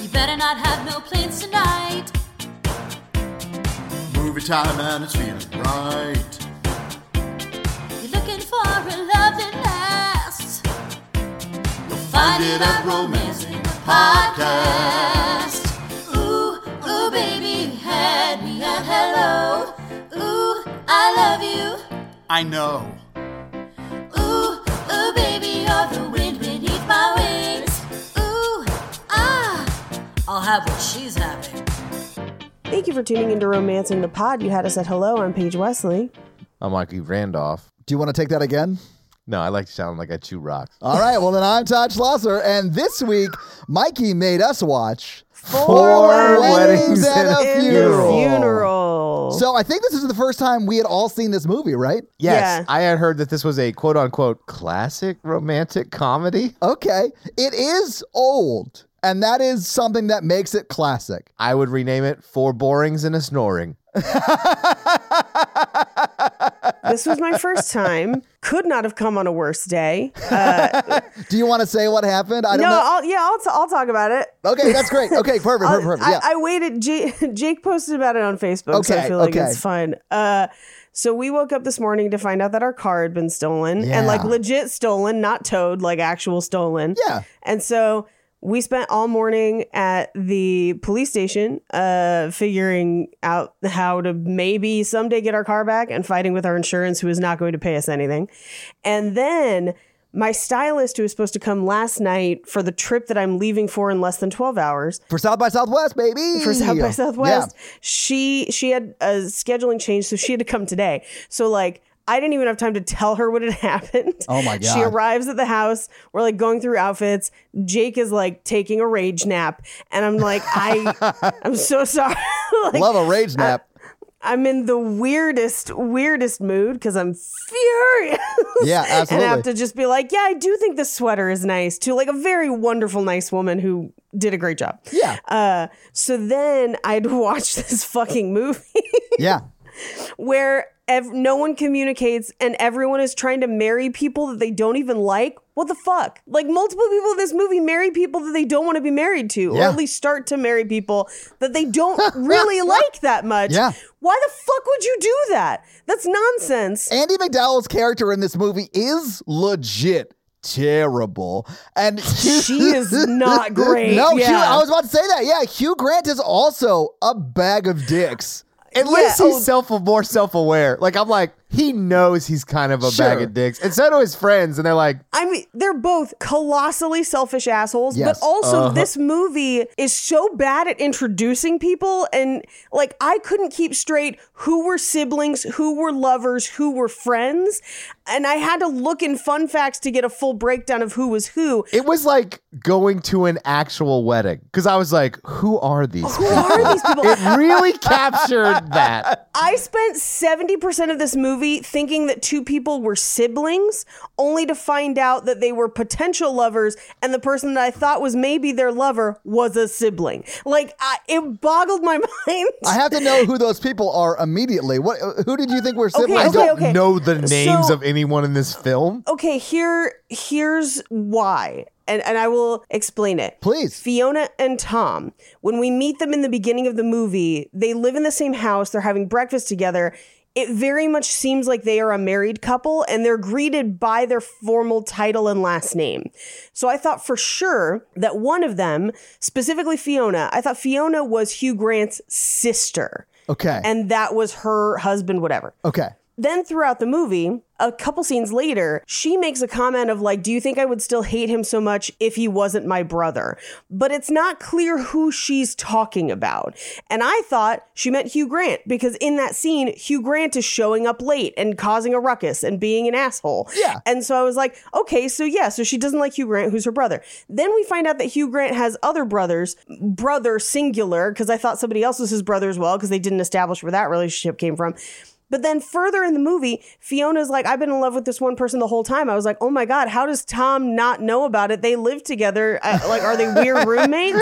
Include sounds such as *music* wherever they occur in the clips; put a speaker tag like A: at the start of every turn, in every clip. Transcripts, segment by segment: A: You better not have no plans tonight.
B: Movie time and it's feeling right.
A: You're looking for a love that lasts.
B: You'll find it at Romance in the Podcast.
A: Ooh, ooh, baby, you had me at hello. Ooh, I love you.
B: I know.
A: Ooh, ooh, baby, you're the wind beneath my wings. Ooh, ah, I'll have what she's having.
C: Thank you for tuning into Romancing the Pod. You had us at hello. I'm Paige Wesley.
D: I'm Mikey Randolph.
E: Do you want to take that again?
D: No, I like to sound like I chew rocks.
E: All right. Well, then I'm Todd Schlosser, and this week Mikey made us watch
C: Four
D: weddings and a
C: and
D: funeral.
C: funeral.
E: So I think this is the first time we had all seen this movie, right?
D: *laughs* Yes,
C: Yeah.
D: I had heard that this was a quote unquote classic romantic comedy.
E: Okay. It is old, and that is something that makes it classic.
D: I would rename it Four Borings and a Snoring.
C: this was my first time. Could not have come on a worse day. Uh,
E: Do you want to say what happened? *laughs* I
C: no,
E: don't know.
C: I'll, yeah, I'll, t- I'll talk about it.
E: okay, that's
C: *laughs*
E: great. Okay, perfect,
C: I'll-
E: perfect, perfect. Yeah.
C: I, I waited. J- *laughs* Jake posted about it on Facebook, so I
E: Okay,
C: feel like
E: okay.
C: it's fun. Uh, so we woke up this morning to find out that our car had been stolen
E: Yeah.
C: and like legit stolen, not towed, like actual stolen.
E: yeah.
C: And so we spent all morning at the police station uh, figuring out how to maybe someday get our car back and fighting with our insurance, who is not going to pay us anything. And then my stylist, who was supposed to come last night for the trip that I'm leaving for in less than 12 hours,
E: For South by Southwest, *laughs* baby.
C: for South by
E: Yeah.
C: Southwest. She she had a scheduling change, so she had to come today. So like I didn't even have time to tell her what had *laughs* happened.
E: Oh, my
C: She
E: God.
C: arrives at the house. We're like going through outfits. Jake is like taking a rage nap, and I'm like,
E: *laughs*
C: I I'm so sorry. *laughs* like,
E: Love a rage nap.
C: *laughs* I'm in the weirdest weirdest mood because I'm furious. *laughs*
E: Yeah,
C: and I have
E: absolutely.
C: to just be like, yeah, I do think this sweater is nice to like a very wonderful, nice woman who did a great job.
E: yeah.
C: Uh, so then I'd *laughs* watch this fucking movie *laughs*
E: Yeah.
C: where ev- no one communicates and everyone is trying to marry people that they don't even like. What the fuck? Like multiple people in this movie marry people that they don't want to be married to, or
E: Yeah.
C: at least start to marry people that
E: *laughs*
C: they don't really like that much.
E: Yeah.
C: Why the fuck would you do that? That's nonsense.
E: Andy McDowell's character in this movie is legit terrible. And Hugh-
C: She is
D: *laughs*
C: not great,
E: no, Hugh,
C: yeah.
E: I was about to say that. Yeah, Hugh Grant is also a bag of dicks.
D: At least
C: Yeah,
D: he's
C: oh-
D: self more self aware. Like I'm like he knows he's kind of a bag
E: Sure.
D: of dicks, and so do his friends, and they're like,
C: I mean, they're both colossally selfish assholes,
E: Yes.
C: but also this movie is so bad at introducing people. And like, I couldn't keep straight who were siblings, who were lovers, who were friends. And I had to look in fun facts to get a full breakdown of who was who.
D: it was like going to an actual wedding because I was like, who are these?
C: *laughs* Who are these people?
D: It really captured that.
C: I spent 70% of this movie thinking that two people were siblings, only to find out that they were potential lovers, and the person that I thought was maybe their lover was a sibling. Like, I, it boggled my *laughs* mind.
E: I have to know who those people are immediately. What? uh, Who did you think were siblings?
D: I
C: Okay,
D: don't
C: okay.
D: know the names
C: So-
D: of anyone in this film.
C: okay, here, here's why, and, and I will explain it.
E: Please.
C: Fiona and Tom, when we meet them in the beginning of the movie, they live in the same house, they're having breakfast together. it very much seems like they are a married couple and they're greeted by their formal title and last name. So I thought for sure that one of them, specifically Fiona, I thought Fiona was Hugh Grant's sister.
E: Okay.
C: And that was her husband, whatever.
E: okay.
C: Then throughout the movie, a couple scenes later, she makes a comment of like, "Do you think I would still hate him so much if he wasn't my brother?" But it's not clear who she's talking about. And I thought she meant Hugh Grant because in that scene, Hugh Grant is showing up late and causing a ruckus and being an asshole.
E: Yeah.
C: And so I was like, "Okay, so yeah, so she doesn't like Hugh Grant, who's her brother." Then we find out that Hugh Grant has other brothers, brother singular, because I thought somebody else was his brother as well because they didn't establish where that relationship came from. But then further in the movie, Fiona's like, I've been in love with this one person the whole time. I was like, oh my God, how does Tom not know about it? They live together. Uh, like, are they weird roommates?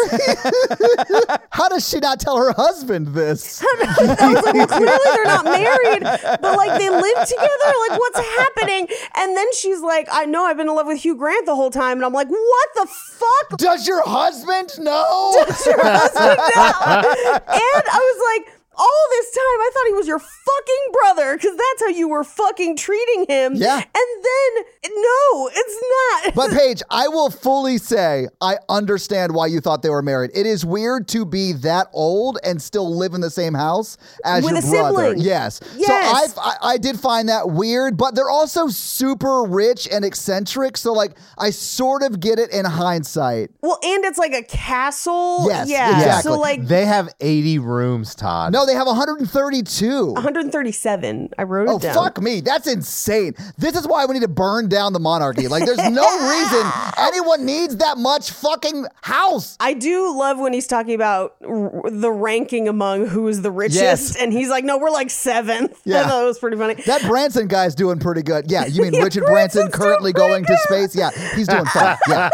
E: How does she not tell her husband this?
C: *laughs* I was like, well, clearly they're not married, but like they live together. Like, what's happening? And then she's like, I know I've been in love with Hugh Grant the whole time. And I'm like, what the fuck?
E: Does your husband
C: *laughs*
E: know?
C: Does your husband know? And I was like, all this time I thought he was your fucking brother because that's how you were fucking treating him.
E: Yeah.
C: And then, no, it's not.
E: But Paige, I will fully say I understand why you thought they were married. It is weird to be that old and still live in the same house as
C: With
E: your
C: a
E: brother.
C: sibling.
E: Yes.
C: Yes.
E: So I've, I I did find that weird, but they're also super rich and eccentric. So like I sort of get it in hindsight.
C: *laughs* Well, and it's like a castle.
E: Yes,
C: yeah.
E: exactly.
C: So like
D: They have 80 rooms, Todd.
E: No, they have 132.
C: 137. I wrote
E: Oh
C: it down.
E: fuck me! That's insane. This is why we need to burn down the monarchy. Like, there's
C: *laughs*
E: no reason anyone needs that much fucking house.
C: I do love when he's talking about r- the ranking among who is the richest,
E: Yes.
C: and he's like, "No, we're like seventh. *laughs*
E: Yeah.
C: I thought it was pretty funny. *laughs*
E: That Branson guy's doing pretty good. Yeah, you mean
C: Yeah,
E: Richard Branson
C: Branson's doing
E: currently
C: pretty
E: going to
C: good.
E: space? Yeah, he's doing
C: *laughs*
E: fine. Yeah.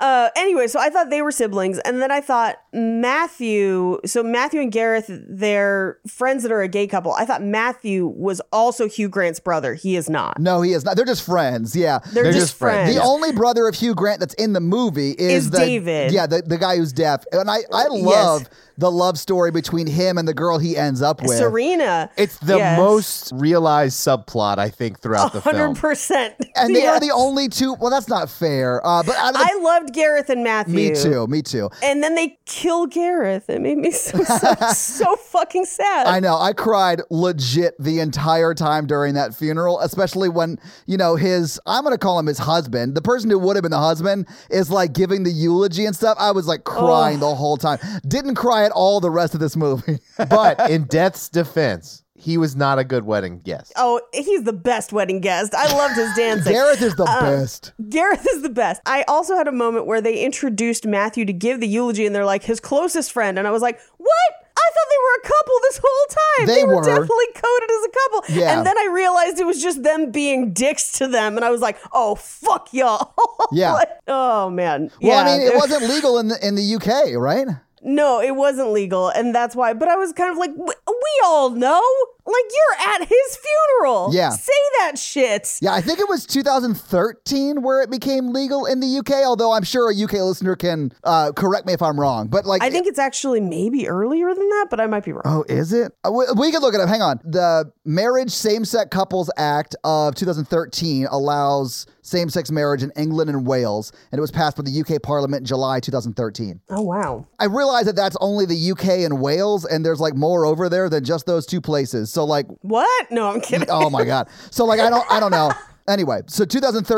C: uh, anyway, so I thought they were siblings, and then I thought Matthew. So Matthew and Gareth, they're friends that are a gay couple. I thought Matthew was also Hugh Grant's brother. He is not.
E: No, he is not. They're just friends. Yeah.
C: They're,
D: They're
C: just,
D: just friends.
C: friends.
E: the only brother of Hugh Grant that's in the movie is,
C: Is
E: the,
C: David.
E: Yeah, the, the guy who's deaf. And I, I love the love story between him and the girl he ends up with.
C: Serena.
D: It's the
C: Yes.
D: most realized subplot, I think, throughout the
C: *laughs*
D: film.
C: 100%.
E: And they
C: Yes.
E: are the only two. Well, that's not fair. Uh, but out of the,
C: I loved Gareth and
E: *laughs*
C: Matthew.
E: me too. Me too.
C: And then they kill Gareth. It made me *laughs* so so, so fucking sad.
E: I know. I cried legit the entire time during that funeral, especially when, you know, his, I'm going to call him his husband, the person who would have been the husband is like giving the eulogy and stuff. I was like crying the whole time. Didn't cry at all the rest of this movie.
D: but in Death's defense, he was not a good wedding guest.
C: Oh, he's the best wedding guest. I loved
E: *laughs*
C: his dancing.
E: Gareth is
C: uh,
E: the best.
C: Gareth is the best. I also had a moment where they introduced Matthew to give the eulogy and they're like his closest friend. And I was like, what? I thought they were a couple this whole time.
E: They
C: were,
E: were.
C: definitely coded as a couple.
E: Yeah.
C: And then I realized it was just them being dicks to them. And I was like, oh, fuck y'all. *laughs*
E: Yeah.
C: Like, oh, man.
E: Well,
C: yeah,
E: I mean, it
C: they're-
E: wasn't legal in the, in the UK, right?
C: No, it wasn't legal. And that's why. But I was kind of like, we, we all know. Like, you're at his funeral.
E: Yeah.
C: Say that shit.
E: Yeah, I think it was 2013 where it became legal in the UK, although I'm sure a UK listener can uh, correct me if I'm wrong. But like,
C: I think it's actually maybe earlier than that, but I might be wrong.
E: Oh, is it? Uh, We, we could look it up. Hang on. The Marriage Same-Sex Couples Act of 2013 allows same-sex marriage in England and Wales, and it was passed by the UK Parliament in July 2013.
C: Oh, wow.
E: I realize that that's only the UK and Wales, and there's like more over there than just those two places. So like,
C: What? No, I'm kidding.
E: oh my god. So like, I don't, I don't know. Anyway, so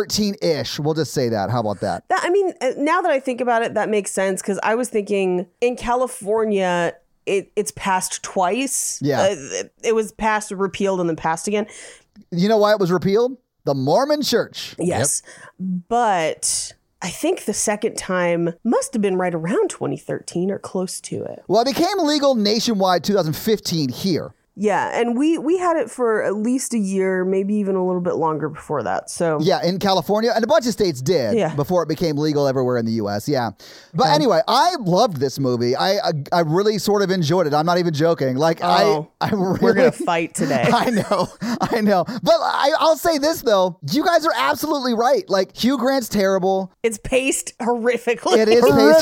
E: 2013-ish. We'll just say that. How about that?
C: *laughs* That, I mean, uh, now that I think about it, that makes sense because I was thinking in California, it, it's passed twice.
E: Yeah.
C: Uh, it, it was passed, repealed, and then passed again.
E: You know why it was repealed? The Mormon Church.
C: Yes. But I think the second time must have been right around 2013 or close to it.
E: Well, it became legal nationwide 2015 here.
C: Yeah, and we we had it for at least a year, maybe even a little bit longer before that. So
E: Yeah, in California and a bunch of states did
C: Yeah.
E: before it became legal everywhere in the U.S. Yeah, but anyway, I loved this movie. I, I I really sort of enjoyed it. I'm not even joking. Like
C: Oh,
E: *laughs* I I really
C: we're gonna fight today.
E: *laughs* I know, I know. But I, I'll say this though: you guys are absolutely right. Like Hugh Grant's terrible.
C: it's paced *laughs* horrifically.
E: It is paced
D: Horrifically.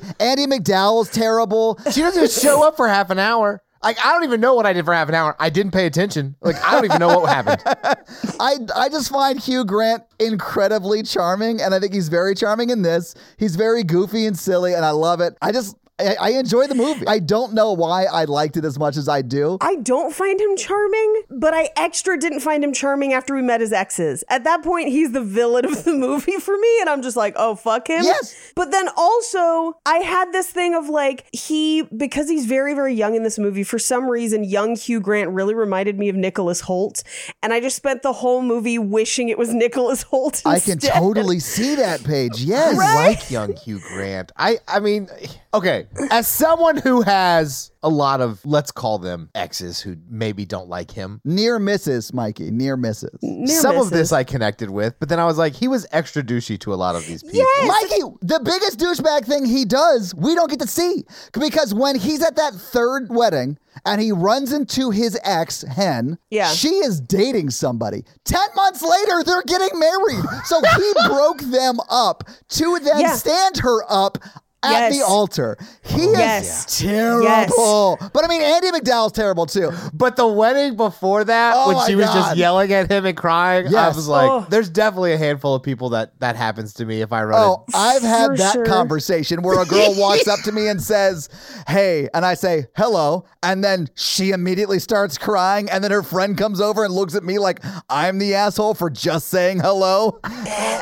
E: terrifically. Andy McDowell's terrible.
D: She doesn't even show up for half an hour. Like I don't even know what I did for half an hour. I didn't pay attention. Like I don't even know what happened.
E: *laughs* I, I just find Hugh Grant incredibly charming, and I think he's very charming in this. He's very goofy and silly, and I love it. I just I, I enjoy the movie. I don't know why I liked it as much as I do.
C: I don't find him charming, but I extra didn't find him charming after we met his exes. At that point, he's the villain of the *laughs* movie for me, and I'm just like, oh, fuck him.
E: Yes.
C: But then also, I had this thing of like, he, because he's very, very young in this movie, for some reason, young Hugh Grant really reminded me of Nicholas Holt. And I just spent the whole movie wishing it was *laughs* Nicholas Holt.
E: I can
C: instead.
E: totally see that page. Yes.
D: I like young Hugh Grant. I I mean, okay, as someone who has a lot of let's call them exes who maybe don't like him.
E: Near misses, Mikey. Near misses.
C: Near
D: some of
C: misses.
D: this I connected with, but then I was like, he was extra douchey to a lot of these people.
E: Mikey, the biggest douchebag thing he does, we don't get to see. Because when he's at that third wedding and he runs into his ex, Hen,
C: Yeah.
E: she is dating somebody. 10 months later, they're getting married. So he
C: *laughs*
E: broke them up to then
C: Yeah.
E: stand her up. At
C: Yes.
E: the altar. He
C: Yes.
E: is terrible. But I mean, Andy McDowell's terrible too.
D: But the wedding before that,
E: Oh
D: when
E: my
D: she was just
E: God.
D: yelling at him and crying, I
E: Yes.
D: was like,
C: Oh.
D: there's definitely a handful of people that that happens to me if I run.
E: Oh,
D: in-
E: I've
C: For
E: had that
C: sure.
E: conversation where a girl walks up to me and says, Hey, and I say, Hello. And then she immediately starts crying. And then her friend comes over and looks at me like, I'm the asshole for just saying hello.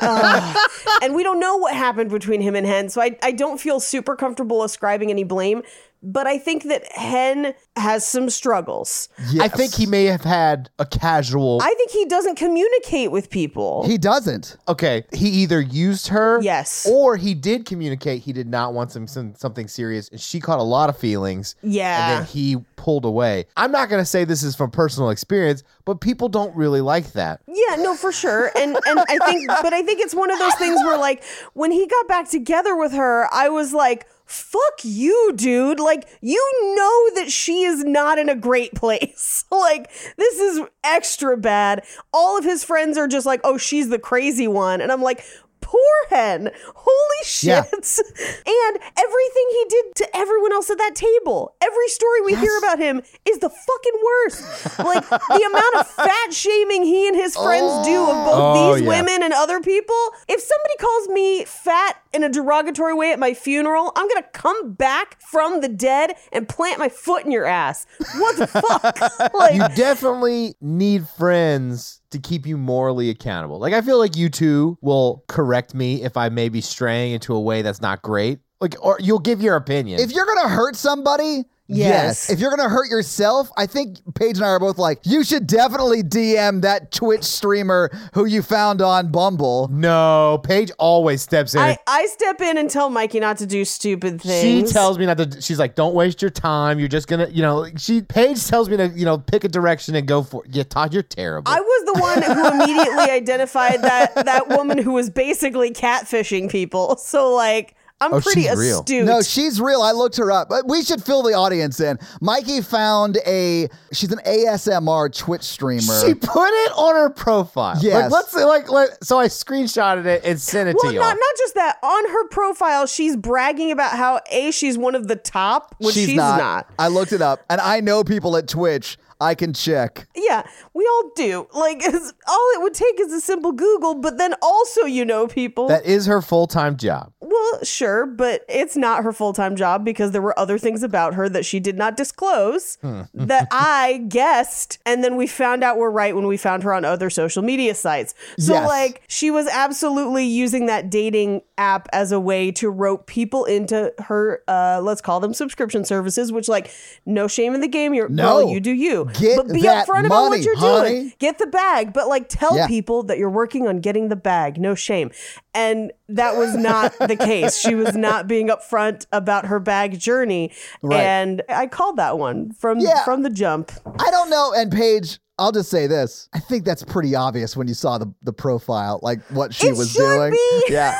C: and we don't know what happened between him and Hen, so I, I don't feel super comfortable ascribing any blame. But I think that Hen has some struggles.
D: I think he may have had a casual.
C: I think he doesn't communicate with people.
E: He doesn't.
D: okay, he either used her,
C: Yes.
D: or he did communicate he did not want some, some something serious, and she caught a lot of feelings.
C: Yeah.
D: and then he pulled away. I'm not gonna say this is from personal experience, but people don't really like that.
C: yeah, no, for sure. And and I think, but I think it's one of those things where like when he got back together with her, I was like. Fuck you, dude. Like, you know that she is not in a great *laughs* place. like, this is extra bad. All of his friends are just like, oh, she's the crazy one. And I'm like, poor hen. Holy shit.
D: Yeah.
C: *laughs* and everything he did to everyone else at that table, every story we hear about him is the fucking worst. like the amount
D: *laughs*
C: of fat shaming he and his friends do of both
D: Oh,
C: these
D: yeah.
C: women and other people. If somebody calls me fat in a derogatory way at my funeral, I'm going to come back from the dead and plant my foot in your ass. What the fuck? *laughs* like,
D: you definitely need friends to keep you morally accountable. Like I feel like you two will correct me if I may be straying into a way that's not great. Like or you'll give your opinion.
E: If you're going to hurt somebody,
C: Yes.
E: Yes. If you're going to hurt yourself, I think Paige and I are both like, you should definitely DM that Twitch streamer who you found on Bumble.
D: no, Paige always steps in.
C: I, I step in and tell Mikey not to do stupid things.
D: She tells me not to. She's like, "Don't waste your time. You're just gonna, you know." like, She Paige tells me to, you know, pick a direction and go for. it. Yeah, Todd, you're terrible.
C: I was the one who immediately identified that that woman who was basically catfishing people. So like, I'm
D: Oh,
C: pretty
D: she's real.
C: astute.
E: No, she's real. I looked her up. But we should fill the audience in. Mikey found a she's an ASMR Twitch streamer.
D: she put it on her profile.
E: Yes.
D: Like, let's say, like, let, so I screenshotted it and sent it
C: well,
D: to y'all.
C: not not just that. On her profile, she's bragging about how a she's one of the top, which she's, not.
E: I looked it up, and I know people at Twitch. I can check.
C: Yeah, we all do. Like, it's, all it would take is a simple Google, but then also, you know, people.
D: that is her full time job.
C: well, sure, but it's not her full time job because there were other things about her that she did not disclose
E: *laughs*
C: that I guessed. And then we found out we're right when we found her on other social media sites. So,
E: Yes.
C: like, she was absolutely using that dating app as a way to rope people into her, uh, let's call them subscription services, which, like, no shame in the game. You're,
E: No.
C: girl, you do you.
E: Get
C: but be
E: that
C: upfront about what
E: money,
C: you're doing
E: honey.
C: get the bag, but like tell
E: Yeah.
C: people that you're working on getting the bag. No shame. And that was not the case. She was not being upfront about her bag journey.
E: Right.
C: And I called that one from
E: Yeah.
C: from the jump.
E: I don't know. And Paige, I'll just say this. I think that's pretty obvious when you saw the, the profile, like what she
C: It
E: was
C: should
E: doing.
C: be. *laughs*
E: Yeah.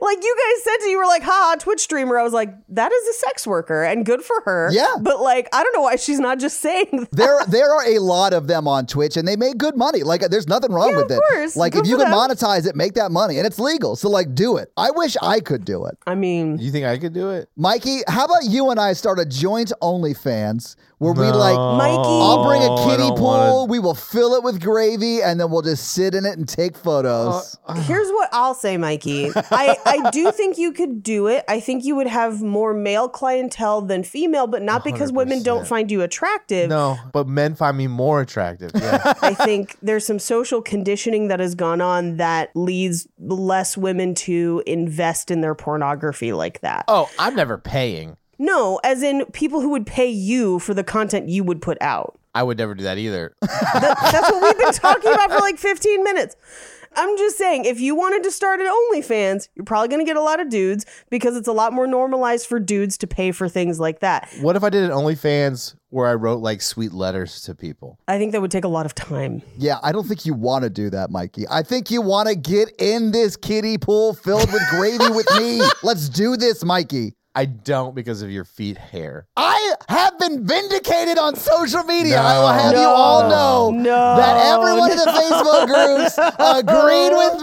C: Like you guys said to you were like, ha, Twitch streamer. I was like, that is a sex worker and good for her.
E: Yeah.
C: But like, I don't know why she's not just saying that.
E: there there are a lot of them on Twitch and they make good money. Like there's nothing wrong
C: Yeah,
E: with
C: of
E: it.
C: course.
E: Like
C: Good
E: if you
C: for
E: can
C: them.
E: monetize it, make that money and it's legal. So like do it. I wish I could do it.
C: I mean,
D: You think I could do it?
E: Mikey, how about you and I start a joint OnlyFans where we like
C: Mikey.
E: I'll bring a
D: Oh, I
E: kiddie
D: don't wanna-
E: pool. We will fill it with gravy, and then we'll just sit in it and take photos.
D: Uh,
C: Here's what I'll say, Mikey. I, I
D: *laughs*
C: do think you could do it. I think you would have more male clientele than female, but not because women don't
D: 100%.
C: find you attractive.
D: No, but men find me more attractive. Yeah.
C: *laughs* I think there's some social conditioning that has gone on that leads less women to invest in their pornography like that.
D: oh, I'm never paying.
C: No, as in people who would pay you for the content you would put out.
D: I would never do that either.
C: That- that's what we've been talking about for like 15 minutes. I'm just saying, if you wanted to start an OnlyFans, you're probably going to get a lot of dudes because it's a lot more normalized for dudes to pay for things like that.
D: What if I did an OnlyFans where I wrote like sweet letters to people?
C: I think that would take a lot of time.
E: Yeah, I don't think you want to do that, Mikey. I think you want to get in this kiddie pool filled with gravy with
C: *laughs*
E: me. Let's do this, Mikey.
D: I don't because of your feet hair.
E: I have been vindicated on social media.
D: No.
E: I will have you
C: No.
E: all know
C: No.
E: that everyone in the
C: No.
E: Facebook groups
C: *laughs*
E: agreed with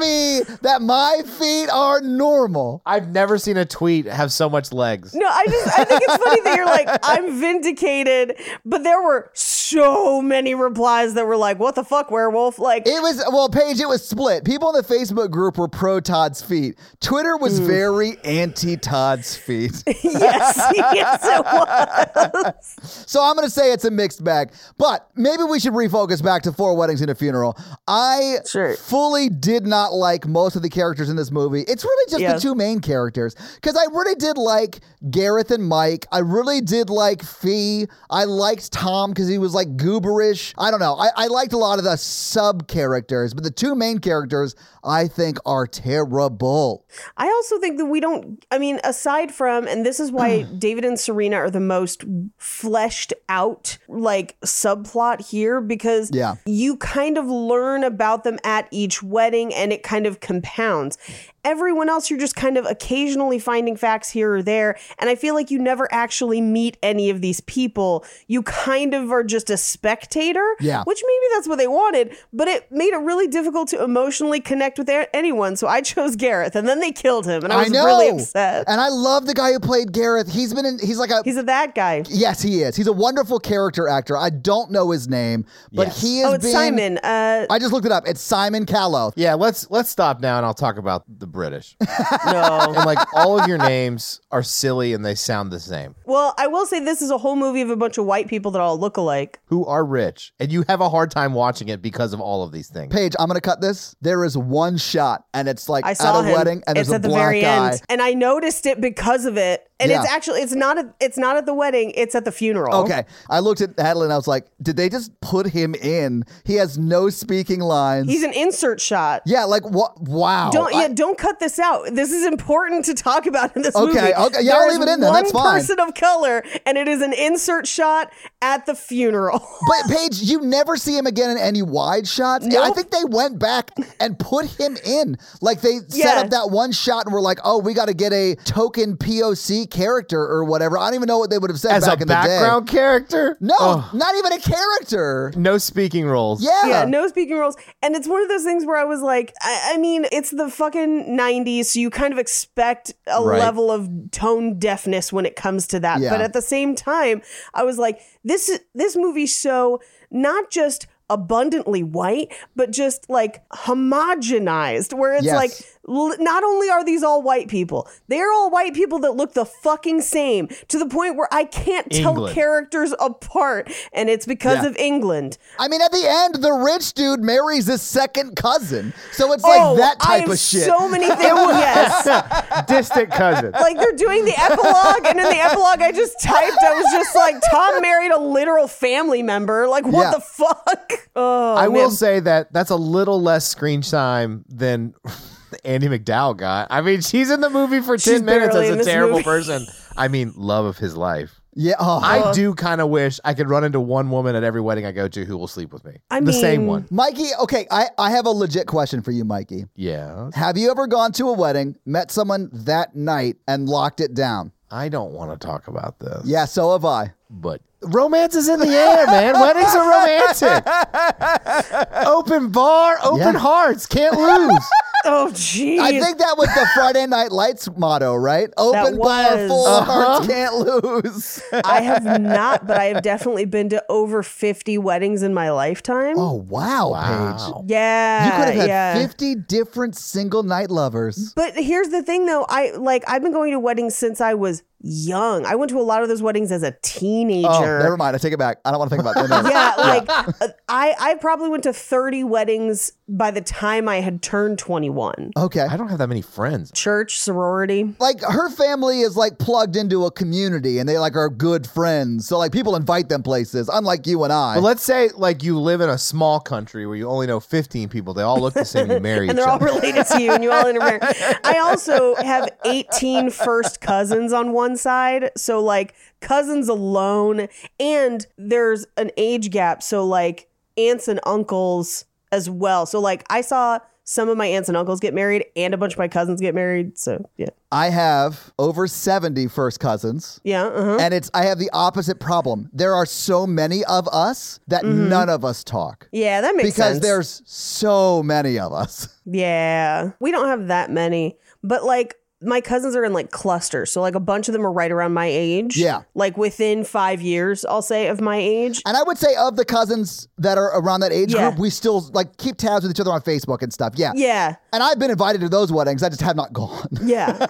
E: me that my feet are normal.
D: I've never seen a tweet have so much legs.
C: No, I just I think it's funny that
D: *laughs*
C: you're like I'm vindicated, but there were so many replies that were like, "What the fuck, werewolf?" Like,
E: It was well, Paige. It was split. People in the Facebook group were pro Todd's feet. Twitter was
C: Hmm.
E: very anti Todd's
C: *laughs*
E: feet.
C: *laughs* yes, yes, it
D: *laughs*
C: was.
E: So I'm going to say it's a mixed bag, but maybe we should refocus back to Four Weddings and a Funeral. I
C: Sure.
E: fully did not like most of the characters in this movie. It's really just
C: Yeah.
E: the two main characters because I really did like Gareth and Mike. I really did like Fee. I liked Tom because he was like gooberish. I don't know. I, I liked a lot of the sub characters, but the two main characters I think are terrible.
C: I also think that we don't, I mean, aside from, and this is why David and Serena are the most fleshed out, like, subplot here, because
E: Yeah.
C: you kind of learn about them at each wedding and it kind of compounds. Everyone else, you're just kind of occasionally finding facts here or there. And I feel like you never actually meet any of these people. You kind of are just a spectator,
E: Yeah.
C: which maybe that's what they wanted, but it made it really difficult to emotionally connect with a- anyone. So I chose Gareth and then they killed him. And I was really upset.
E: and I love the guy who played Gareth. He's been in. He's like a
C: He's a that guy.
E: Yes, he is. He's a wonderful character actor. I don't know his name, but
D: Yes.
E: he is
C: Oh, it's
E: being-
C: Simon. Uh,
E: I just looked it up. It's Simon Callow.
D: Yeah, let's let's stop now and I'll talk about the British. *laughs* no. And like all of your names are silly and they sound the same.
C: well, I will say this is a whole movie of a bunch of white people that all look alike.
D: Who are rich and you have a hard time watching it because of all of these things.
E: Paige, I'm gonna cut this. There is one shot, and it's like
C: I saw
E: at a
C: him.
E: wedding, and
C: it's
E: there's a
C: at the
E: black
C: very
E: guy.
C: end, and I noticed it because of it. And it's
E: Yeah.
C: actually it's not at, it's not at the wedding. It's at the funeral.
E: Okay, I looked at Hadley and I was like, did they just put him in? He has no speaking lines.
C: he's an insert shot.
E: yeah, like what? Wow.
C: Don't
E: I-
C: yeah, don't cut this out. This is important to talk about in this
E: Okay,
C: movie.
E: okay, yeah, I'll
C: There is
E: leave it in then.
C: One
E: That's fine.
C: person of color, and it is an insert shot at the funeral. *laughs*
E: but Paige, you never see him again in any wide shots. Yeah, I think they went back and put him in. Like they set
C: Yeah.
E: up that one shot and were like, oh, we got to get a token POC character or whatever. I don't even know what they would have said
D: As
E: back
D: a
E: in the day.
D: background character?
E: No,
D: Oh,
E: not even a character.
D: no speaking roles.
E: Yeah.
C: yeah, no speaking roles. And it's one of those things where I was like, I, I mean, it's the fucking 90s, so you kind of expect a
D: Right.
C: level of tone deafness when it comes to that.
E: Yeah.
C: But at the same time, I was like, this is this movie's so not just abundantly white, but just like homogenized, where it's
E: Yes.
C: like l- not only are these all white people, they're all white people that look the fucking same to the point where I can't tell
D: England.
C: characters apart. And it's because
E: Yeah.
C: of England.
E: I mean, at the end, the rich dude marries his second cousin. So it's like that
C: Oh, I
E: type
C: have
E: of shit.
D: *laughs*
C: So many things. yes.
D: Distant cousin.
C: Like they're doing the epilogue, and in the epilogue, I just typed. I was just like, Tom married a literal family member. Like, what
E: Yeah.
C: the fuck? Oh,
D: I will
C: man.
D: say that that's a little less screen time than *laughs* Andy McDowell got. I mean, she's in the movie for 10
C: She's
D: minutes
C: barely in
D: as a
C: this
D: terrible
C: movie.
D: person. I mean, love of his life.
E: yeah. Oh.
D: I do kind of wish I could run into one woman at every wedding I go to who will sleep with me.
C: I
D: the same
C: mean-
D: one.
E: Mikey, okay, I, I have a legit question for you, Mikey.
D: Yeah.
E: Have you ever gone to a wedding, met someone that night, and locked it down?
D: I don't want to talk about this.
E: Yeah, so have I.
D: But romance is in the air, man. Weddings are
C: *laughs*
D: romantic. open bar, open
E: Yeah. *laughs*
D: hearts. Can't lose.
C: Oh, jeez.
E: I think that was the Friday Night Lights motto, right? Open bar,
C: was.
E: full
C: Uh-huh.
E: hearts
D: *laughs*
E: can't lose.
C: I have not, but I have definitely been to over 50 weddings in my lifetime.
E: oh wow, Paige!
C: yeah.
E: You could have had
C: Uh, yeah.
E: fifty different single night lovers.
C: But here's the thing though, I like I've been going to weddings since I was young. I went to a lot of those weddings as a teenager.
E: Oh, never mind. I take it back. I don't want to think about that.
C: *laughs* yeah,
E: *laughs*
C: like uh, I I probably went to 30 weddings by the time I had turned 21.
E: Okay.
D: I don't have that many friends.
C: Church sorority.
E: Like her family is like plugged into a community and they like are good friends. So like people invite them places, unlike you and I.
D: But let's say like you live in a small country where you only know 15 people. They all look the same.
E: *laughs*
D: You marry
C: And
D: each
C: they're all
D: other.
C: related to you and you
D: *laughs*
C: all intermarry. I also have 18 first cousins on one side. So, like, cousins alone. And there's an age gap. So, like, aunts and uncles as well. So, like, I saw some of my aunts and uncles get married and a bunch of my cousins get married. So, yeah.
E: I have over 70 first cousins.
C: Yeah. Uh-huh.
E: And it's I have the opposite problem. There are so many of us that none of us talk.
C: Yeah, that makes
E: Because
C: sense.
E: there's so many of us. *laughs*
C: Yeah. We don't have that many, but like my cousins are in like clusters. So like a bunch of them are right around my age.
E: Yeah.
C: Like within five years, I'll say, of my age.
E: And I would say of the cousins that are around that age
C: Yeah.
E: group, we still like keep tabs with each other on Facebook and stuff. Yeah.
C: Yeah.
E: And I've been invited to those weddings. I just have not *laughs* gone.
C: Yeah.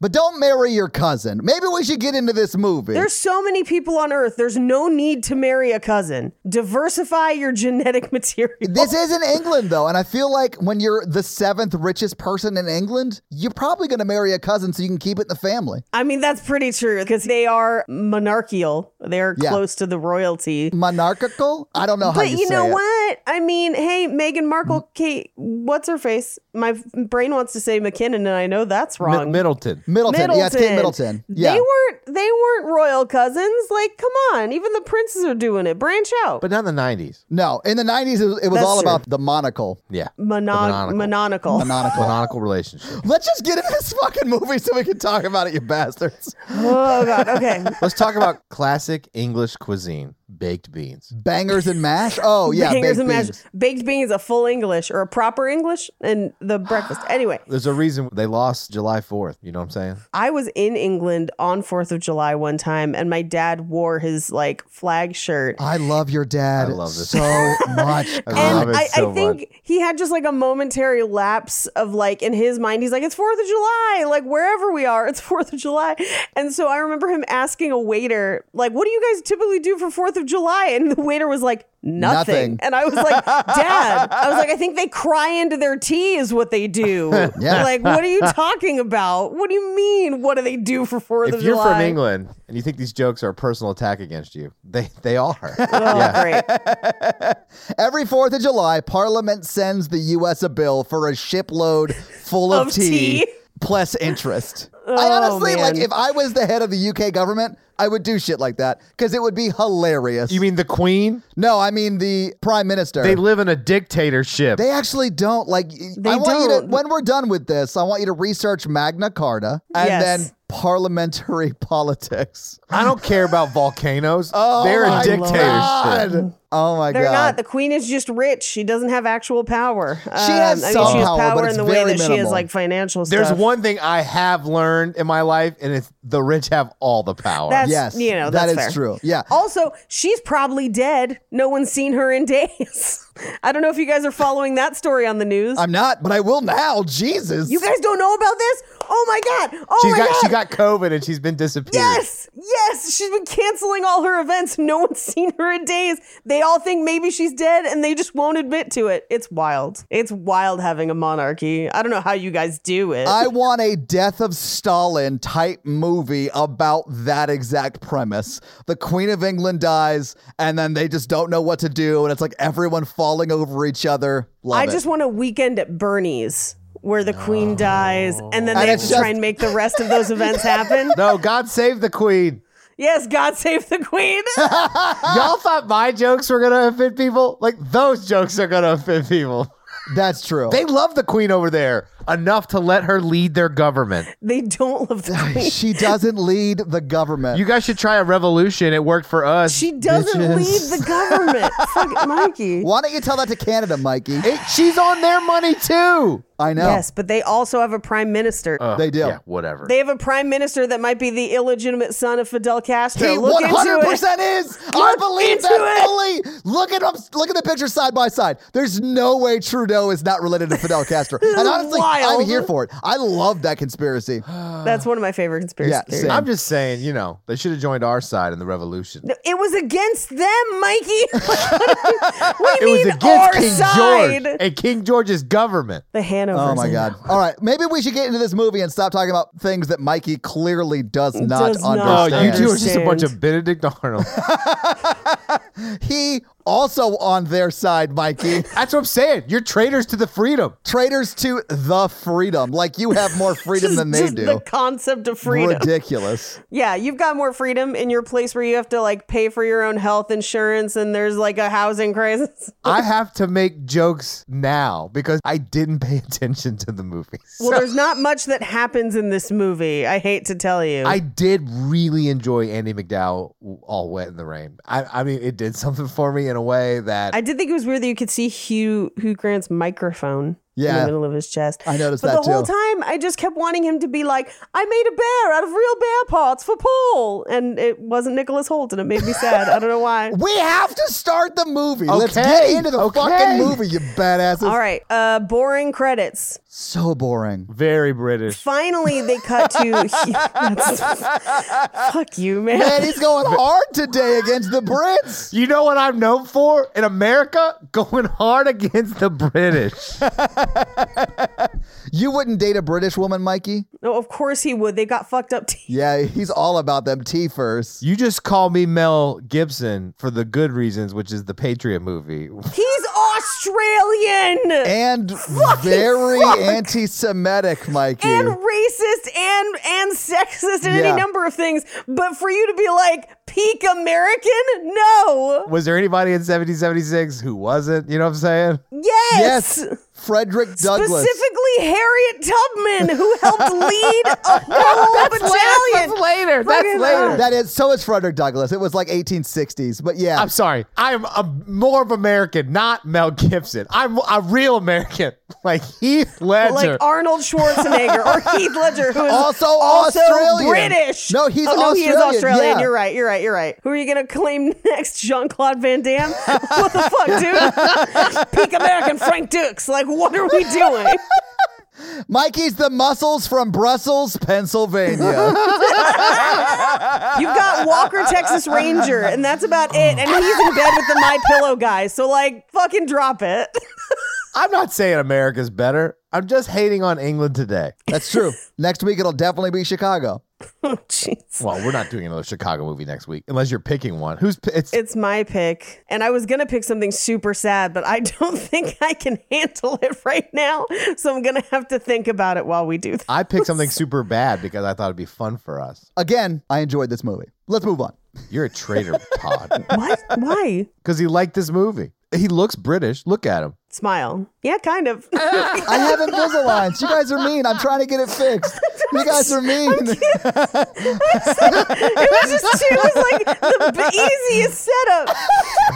E: but don't marry your cousin. Maybe we should get into this movie.
C: There's so many people on earth. There's no need to marry a cousin. Diversify your genetic *laughs* material.
E: This is in England though, and I feel like when you're the seventh richest person in England, you're probably going to marry a cousin so you can keep it in the family.
C: I mean, that's pretty true because they are monarchical. They're
E: Yeah.
C: close to the royalty.
E: Monarchical? I don't know how
C: But
E: you,
C: you
E: say
C: know
E: it. Mm.
C: what? I mean, hey, Meghan Markle, Kate, what's her face? My f- brain wants to say McKinnon, and I know that's
D: Mi-
C: wrong.
D: Middleton.
E: Middleton. Yeah, it's Kate Middleton. Yeah.
C: They weren't they weren't royal cousins. Like, come on. Even the princes are doing it. Branch out.
D: But not in the 90s.
E: no, in the 90s, it was, it was
C: That's
E: all
C: true.
E: about the monocle.
D: Yeah.
C: Monog- mononical.
D: Mononical. Mononical relationship.
E: Let's just get into this *laughs* fucking movie so we can talk about it, you bastards.
C: oh god. Okay.
D: *laughs* Let's talk about classic English cuisine baked beans.
E: Bangers and mash? Oh, yeah.
C: Bangers
E: baked
C: and mash.
E: beans.
C: Baked beans, a full English or a proper English, and
D: *sighs*
C: the breakfast. Anyway,
D: There's a reason they lost July 4th. You know what I'm saying?
C: I was in England on Fourth of July one time, and my dad wore his like flag shirt,
E: I love your dad
D: I love this.
E: so much.
D: *laughs* I
E: God.
D: love
C: And
D: it
C: I,
D: so
C: I think
D: much.
C: he had just like a momentary lapse of like in his mind, he's like, it's Fourth of July, like wherever we are, it's *laughs* Fourth of July. And so I remember him asking a waiter, like, what do you guys typically do for Fourth of July? And the waiter was like, nothing.
E: Nothing.
C: And I was
D: *laughs*
C: like, Dad, I was like, I think they cry into their tea is what they
D: *laughs*
C: do.
E: Yeah.
C: Like, what are you talking about? What do you mean? What do they do for Fourth
D: If
C: of
D: you're
C: July?
D: from England and you think these jokes are a personal attack against you, they, they
C: *laughs*
D: are.
C: Oh,
D: yeah.
C: great.
E: Every 4th of July, Parliament sends the U.S. a bill for a shipload full of,
C: Of tea. Oh,
E: plus
C: *laughs*
E: interest. I honestly,
C: man.
E: like, if I was the head of the U.K. government, I would do shit like that because it would be hilarious.
D: You mean the queen?
E: no, I mean the prime minister.
D: They live in a dictatorship.
E: They actually don't like. I want You to,
C: don't.
E: when we're done with this, I want you to research Magna Carta and
C: Yes.
E: then parliamentary *laughs* politics.
D: I don't care about volcanoes.
E: *laughs* Oh
D: They're
E: my
D: a dictatorship.
E: God. Oh my
C: They're
E: god!
C: not. The queen is just rich. She doesn't have actual power. She
E: has
C: I mean,
E: some
C: she has
E: power, but
C: power
E: it's
C: in the way
E: very
C: that she has
E: minimal.
C: like financial stuff.
D: There's one thing I have learned in my life, and it's the rich have all the power.
C: That's
E: yes,
C: you know
E: that
C: that's
E: is
C: fair.
E: true. Yeah,
C: Also, she's probably dead. No one's seen her in *laughs* days. I don't know if you guys are following that story on the news.
E: I'm not, but I will now. Jesus,
C: you guys don't know about this? Oh my god! Oh
D: She's
C: my
D: got
C: god!
D: she got COVID and she's been disappeared.
C: Yes, yes, she's been canceling all her events. No one's *laughs* seen her in days. They all think maybe she's dead and they just won't admit to it. It's wild. It's wild having a monarchy. I don't know how you guys do it.
E: I want a Death of Stalin type movie about that exact premise. The Queen of England dies, and then they just don't know what to do, and it's like everyone falling over each other. Love
C: I
E: it.
C: just want a weekend at Bernie's where the queen dies and then they have
E: it's
C: to
E: just-
C: try and make the rest of those events happen.
D: *laughs* No, Oh, God save the queen.
C: Yes, God save
E: *laughs*
C: the queen.
D: Y'all
E: Ah.
D: thought my jokes were gonna offend people? Like those jokes are gonna offend people.
E: That's true.
D: They love the queen over there enough to let her lead their government.
C: they don't love the
E: *laughs*
C: queen.
E: she doesn't lead the government.
D: You guys should try a revolution. It worked for us.
C: She doesn't
D: bitches.
C: lead
E: *laughs*
C: the government. Fuck Mikey.
E: Why don't you tell that to Canada, Mikey?
D: It- she's on their money too.
E: I know.
C: Yes, but they also have a prime minister.
D: Ugh,
E: They do.
D: Yeah, whatever.
C: they have a prime minister that might be the illegitimate son of Fidel Castro.
E: He
C: Look
E: one hundred
C: into it.
E: percent is. I believe
C: into
E: that fully. Look at up- look at the picture side by side. There's no way Trudeau is not related to Fidel Castro. and honestly,
C: Wild.
E: I'm here for it. I love that conspiracy.
C: That's one of my favorite conspiracy
E: Yeah,
C: theories.
E: same.
D: I'm just saying, you know, they should have joined our side in the revolution.
C: No, It was against them, Mikey. *laughs* what do
D: it
C: you
D: was
C: mean
D: against
C: our
D: King
C: side?
D: George and King George's government.
C: The Hanover.
E: Oh my god! All right, maybe we should get into this movie and stop talking about things that Mikey clearly does not
C: Does not.
D: Oh,
E: understand.
D: you two are just a bunch
C: Understand.
D: of Benedict Arnold.
E: He also on their side, Mikey.
D: *laughs* That's what I'm saying. You're traitors to the freedom.
E: Traitors to the freedom. Like you have more freedom than they
C: just
E: do.
C: the concept of freedom.
E: Ridiculous.
C: yeah, you've got more freedom in your place where you have to like pay for your own health insurance and there's like a housing crisis.
D: *laughs* I have to make jokes now because I didn't pay *laughs* attention to the movies.
C: Well, there's not much that happens in this movie. I hate to tell you.
D: I did really enjoy Andy McDowell all wet in the rain. I, I mean, it did something for me in a way that
C: I did think it was weird that you could see Hugh Hugh Grant's microphone in the
E: Yeah.
C: middle of his chest.
E: I noticed
C: but
E: that
C: the whole
E: too.
C: time I just kept wanting him to be like, "I made a bear out of real bear parts for Paul," and it wasn't Nicholas Holt, and it made me sad. I don't
E: *laughs*
C: know why.
E: We have to start the movie. Let's
D: Okay,
E: get into the
D: okay.
E: fucking movie, you badasses.
C: All right, uh, boring credits.
E: So boring.
D: very British.
C: Finally, they cut to. *laughs* That's- *laughs* fuck you, man.
E: Man, he's going hard today
D: *laughs*
E: against the Brits.
D: You know what I'm known for in America? Going hard *laughs* against the British.
E: You wouldn't date a British woman, Mikey?
C: No, of course he would. They got fucked up teeth.
E: Yeah, he's all about them tea first.
D: you just call me Mel Gibson for the good reasons, which is the Patriot movie.
C: He's Australian.
D: *laughs*
E: And very anti-Semitic, Mikey.
C: and racist and and sexist and any
E: Yeah.
C: number of things. But for you to be like peak American, no,
D: Was there anybody in 1776 who wasn't? You know what I'm saying?
C: yes.
E: yes, Frederick Douglass.
C: Specifically, Harriet Tubman, who helped lead a whole battalion.
D: later.
C: Fucking-
E: That is so is Frederick Douglass. It was like 1860s, but yeah.
D: I'm sorry. I'm a more of American, not Mel Gibson. I'm a real American, *laughs* like Heath Ledger.
C: Like Arnold Schwarzenegger
E: *laughs*
C: or Heath Ledger, who is
E: Also
C: also
E: Australian.
C: British.
E: No, he's
C: oh, no, he is
E: Australian,
C: Australian.
E: yeah.
C: You're right. You're right. You're right. Who are you going to claim *laughs* next? Jean Claude
E: *laughs*
C: Van Damme? what the fuck, dude? Peak American Frank Dukes. Like, what are we doing?
E: Mikey's the muscles from Brussels, Pennsylvania.
C: You've got Walker Texas Ranger, and that's about it. And he's in bed with the My Pillow guy, so like, fucking drop it. *laughs*
D: I'm not saying America's better. I'm just hating on England today.
E: That's true. Next week it'll definitely be Chicago.
C: Oh, Jeez.
D: Well, we're not doing another Chicago movie next week unless you're picking one. Who's p- it's
C: It's my pick, and I was gonna pick something super sad, but I *laughs* don't think I can handle it right now. So I'm gonna have to think about it while we do that.
D: I picked something super bad because I thought it'd be fun for us.
E: Again, I enjoyed this movie. Let's move on.
D: You're a traitor, Todd,
C: What? Why?
D: *laughs* because he liked this movie. He looks British. Look at him.
C: Smile. Yeah, kind of. *laughs*
E: I have Invisaligns. You guys are mean. I'm trying to get it fixed. You guys are mean.
C: It was just it was like the b- easiest setup.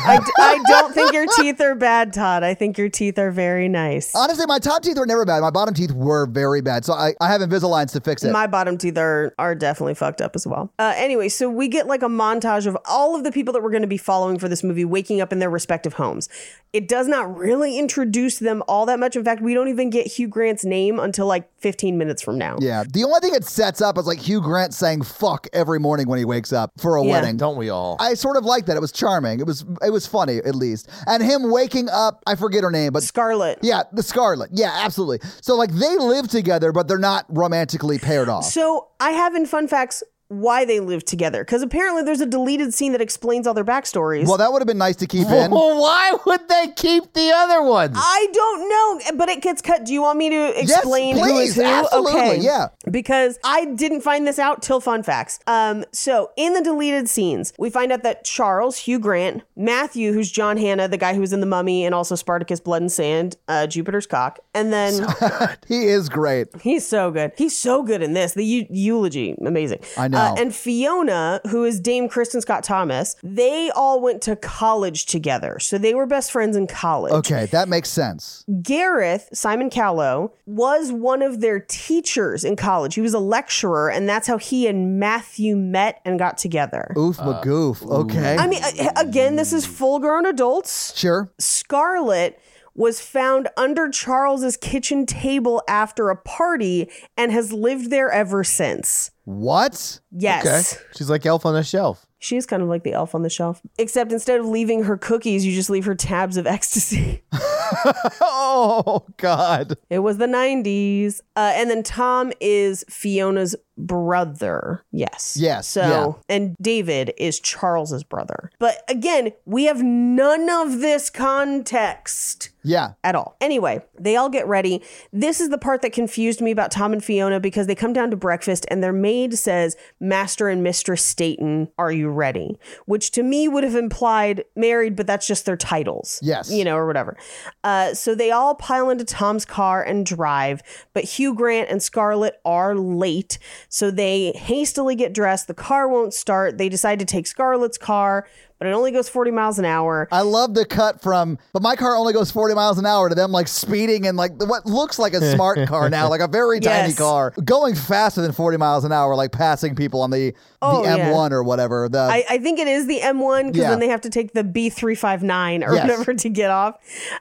C: I, d- I don't think your teeth are bad, Todd. I think your teeth are very nice.
E: Honestly, my top teeth were never bad. My bottom teeth were very bad. So I, I have Invisaligns to fix it.
C: My bottom teeth are are definitely fucked up as well. Uh, anyway, so we get like a montage of all of the people that we're going to be following for this movie waking up in their respective homes. It does not really introduce them all that much. In fact, we don't even get Hugh Grant's name until like 15 minutes from now.
E: yeah. The only thing it sets up is like Hugh Grant saying fuck every morning when he wakes up for a
C: Yeah.
E: wedding.
D: Don't we all?
E: I sort of liked that. It was charming. It was it was funny at least. And him waking up, I forget her name, but
C: Scarlet.
E: yeah, the Scarlet. Yeah, absolutely. So like they live together, but they're not romantically paired off.
C: So I have in fun facts why they live together because apparently there's a deleted scene that explains all their backstories.
E: well, that would have been nice to keep in.
D: Well, *laughs* why would they keep the other ones?
C: I don't know, but it gets cut. Do you want me to explain who is
E: please,
C: who?
E: absolutely,
C: okay,
E: yeah.
C: Because I didn't find this out till fun facts. Um, so in the deleted scenes, we find out that Charles, Hugh Grant, Matthew, who's John Hannah, the guy who was in The Mummy and also Spartacus, Blood and Sand, uh, Jupiter's Cock, and then *laughs*
E: He is great.
C: he's so good. He's so good in this. The eu- eulogy, amazing.
E: I know. Wow.
C: Uh, and Fiona, who is Dame Kristen Scott Thomas, they all went to college together. So they were best friends in college.
E: Okay, that makes sense.
C: Gareth, Simon Callow, was one of their teachers in college. He was a lecturer, and that's how he and Matthew met and got together.
E: Oof,
D: Uh,
E: magoof. Okay.
C: I mean, a- again, this is full grown adults.
E: sure.
C: Scarlet was found under Charles's kitchen table after a party and has lived there ever since.
E: What?
C: Yes.
D: She's like elf on a shelf.
C: She is kind of like the elf on the shelf, except instead of leaving her cookies, you just leave her tabs of ecstasy. *laughs*
D: *laughs* Oh God.
C: it was the 90s. Uh, and then Tom is Fiona's brother. Yes.
E: Yes,
C: So, and David is Charles's brother. But again, we have none of this context.
E: Yeah.
C: at all. Anyway, they all get ready. This is the part that confused me about Tom and Fiona because they come down to breakfast and their maid says, Master and Mistress Staten, are you ready? Which to me would have implied married, but that's just their titles.
E: Yes.
C: You know, or whatever. Uh, so they all pile into Tom's car and drive, but Hugh Grant and Scarlett are late. So they hastily get dressed. The car won't start. They decide to take Scarlett's car, but it only goes 40 miles an hour.
E: I love the cut from, but my car only goes 40 miles an hour to them like speeding and like what looks like a
D: *laughs*
E: smart car now, like a very tiny
C: Yes.
E: car going faster than 40 miles an hour, like passing people on the,
C: Oh,
E: the
C: yeah.
E: M1 or whatever. The,
C: I, I think it is the M1 because
E: Yeah.
C: then they have to take the B359 or
E: Yes.
C: whatever to get off.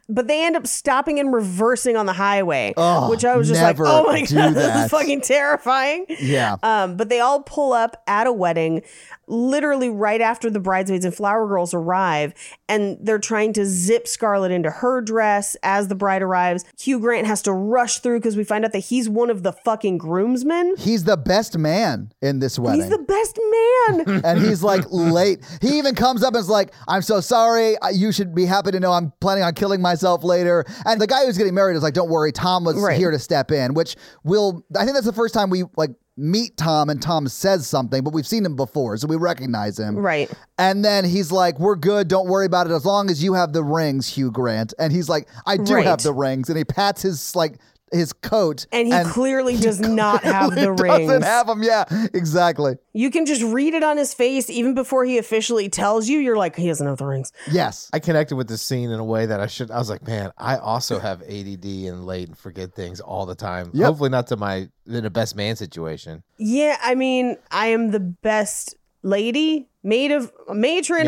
C: But they end up stopping and reversing on the highway,
E: Oh,
C: which I was just like,
E: never
C: oh my
E: do
C: God, *laughs* this
E: that."
C: is fucking terrifying.
E: yeah.
C: Um, but they all pull up at a wedding, literally right after the bridesmaids and flower girls arrive, and they're trying to zip Scarlett into her dress as the bride arrives. Hugh Grant has to rush through because we find out that he's one of the fucking groomsmen.
E: He's the best man in this wedding.
C: He's the best
E: *laughs*
C: man.
E: and he's
C: *laughs*
E: like late. He even comes up and is like, "I'm so sorry. I- You should be happy to know I'm planning on killing myself later." And the guy who's getting married is like, "Don't worry, Tom was
C: Right.
E: here to step in." Which will I think that's the first time we like meet Tom and Tom says something, but we've seen him before, so we recognize him.
C: Right.
E: And then he's like, "We're good. Don't worry about it. As long as you have the rings, Hugh Grant." And he's like, "I do
C: Right.
E: have the rings." And he pats his like his coat,
C: And
E: *laughs*
C: he clearly does not have the
E: doesn't
C: rings.
E: have them. Yeah, exactly.
C: You can just read it on his face even before he officially tells you. You're like, he doesn't have the rings.
E: Yes.
D: I connected with this scene in a way that I should. I was like, man, I also have ADD and late and forget things all the time.
E: Yep.
D: Hopefully, not to my in a best man situation.
C: Yeah, I mean, I am the best lady, maid of matron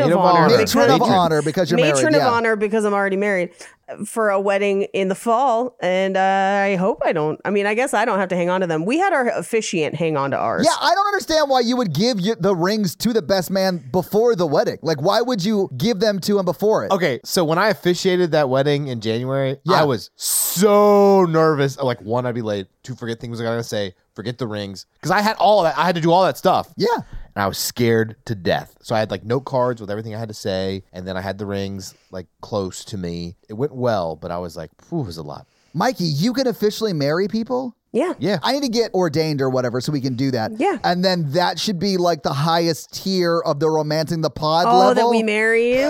D: Maid
C: of,
D: of
C: honor,
D: honor.
C: because-
E: matron of
D: Matron.
E: honor because you're
C: matron
E: married.
C: of
E: yeah.
C: honor because I'm already married uh, for a wedding in the fall, and uh, I hope I don't. I mean, I guess I don't have to hang on to them. We had our officiant hang on to ours.
E: Yeah, I don't understand why you would give you the rings to the best man before the wedding. Like, why would you give them to him before it?
D: Okay, so when I officiated that wedding in January,
E: Yeah.
D: I was so nervous. Like one, I'd be late. Two, forget things I gotta say. Forget the rings because I had all that. I had to do all that stuff.
E: Yeah.
D: and I was scared to death. So I had like note cards with everything I had to say, and then I had the rings like close to me. It went well, but I was like, "Phew, it was a lot."
E: Mikey, you can officially marry people?
C: yeah.
D: Yeah,
E: I need to get ordained or whatever so we can do that.
C: Yeah.
E: And then that should be like the highest tier of the romancing the pod
C: Oh,
E: level.
C: that we
E: *laughs*
C: marry you.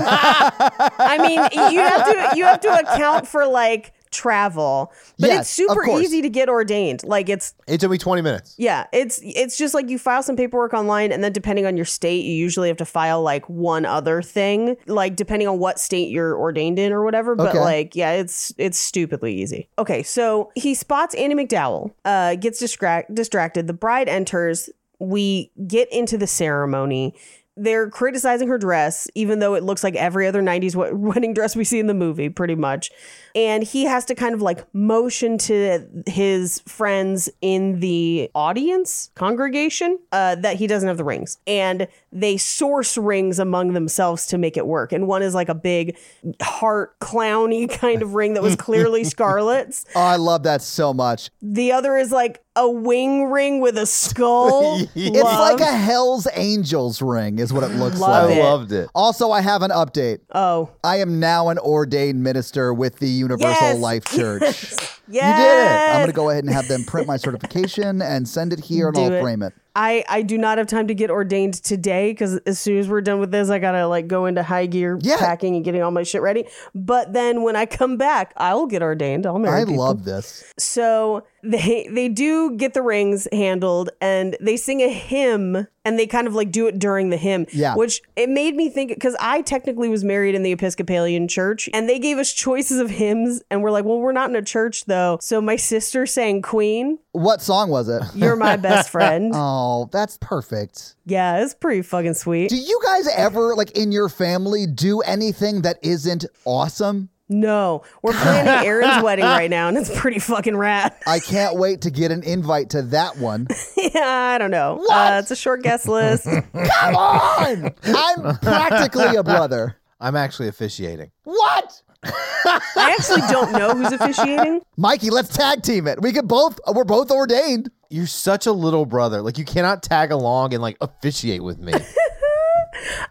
C: I mean, you have to you have to account for like travel, but
E: Yes,
C: it's super
E: of course.
C: easy to get ordained. Like it's
D: it took me twenty minutes.
C: Yeah, it's it's just like you file some paperwork online, and then depending on your state, you usually have to file like one other thing, like depending on what state you're ordained in or whatever. But
E: Okay.
C: like, yeah, it's it's stupidly easy. Okay, so he spots Annie McDowell, uh, gets distract distracted. The bride enters. We get into the ceremony. They're criticizing her dress, even though it looks like every other 90s wed- wedding dress we *laughs* see in the movie, pretty much. And he has to kind of like motion to his friends in the audience congregation uh, that he doesn't have the rings. And they source rings among themselves to make it work. And one is like a big heart clowny *laughs* kind of ring that was clearly
E: *laughs*
C: Scarlett's.
E: oh, I love that so much.
C: The other is like a wing ring with a skull.
E: *laughs* It's like a Hell's Angels ring, is what it looks
C: Love
D: I
E: like.
C: it.
D: loved it.
E: Also, I have an update.
C: oh
E: I am now an ordained minister with the Universal
C: Yes.
E: Life Church.
C: *laughs*
E: You
C: yes.
E: did it. I'm going to go ahead and have them print my certification and send it here and
C: Do
E: I'll
C: it.
E: frame it.
C: I, I do not have time to get ordained today because as soon as we're done with this, I gotta like go into high gear
E: Yeah.
C: packing and getting all my shit ready. But then when I come back, I'll get ordained. I'll marry
E: I
C: people.
E: love this.
C: So they they do get the rings handled and they sing a hymn and they kind of like do it during the hymn
E: Yeah.
C: which it made me think because i technically was married in the episcopalian church and they gave us choices of hymns and we're like well we're not in a church though so my sister sang queen
E: What song was it?
C: you're my best friend
E: *laughs* Oh, that's perfect.
C: yeah it's pretty fucking sweet
E: Do you guys ever, like in your family, do anything that isn't awesome?
C: no we're planning
E: *laughs*
C: aaron's wedding right now and it's pretty fucking rad
E: I can't wait to get an invite to that one.
C: *laughs* yeah i don't know Uh, it's a short
E: *laughs*
C: guest list
E: Come on! I'm practically a brother.
D: I'm actually officiating.
E: What?
C: i actually don't know who's officiating
E: Mikey, let's tag team it. We could both, we're both ordained.
D: You're such a little brother. Like you cannot tag along and like officiate with me.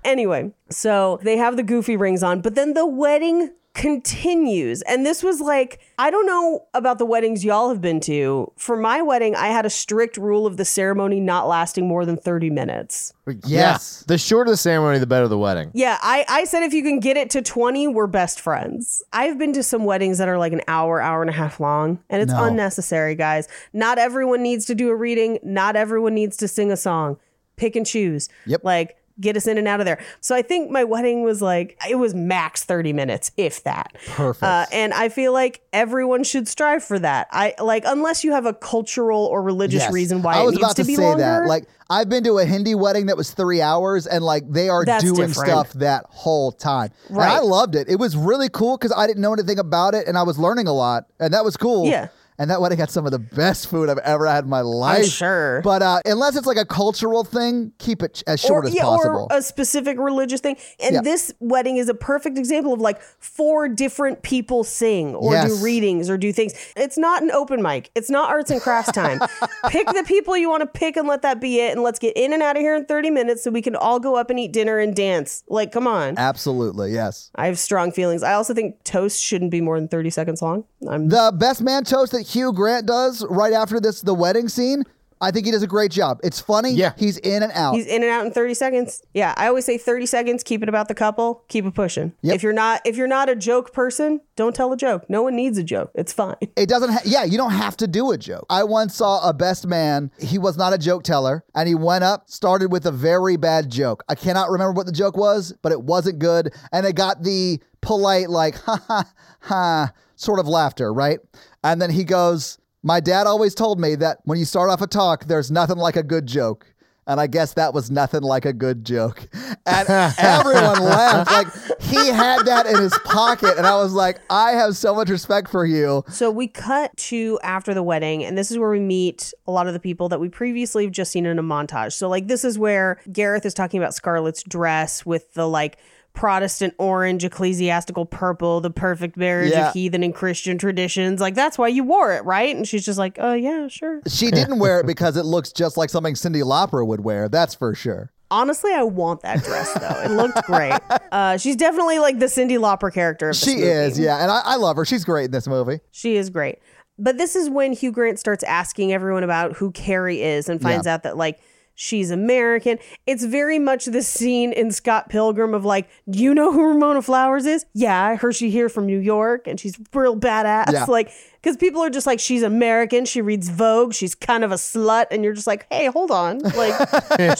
C: Anyway, so they have the goofy rings on, but then the wedding continues. And this was like, I don't know about the weddings y'all have been to. For my wedding, I had a strict rule of the ceremony not lasting more than 30 minutes.
E: Yes.
D: Yeah. The shorter the ceremony, the better the wedding.
C: Yeah, I, I said if you can get it to 20, we're best friends. I've been to some weddings that are like an hour, hour and a half long, and it's unnecessary, guys. Not everyone needs to do a reading, not everyone needs to sing a song. Pick and choose.
E: Yep.
C: Like, get us in and out of there. So I think my wedding was like, it was max 30 minutes, if that.
D: Perfect.
C: Uh, and I feel like everyone should strive for that. I like, unless you have a cultural or religious reason why
E: I
C: it
E: was
C: needs
E: about to,
C: be
E: say
C: longer.
E: that. Like, I've been to a Hindi wedding that was three hours, and like they are
C: That's
E: doing
C: different.
E: stuff that whole time. And I
C: Right.
E: loved it. It was really cool because I didn't know anything about it, and I was learning a lot, and that was cool.
C: Yeah.
E: And that wedding had some of the best food I've ever had in my life.
C: sure.
E: But uh, unless it's like a cultural thing, keep it ch- as short
C: or,
E: as
C: yeah,
E: possible.
C: or a specific religious thing. And
E: Yeah.
C: this wedding is a perfect example of like four different people sing or
E: Yes.
C: do readings or do things. It's not an open mic. It's not arts and crafts
E: *laughs*
C: time. pick the people you want to pick and let that be it. And let's get in and out of here in 30 minutes so we can all go up and eat dinner and dance. Like, come on.
E: Absolutely, yes.
C: I have strong feelings. I also think toast shouldn't be more than 30 seconds long. I'm
E: The best man toast that Hugh Grant does right after this, the wedding scene. I think he does a great job. It's funny.
D: Yeah.
E: He's in and out.
C: He's in and out in 30 seconds. Yeah, I always say 30 seconds, keep it about the couple, keep it pushing. If you're not if you're not a joke person, don't tell a joke. No one needs a joke. It's fine. *laughs*
E: It doesn't. Ha- yeah, you don't have to do a joke. I once saw a best man. He was not a joke teller, and he went up, started with a very bad joke. I cannot remember what the joke was, but it wasn't good, and it got the polite like ha ha ha sort of laughter, right? And then he goes, "My dad always told me that when you start off a talk, there's nothing like a good joke." And I guess that was nothing like a good joke. And everyone laughed. Like he had that in his pocket. And I was like, I have so much respect for you.
C: So we cut to after the wedding, and this is where we meet a lot of the people that we previously have just seen in a montage. So, like, this is where Gareth is talking about Scarlett's dress with the like Protestant orange, ecclesiastical purple, the perfect marriage
E: Yeah.
C: of heathen and Christian traditions. Like, that's why you wore it, right? And she's just like, oh, yeah, sure.
E: She didn't wear it because it looks just like something Cindy Lauper would wear. That's for sure.
C: Honestly, I want that dress though. It looked great. Uh, she's definitely like the Cindy Lauper character. Of this
E: She
C: movie.
E: is, yeah, and I, I love her. She's great in this movie.
C: She is great. But this is when Hugh Grant starts asking everyone about who Carrie is and finds out that like she's American. It's very much the scene in Scott Pilgrim of like, do you know who Ramona Flowers is? Yeah, I heard she here from New York and she's real badass.
E: Yeah.
C: Like, because people are just like, she's American. She reads Vogue. She's kind of a slut. And you're just like, hey, hold on. Like, *laughs*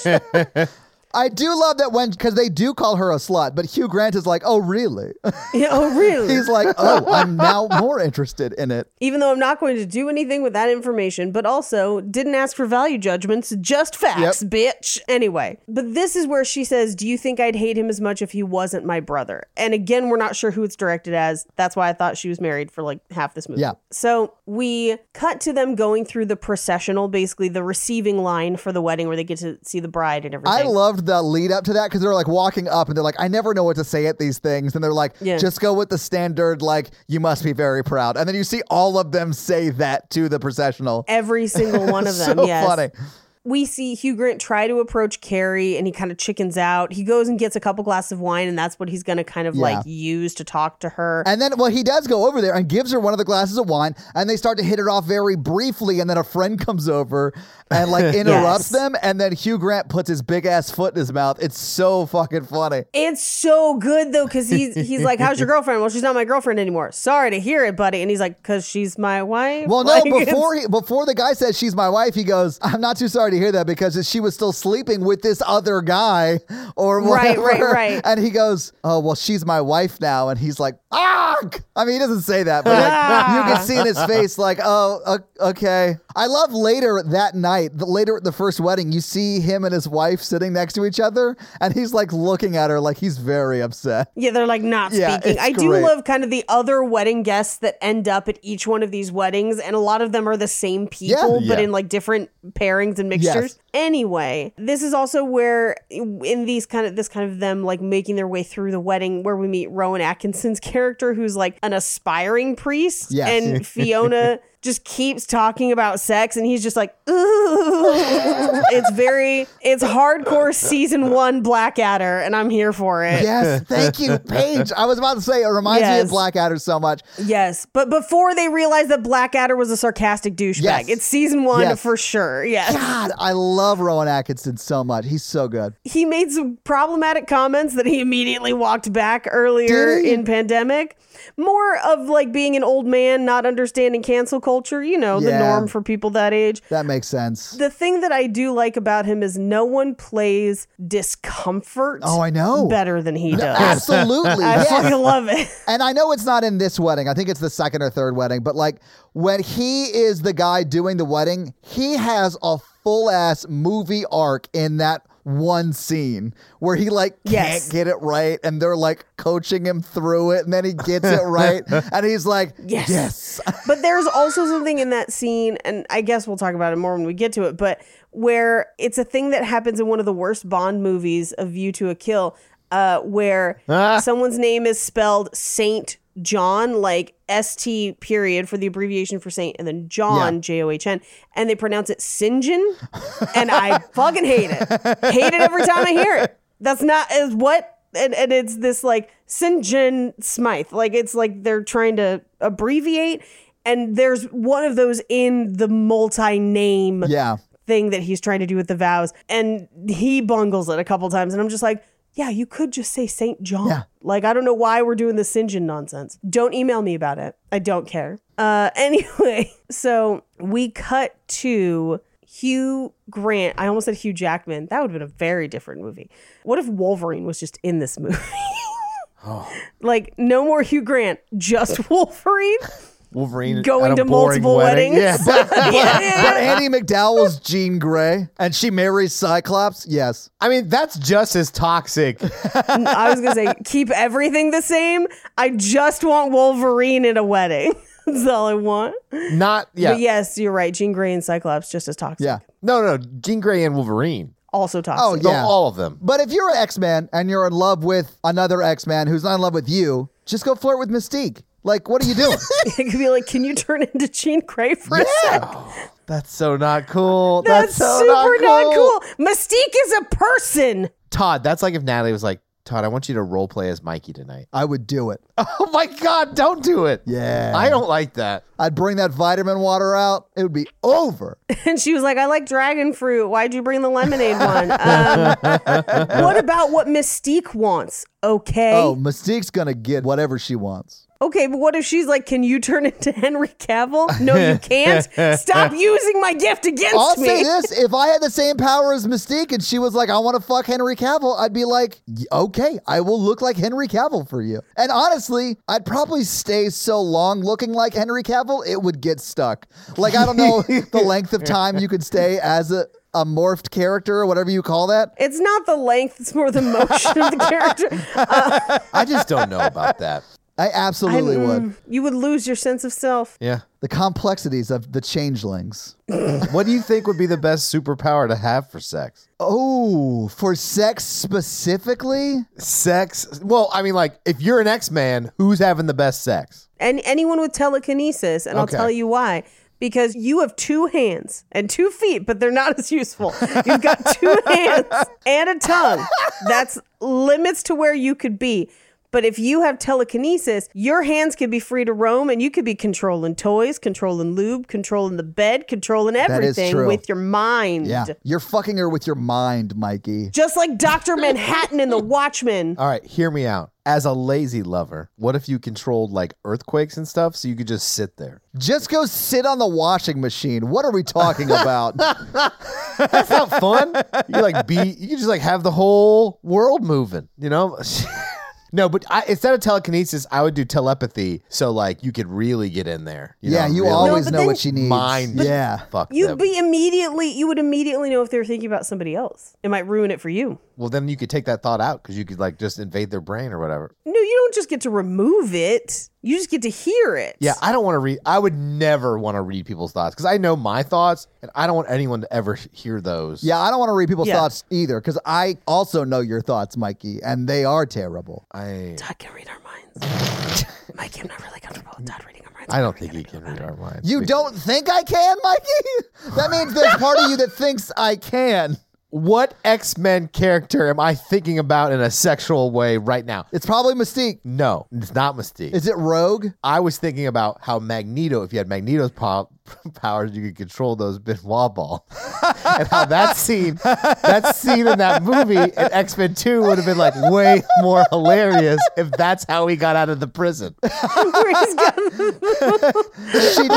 E: I do love that when because they do call her a slut, but Hugh Grant is like, "Oh, really?" *laughs*
C: yeah, oh, really?
E: He's like, "Oh, I'm now more interested in it."
C: even though I'm not going to do anything with that information, but also didn't ask for value judgments, just facts, bitch. Anyway, but this is where she says, Do you think I'd hate him as much if he wasn't my brother? And again, we're not sure who it's directed as. That's why I thought she was married for like half this movie.
E: Yeah.
C: So we cut to them going through the processional, basically the receiving line for the wedding where they get to see the bride and everything.
E: I loved the lead up to that because they're like walking up and they're like, "I never know what to say at these things," and they're like,
C: Yeah.
E: "Just go with the standard, like you must be very proud," and then you see all of them say that to the processional.
C: Every single one of
E: *laughs*
C: them.
E: so
C: yes.
E: funny.
C: we see Hugh Grant try to approach Carrie and he kind of chickens out. He goes and gets a couple glasses of wine and that's what he's going to kind of
E: Yeah.
C: like use to talk to her.
E: And then, well, he does go over there and gives her one of the glasses of wine, and they start to hit it off very briefly. And then a friend comes over and like interrupts
C: Yes.
E: them, and then Hugh Grant puts his big ass foot in his mouth. It's so fucking funny.
C: it's so good though cuz he's he's like how's
E: *laughs*
C: your girlfriend? Well, she's not my girlfriend anymore. Sorry to hear it, buddy. And he's like cuz she's my wife.
E: Well,
C: *laughs* Like,
E: no,
C: it's-
E: before he, before the guy says she's my wife, he goes, "I'm not too sorry to hear that because she was still sleeping with this other guy or
C: Right,
E: whatever."
C: right, right.
E: *laughs* And he goes, "Oh, well, she's my wife now," and he's like, "Ah!" I mean, he doesn't say that, but
C: *laughs*
E: like, you can see in his face, like, "Oh, o- okay." I love later that night, the, later at the first wedding, you see him and his wife sitting next to each other, and he's like looking at her like he's very upset.
C: Yeah, they're like not
E: Yeah,
C: speaking.
E: it's
C: I do
E: great.
C: love kind of the other wedding guests that end up at each one of these weddings, and a lot of them are the same people, but
D: Yeah.
C: in like different pairings and mixtures. Anyway, this is also where in these kind of this kind of them like making their way through the wedding, where we meet Rowan Atkinson's *laughs* character, who's like an aspiring priest,
E: Yes. *laughs*
C: and Fiona. Just keeps talking about sex, and he's just like, *laughs* ooh. it's very, it's hardcore season one Blackadder, and I'm here for it.
E: Yes, thank *laughs* you, Paige. I was about to say it reminds me of
C: Yes.
E: Blackadder so much.
C: Yes, but before they realized that Blackadder was a sarcastic douchebag,
E: Yes.
C: it's season one
E: Yes.
C: for sure. Yes,
E: God, I love Rowan Atkinson so much. He's so good.
C: he made some problematic comments that he immediately walked back earlier
E: Did he?
C: in pandemic. More of like being an old man, not understanding cancel culture. You know, the
E: Yeah.
C: norm for people that age.
E: That makes
C: *laughs*
E: sense.
C: The thing that I do like about him is no one plays discomfort.
E: Oh, I know.
C: better than he does.
E: Absolutely.
C: I
E: yes.
C: fucking love it.
E: And I know it's not in this wedding. I think it's the second or third wedding, but like when he is the guy doing the wedding, he has a full ass movie arc in that one scene where he like can't
C: Yes.
E: get it right and they're like coaching him through it and then he gets
C: *laughs*
E: it right and he's like yes,
C: Yes. *laughs* but there's also something in that scene, and I guess we'll talk about it more when we get to it, but where it's a thing that happens in one of the worst Bond movies, A View to a Kill, uh, where someone's name is spelled Saint John, like S T period for the abbreviation for Saint, and then John,
E: Yeah.
C: J O H N, and they pronounce it Sinjin, and I fucking hate it. Hate it every time I hear it. That's not is what and, and it's this like Sinjin Smythe. Like it's like they're trying to abbreviate. And there's one of those in the multi-name
E: Yeah.
C: thing that he's trying to do with the vows. And he bungles it a couple times. And I'm just like, yeah, you could just say St. John.
E: Yeah.
C: Like, I don't know why we're doing the St. John nonsense. Don't email me about it. I don't care. Uh, *laughs* anyway, so we cut to Hugh Grant. I almost said Hugh Jackman. That would have been a very different movie. What if Wolverine was just in this movie? *laughs*
D: Oh.
C: Like, no more Hugh Grant,
D: *laughs*
C: just *laughs* Wolverine
D: Wolverine
C: Going
D: at a
C: to
D: boring
C: multiple
D: wedding.
C: weddings. *laughs*
D: Yeah. *laughs*
E: But Andy McDowell's Jean Grey and she marries Cyclops. Yes.
D: I mean, that's just as toxic.
C: I was gonna say keep everything the same. I just want Wolverine at a wedding. *laughs* That's all I want.
D: Not yeah.
C: But yes, you're right. Jean Grey and Cyclops just as toxic.
E: Yeah.
D: No, no, no. Jean Grey and Wolverine.
C: Also
E: Oh,
C: toxic.
D: The-
E: yeah.
D: all of them.
E: But if you're an X Man and you're in love with another X Man who's not in love with you, just go flirt with Mystique. Like, what are
D: *laughs*
E: you doing?
C: It could be like, can you turn into Jean Grey for a sec?
D: That's so not cool.
C: That's,
D: so
C: super not cool. Mystique is a person. *laughs*
D: Todd, that's like if Natalie was like, Todd, I want you to role play as Mikey tonight.
E: I would do it.
D: *laughs* Oh my God, don't do it.
E: Yeah.
D: I don't like that.
E: I'd bring that vitamin water out. It would be over.
C: And she was like, I like dragon fruit. Why'd you bring the lemonade one? Um, what about what Mystique wants? Okay.
E: Oh, Mystique's going to get whatever she wants.
C: Okay, but what if she's like, can you turn *laughs* into Henry Cavill? No,
E: *laughs*
C: you can't. Stop using my gift against
E: I'll
C: me.
D: *laughs*
E: say this if I had the same power as Mystique and she was like, I want to fuck Henry Cavill, I'd be like, "Y- okay, I will look like Henry Cavill for you. And honestly, I'd probably stay so long looking like Henry Cavill, it would get stuck. Like, I don't
D: *laughs*
E: know the length of time you could stay as a, a morphed character or whatever you call that.
C: It's not the length, it's more the motion of the character.
E: *laughs*
D: I just don't know about that.
E: I absolutely would.
C: You would lose your sense of self.
D: Yeah.
E: The complexities of the changelings.
D: What do you think would be the best superpower to have for sex?
E: Oh, for sex specifically?
D: Sex? Well, I mean, like, if you're an X Man, who's having the best sex?
C: And anyone with telekinesis, and I'll
D: Okay.
C: tell you why. because you have two hands and two feet, but they're not as useful. You've got
D: *laughs*
C: two hands and a tongue. That's limits to where you could be. But if you have telekinesis, your hands could be free to roam and you could be controlling toys, controlling lube, controlling the bed, controlling
E: is
C: everything
E: true.
C: with your mind.
E: Yeah. You're fucking her with your mind, Mikey.
C: Just like Dr. Manhattan in The Watchmen.
D: All right, hear me
E: *laughs*
D: out. As a lazy lover, what if you controlled like earthquakes and stuff so you could just sit there?
E: Just go sit on the washing machine. What are
D: *laughs*
E: we talking about?
D: That's not fun. You like be *laughs* you can just like have the whole world moving, you know? *laughs* no, but I, instead of telekinesis, I would do telepathy so like you could really get in there. You
E: yeah,
D: know,
E: you
D: really
E: always
C: but
E: know
C: then-
E: what she needs.
D: mind
E: yeah.
D: *laughs* fuck them.
C: You'd be immediately, you would immediately know if they were thinking about somebody else. It might ruin it for you.
D: Well, then you could take that thought out because you could like just invade their brain or whatever.
C: No, you don't just get to remove it. You just get to hear it.
D: Yeah, I don't want to read. I would never want to read people's thoughts because I know my thoughts, and I don't want anyone to ever hear those.
E: Yeah, I don't want to read people's
C: Yeah.
E: thoughts either because I also know your thoughts, Mikey, and they are terrible.
D: I
C: Todd can read our minds.
D: *laughs*
C: Mikey, I'm not really comfortable with Todd reading our minds.
D: I don't think he can read our minds.
E: You don't think I can, Mikey? *laughs* That means there's part of you that thinks I can.
D: What X Men character am I thinking about in a sexual way right now?
E: It's probably Mystique.
D: No, it's not Mystique.
E: Is it Rogue?
D: I was thinking about how Magneto, if you had Magneto's po- *laughs* powers, you could control those Benoit ball, *laughs* and how that scene, that scene in that movie in X Men Two would have been like way more hilarious if that's how he got out of the prison. *laughs*
C: Where he's got-
E: She just she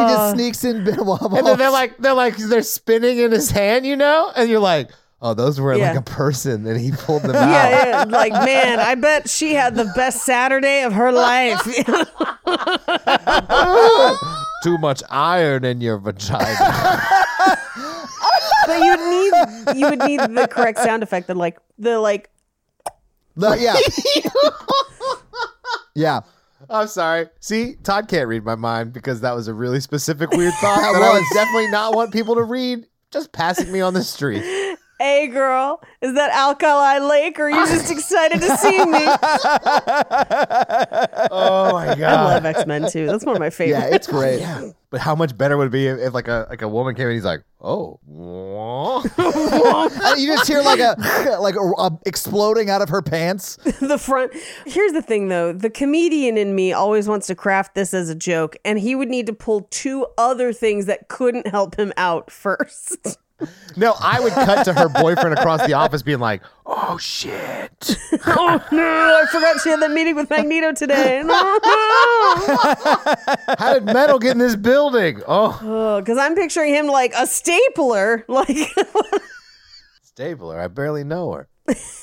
E: just sneaks in Benoit.
D: Uh. And then they're like, they're like, they're spinning in his hand, you know, and you're like, oh, those were
C: Yeah.
D: like a person, and he pulled them out.
C: yeah, yeah, like man, I bet she had the best Saturday of her life. *laughs*
D: Too much iron in your vagina.
C: but you need you would need the correct sound effect, the like the like
E: *laughs*
D: *laughs*
E: No, yeah.
D: Uh,
E: yeah.
D: I'm sorry. See, Todd can't read my mind because that was a really specific weird thought that,
E: That
D: I would
E: was.
D: definitely not want people to read. Just passing me on the street.
C: Hey girl, is that Alkali Lake or are you just excited to see me? *laughs* I
D: *laughs* Oh my god!
C: love X Men too. That's one of my
E: Yeah,
C: favorites.
E: it's great.
D: But how much better would it be if, if like a like a woman came and he's like, oh, wah."
E: And Uh, you just hear like a *laughs* like a, a exploding out of her pants.
C: the front. Here's the thing though the comedian in me always wants to craft this as a joke, and he would need to pull two other things that couldn't help him out *laughs* first.
D: no, I would cut to her boyfriend across the
E: *laughs*
D: office being like, oh shit.
C: oh no, I forgot she had that meeting with Magneto *laughs* today. Uh,
D: How did metal get in this building? Oh,
C: Because I'm picturing him like a stapler. Like, *laughs*
D: Stabler, I barely know her.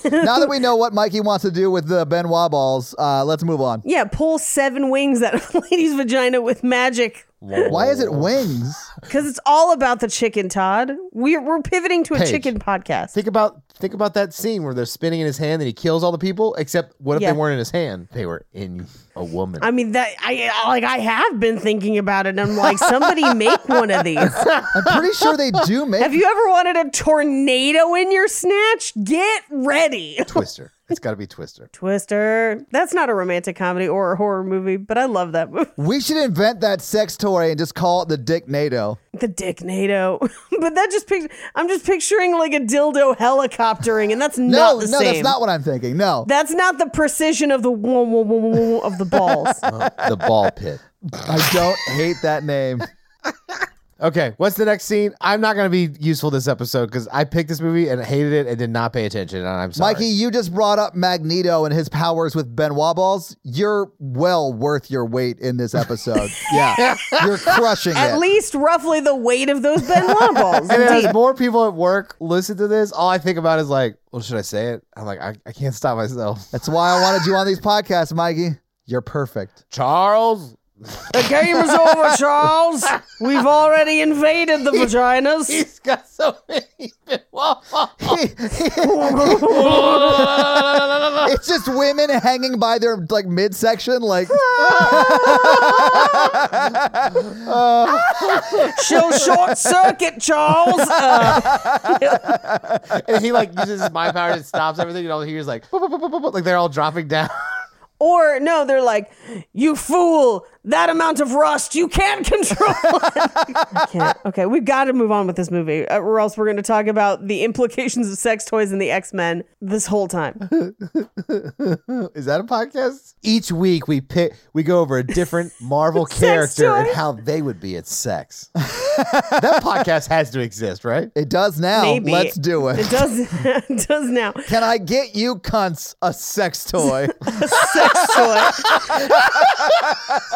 E: now that we know what Mikey wants to do with the Benoit balls, uh, let's move on.
C: yeah, pull seven wings out of a lady's vagina with magic.
E: Why is it wings?
C: Because it's all about the chicken, Todd. We're, we're pivoting to a
D: Paige.
C: chicken podcast.
D: Think about think about that scene where they're spinning in his hand and he kills all the people. Except what if
C: Yeah.
D: they weren't in his hand? They were in a woman.
C: I mean that I like I have been thinking about it and I'm like somebody make one
D: *laughs*
C: of these.
E: I'm pretty sure
C: *laughs*
E: they do make.
C: Have you ever wanted a tornado in your snatch? Get ready. *laughs*
D: Twister. It's got to be Twister.
C: Twister. That's not a romantic comedy or a horror movie, but I love that movie.
E: we should invent that sex toy and just call it the Dick NATO.
C: The Dick NATO. *laughs* but that just pic- I'm just picturing like a dildo helicoptering and that's
E: No,
C: not
E: no,
C: the same.
E: that's not what I'm thinking. No,
C: That's not the precision of the woo- woo- woo- woo- woo of the balls.
D: *laughs* The ball pit.
E: I don't hate that name.
D: *laughs* Okay, what's the next scene? I'm not going to be useful this episode because I picked this movie and hated it and did not pay attention. And I'm *laughs* sorry.
E: Mikey, you just brought up Magneto and his powers with Benoit balls. You're well worth your weight in this
C: *laughs*
E: episode. yeah, you're crushing
C: At
E: it.
C: least roughly the weight of those
D: *laughs*
C: Benoit balls.
D: And then as
C: Indeed.
D: more people at work listen to this, all I think about is like, well, should I say it? I'm like, I, I can't stop myself. *laughs*
E: That's why I wanted you on these podcasts, Mikey. You're perfect. *laughs*
D: Charles,
C: The game is over, Charles. We've already invaded
D: *laughs*
C: the vaginas.
D: he's got so many.
C: Oh.
D: *laughs*
E: It's just women hanging by their like midsection,
C: *laughs*
E: like
C: She'll short circuit, *laughs* Charles. Uh,
D: and he like uses my power and stops everything. And all he
C: *laughs*
D: hears like, "Boop, boop, boop, boop, boop," like they're all dropping down.
C: or no, they're like, you fool. that amount of rust. You can't control it. *laughs* I can't. Okay, we've got to move on with this movie, uh, or else we're going to talk about the implications of sex toys and the X Men this whole time.
D: *laughs* Is that a podcast? Each week we pick we go over a
E: *laughs*
D: different Marvel character
C: toy.
D: and how they would be at sex. that podcast has to exist, right?
E: It does now.
C: Maybe.
E: Let's do it.
C: It does. *laughs* it does now.
E: *laughs* Can I get you cunts a sex
C: *laughs*
E: toy?
C: sex toy.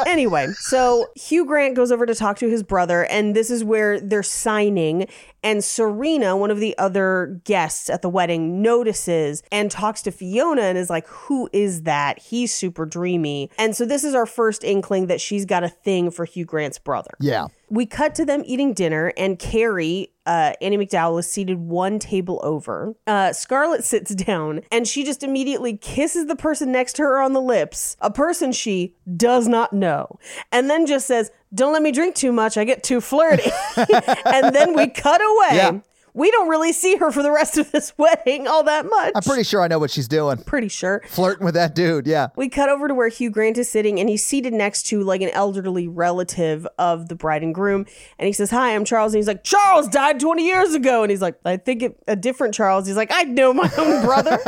C: anyway, so Hugh Grant goes over to talk to his brother, and this is where they're signing. And Serena, one of the other guests at the wedding, notices and talks to Fiona and is like, Who is that? He's super dreamy. And so this is our first inkling that she's got a thing for Hugh Grant's brother.
E: yeah.
C: We cut to them eating dinner, and Carrie, uh, Annie McDowell, is seated one table over. Uh, Scarlett *laughs* sits down, and she just immediately kisses the person next to her on the lips, a person she does not know, and then just says, Don't let me drink too much, I get too flirty. *laughs* and then we cut away.
E: Yeah.
C: We don't really see her for the rest of this *laughs* wedding all that much.
E: I'm pretty sure I know what she's doing.
C: pretty sure.
E: Flirting with that dude. Yeah.
C: We cut over to where Hugh Grant is sitting, and he's seated next to like an elderly relative of the bride and groom. And he says, "Hi, I'm Charles." And he's like, "Charles died 20 years ago." And he's like, "I think it, a different Charles." He's like, "I know my own brother."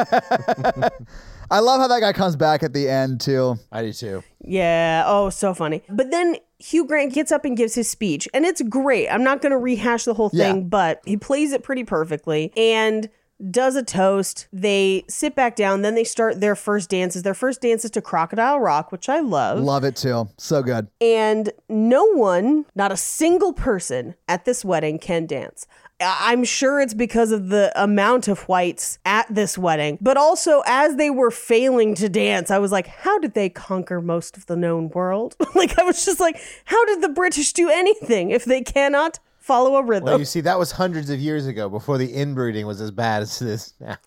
E: I love how that guy comes back at the end too.
D: I do too.
C: yeah. Oh, so funny. But then Hugh Grant gets up and gives his speech, and it's great. I'm not going to rehash the whole thing,
E: Yeah.
C: but he plays it pretty perfectly. And does a toast. They sit back down. Then they start their first dances. Their first dance is to Crocodile Rock, which I love.
E: Love it too. So good.
C: and no one, not a single person at this wedding can dance. I- I'm sure it's because of the amount of whites at this wedding, but also as they were failing to dance, I was like, how did they conquer most of the known world? *laughs* like, I was just like, how did the British do anything if they cannot follow a rhythm?
D: Well, you see, that was hundreds of years ago before the inbreeding was as bad as it is now.
E: *laughs*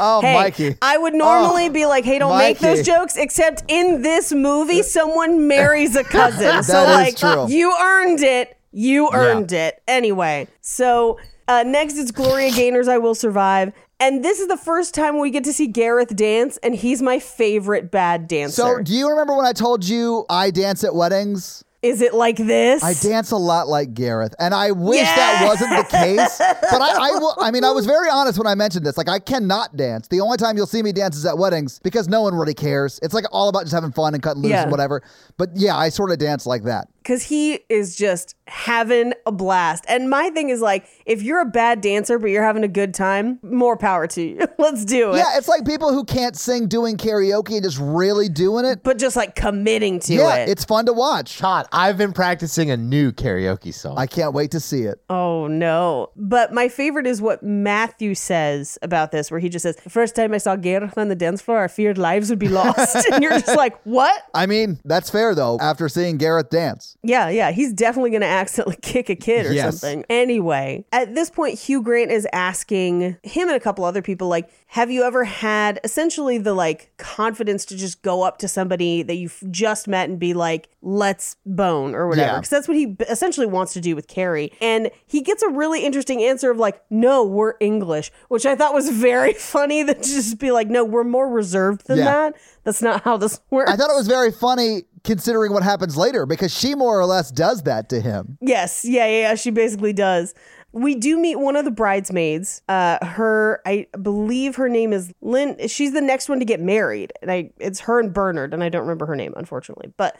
E: Oh,
C: Hey,
E: Mikey. Oh,
C: I would normally be like, "Hey, don't make
E: Mikey.
C: those jokes." Except in this movie, someone
E: *laughs*
C: marries a cousin, so
E: That
C: like,
E: is true.
C: you earned it. You earned it anyway. So uh, next, it's Gloria Gaynor's "I Will Survive," and this is the first time we get to see Gareth dance, and he's my favorite bad dancer.
E: so, do you remember when I told you I dance at weddings?
C: is it like this?
E: I dance a lot like Gareth, and I wish that wasn't the case. But I, I, will, I mean, I was very honest when I mentioned this. Like, I cannot dance. The only time you'll see me dance is at weddings because no one really cares. It's like all about just having fun and cutting loose
C: Yeah.
E: and whatever. But yeah, I sort of dance like that.
C: because he is just having a blast. And my thing is like, if you're a bad dancer but you're having a good time, more power to you. *laughs* Let's do it.
E: Yeah, it's like people who can't sing doing karaoke and just really doing it.
C: but just like committing to
E: yeah,
C: it.
E: it's fun to watch.
D: Todd, I've been practicing a new karaoke song.
E: I can't wait to see it.
C: oh no. But my favorite is what Matthew says about this, where he just says, The first time I saw Gareth on the dance floor, I feared lives would be lost. *laughs* and you're just like, What?
E: I mean, that's fair though. After seeing Gareth dance,
C: Yeah, yeah. He's definitely going to accidentally *laughs* kick a kid or
D: Yes.
C: something. Anyway, at this point, Hugh Grant is asking him and a couple other people, like, have you ever had essentially the like confidence to just go up to somebody that you've just met and be like, let's bone or whatever?
E: Yeah.
C: Because that's what he b- essentially wants to do with Carrie. And he gets a really interesting answer of like, no, we're English, which I thought was *laughs* very funny that to just be like, no, we're more reserved than
E: Yeah.
C: that. That's not how this works.
E: I thought it was very funny considering what happens later because she more or less does that to him.
C: Yes, yeah, yeah, yeah. She basically does. We do meet one of the bridesmaids. Uh, her, I believe her name is Lynn. She's the next one to get married, and I, it's her and Bernard, and I don't remember her name unfortunately. But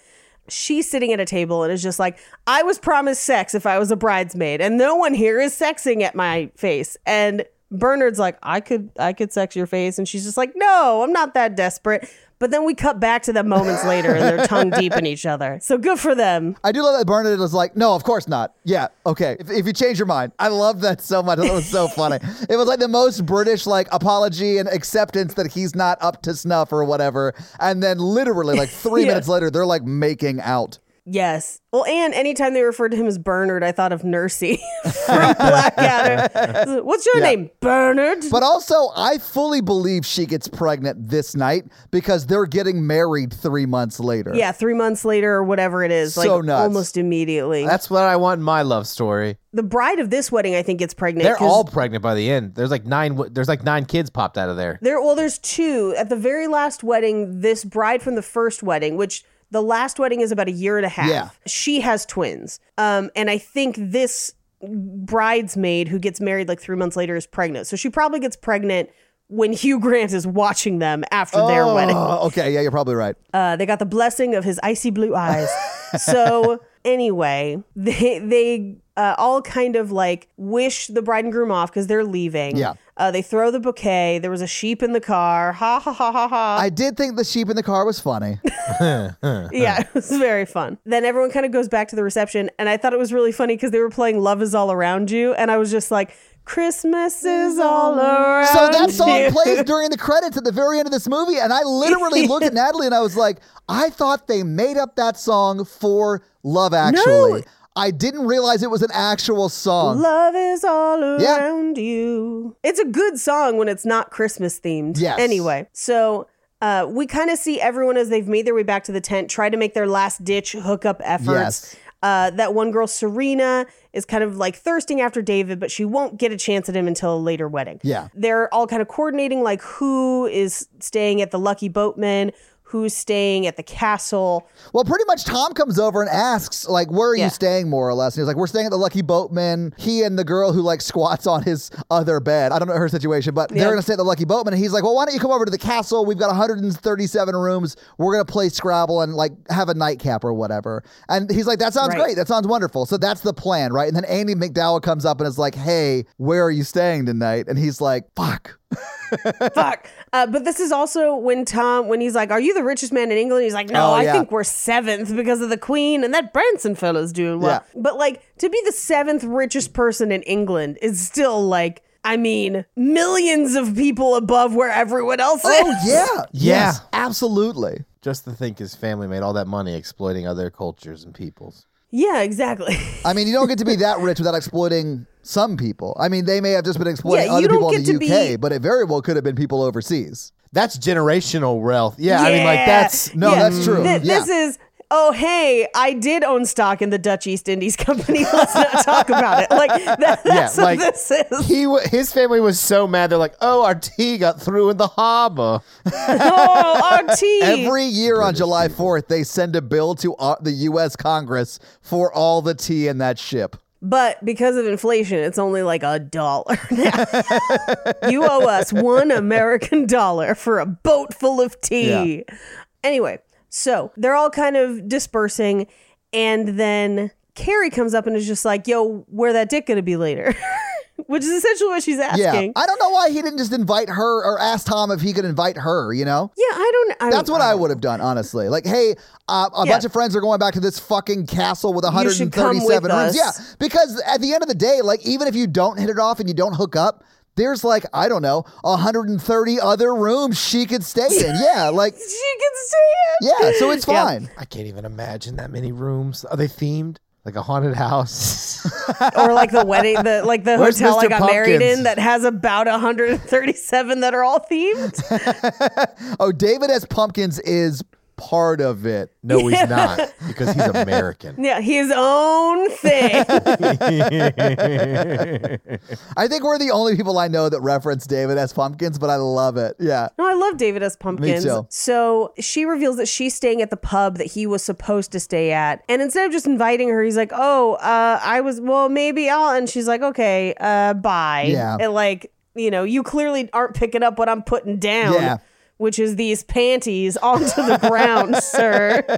C: she's sitting at a table and is just like, "I was promised sex if I was a bridesmaid, and no one here is sexing at my face." And Bernard's like, "I could, I could sex your face," and she's just like, "No, I'm not that desperate." But then we cut back to them moments later, and they're tongue deep in each other. So good for them.
E: I do love that Bernard was like, no, of course not. Yeah, okay. If, if you change your mind, I love that so much. That was so
C: *laughs*
E: funny. It was like the most British like apology and acceptance that he's not up to snuff or whatever. And then literally
C: *laughs*
E: like three
C: Yeah.
E: minutes later, they're like making out.
C: Yes. Well, and anytime they referred to him as Bernard, I thought of Nursey *laughs* from Blackadder. What's your name? Bernard.
E: But also, I fully believe she gets pregnant this night because they're getting married three months later.
C: yeah, three months later or whatever it is, like
E: So nuts.
C: almost immediately.
D: That's what I want in my love story.
C: the bride of this wedding, I think, gets pregnant.
D: They're
C: 'cause
D: all pregnant by the end. There's like nine. w- There's like nine kids popped out of there.
C: there. Well, there's two at the very last wedding. This bride from the first wedding, which The last wedding is about a year and a half.
E: Yeah.
C: She has twins. Um, and I think this bridesmaid who gets married like three months later is pregnant. So she probably gets pregnant when Hugh Grant is watching them after their wedding.
E: Oh, okay, yeah, you're probably right.
C: Uh, they got the blessing of his icy
E: *laughs*
C: blue eyes. so anyway, they they uh, all kind of like wish the bride and groom off because they're leaving.
E: Yeah.
C: Uh, they throw the bouquet. There was a sheep in the car. Ha ha ha ha
E: *laughs*
C: ha.
E: I did think the sheep in the car was funny.
C: yeah, it was very fun. Then everyone kind of goes back to the reception, and I thought it was really funny because they were playing "Love Is All Around You," and I was just like, "Christmas is all around."
E: So that song
C: you."
E: plays during the credits at the very end of this movie, and I literally looked at Natalie and I was like, I thought they made up that song for Love Actually. I didn't realize it was an actual song.
C: Love is all
E: Yeah.
C: around you. It's a good song when it's not Christmas themed.
E: Yes.
C: Anyway, so uh, we kind of see everyone as they've made their way back to the tent try to make their last ditch hookup efforts.
E: Yes.
C: Uh, that one girl, Serena, is kind of like thirsting after David, but she won't get a chance at him until a later wedding.
E: Yeah.
C: They're all kind of coordinating like who is staying at the Lucky Boatman, who's staying at the castle.
E: Well, pretty much Tom comes over and asks, like, where are
C: Yeah.
E: you staying, more or less? And he's like, we're staying at the Lucky Boatman. He and the girl who, like, squats on his other bed. I don't know her situation, but
C: Yeah.
E: they're going to stay at the Lucky Boatman. And he's like, well, why don't you come over to the castle? We've got 137 rooms. We're going to play Scrabble and, like, have a nightcap or whatever. And he's like, that sounds
C: Right.
E: great. That sounds wonderful. So that's the plan, right? And then Andy McDowell comes up and is like, hey, where are you staying tonight? And he's like,
C: *laughs*
E: fuck.
C: fuck. Uh, but this is also when Tom, when he's like, "Are you the richest man in England?" He's like, "No,
E: Oh,
C: I
E: yeah.
C: think we're seventh because of the Queen and that Branson fella's doing well." But like to be the seventh richest person in England is still like, I mean, millions of people above where everyone else
E: Oh,
C: is.
E: yeah.
D: Yeah.
E: Yes, absolutely.
D: Just to think his family made all that money exploiting other cultures and peoples.
C: *laughs* Yeah, exactly.
E: I mean, you don't get to be that rich without exploiting some people. I mean, they may have just been exploiting
C: Yeah, you
E: other
C: don't
E: people in
C: get
E: the
C: to
E: UK,
C: be-
E: but it very well could have been people overseas.
D: That's generational wealth. Yeah, I mean, like
C: Yeah.
D: that's no,
E: No,
C: Yeah.
E: that's true.
C: Th-
E: yeah.
C: This is. Oh hey, I did own stock in the Dutch East Indies *laughs* Company. Let's not talk about it. Like *laughs* that, that's
D: yeah,
C: what this is.
D: He wa his family was so mad. They're like, "Oh, our tea got through in the harbor."
C: *laughs* oh, RT.
E: *laughs* Every year on July 4th, they send a bill to uh, the U.S. Congress for all the tea in that ship.
C: But because of inflation, it's only like a dollar *laughs*
E: *laughs*
C: now. you owe us one American dollar for a boat full of tea. Anyway, so they're all kind of dispersing, and then Carrie comes up and is just like, yo, where that dick gonna be later? *laughs* Which is essentially what she's
E: Yeah.
C: asking.
E: I don't know why he didn't just invite her or ask Tom if he could invite her, you know?
C: Yeah, I don't. I,
E: That's what I would have done, honestly. Like, hey, uh, a
C: Yeah.
E: bunch of friends are going back to this fucking castle with
C: You should come
E: 137
C: with
E: rooms.
C: us.
E: Yeah, because at the end of the day, like, even if you don't hit it off and you don't hook up, there's like, I don't know, 130 other rooms she could stay
C: *laughs*
E: in. Yeah, like,
C: She can see it.
E: yeah, so it's
C: Yeah.
E: fine.
D: I can't even imagine that many rooms. Are they themed like a haunted house?
C: Or like the wedding, the like the
D: Where's
C: hotel I
D: Mr.
C: got married
D: Pumpkins?
C: in that has about 137 that are all themed.
E: Oh, David S. Pumpkins is part of it.
D: no, he's not because he's American.
C: Yeah, his own
D: *laughs*
C: thing.
E: *laughs* I think we're the only people I know that reference David S. Pumpkins, but I love it. Yeah.
C: No, I love David S. Pumpkins.
E: too.
C: So she reveals that she's staying at the pub that he was supposed to stay at. And instead of just inviting her, he's like, Oh, uh, I was, well, maybe I'll. And she's like, Okay, uh, bye.
E: Yeah.
C: And like, you know, you clearly aren't picking up what I'm putting down.
E: Yeah.
C: Which is these panties onto the ground,
E: *laughs*
C: sir.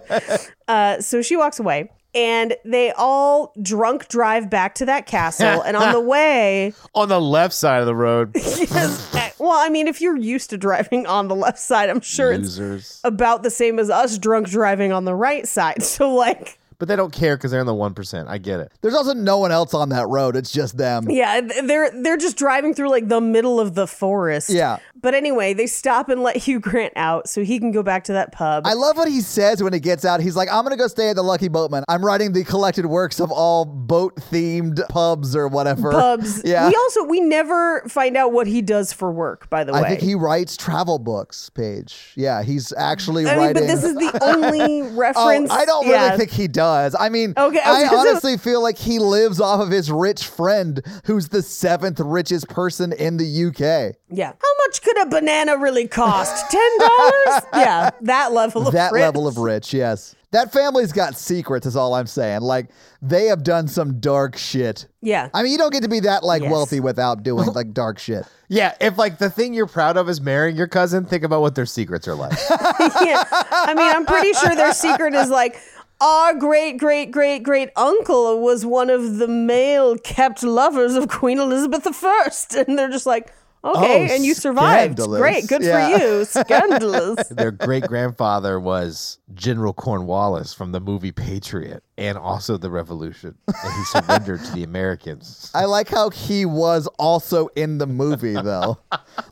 C: Uh, so she walks away, and they all drunk drive back to that castle. and
E: *laughs*
C: on the way,
D: On the left side of the road,
C: Yes. Uh, well, I mean, if you're used to driving on the left side, I'm sure it's
D: losers.
C: about the same as us drunk driving on the right side. *laughs* So, like,
D: But they don't care because they're in the one percent. I get it.
E: There's also no one else on that road. It's just them.
C: yeah, th- they're they're just driving through like the middle of the forest.
E: Yeah.
C: But anyway, they stop and let *laughs* Hugh Grant out so he can go back to that pub.
E: I love what he says when he gets out. He's like, I'm going to go stay at the Lucky Boatman. I'm writing the collected works of all boat themed pubs or whatever.
C: Pubs.
E: *laughs* Yeah.
C: We also we never find out what he does for work. By the way,
E: I think he writes travel books, Paige. Yeah, he's actually
C: I mean,
E: writing.
C: but this is the
E: *laughs*
C: only
E: Oh,
C: reference.
E: I don't really
C: yeah.
E: think he does. I mean,
C: Okay, I
E: I,
C: was gonna say-
E: honestly feel like he lives off of his rich friend, who's the seventh richest person in the UK.
C: Yeah. How much could a banana really
E: *laughs*
C: cost? Ten dollars? yeah, that level of
E: that
C: rich.
E: level of rich, yes. That family's got secrets, is all I'm saying. Like they have done some dark shit.
C: Yeah.
E: I mean, you don't get to be that like
C: Yes.
E: wealthy without
C: *laughs*
E: doing like dark shit.
D: Yeah, if like the thing you're proud of is marrying your cousin, think about what their secrets are like.
C: yeah. I mean, I'm pretty sure their secret is like our great great great great uncle was one of the male kept lovers of Queen Elizabeth I, and they're just like, okay,
D: Oh,
C: and you survived.
D: scandalous.
C: Great, good
E: Yeah.
C: for
D: *laughs*
C: you. Scandalous. *laughs*
D: their great grandfather
E: *laughs*
D: was General Cornwallis from the movie Patriot and also the Revolution. And he surrendered to the Americans.
E: *laughs* I like how he was also in the
D: *laughs*
E: movie though.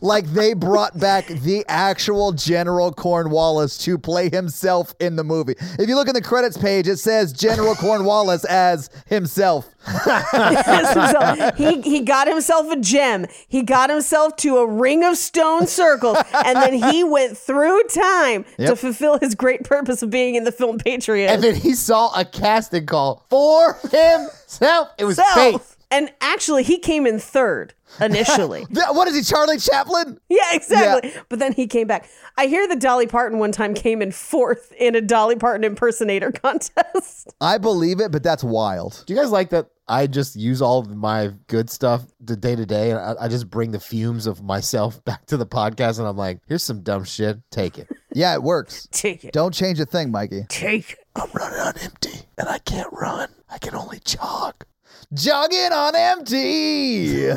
E: like they brought back the actual General Cornwallis to play himself in the movie. If you look in the credits page, it says General Cornwallis as himself.
C: Yes, himself. He he got himself a gem. He got himself to a ring of stone circles, and then he went through time to fulfill his great purpose of being in the film Patriot.
D: And then he saw a casting call for himself. It was
C: So-
D: fake.
C: and actually, he came in third
D: *laughs*
C: initially.
E: That- what is he, Charlie Chaplin?
C: *laughs* Yeah, exactly. But then he came back. I hear that Dolly Parton one time came in fourth in a Dolly Parton impersonator *laughs* contest.
E: I believe it, but that's wild.
D: Do you guys like that? I just use all of my good stuff the day to day, and I, I just bring the fumes of myself *laughs* back to the podcast, and I'm like, "Here's some dumb shit. Take it."
E: Yeah, it works.
C: Take it.
E: Don't change a thing, Mikey.
C: Take it.
D: I'm running on empty, and I can't run. I can only jog.
E: Jogging
D: *laughs*
E: on empty.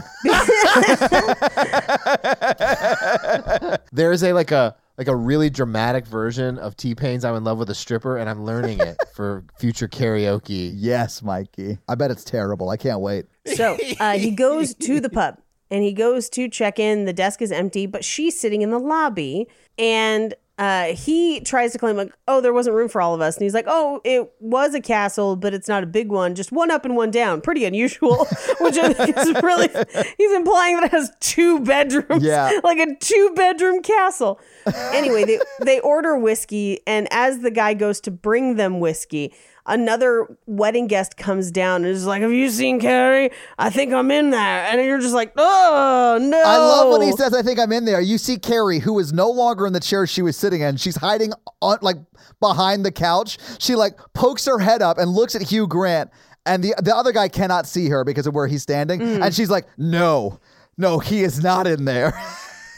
D: There is a like a like a really dramatic version of T Pain's "I'm in Love with a Stripper," and I'm learning it for future karaoke.
E: yes, Mikey. I bet it's terrible. I can't wait.
C: *laughs* So uh, he goes to the pub and he goes to check in. The desk is empty, but she's sitting in the lobby and uh, he tries to claim, like, oh, there wasn't room for all of us. And he's like, oh, it was a castle, but it's not a big one, just one up and one down. Pretty unusual, *laughs* which I think is
E: *laughs*
C: really, he's implying that it has two bedrooms,
E: Yeah.
C: *laughs* like a two bedroom castle. Anyway,
E: *laughs*
C: they, they order whiskey. And as the guy goes to bring them whiskey, another wedding guest comes down and is like, Have you seen Carrie? I think I'm in there. And you're just like, Oh, no.
E: I love when he says, I think I'm in there. You see Carrie, who is no longer in the chair she was sitting in. She's hiding on, like behind the couch. She like pokes her head up and looks at Hugh Grant. And the, the other guy cannot see her because of where he's standing.
C: Mm.
E: And she's like, no, no, he is not in
C: *laughs*
E: there.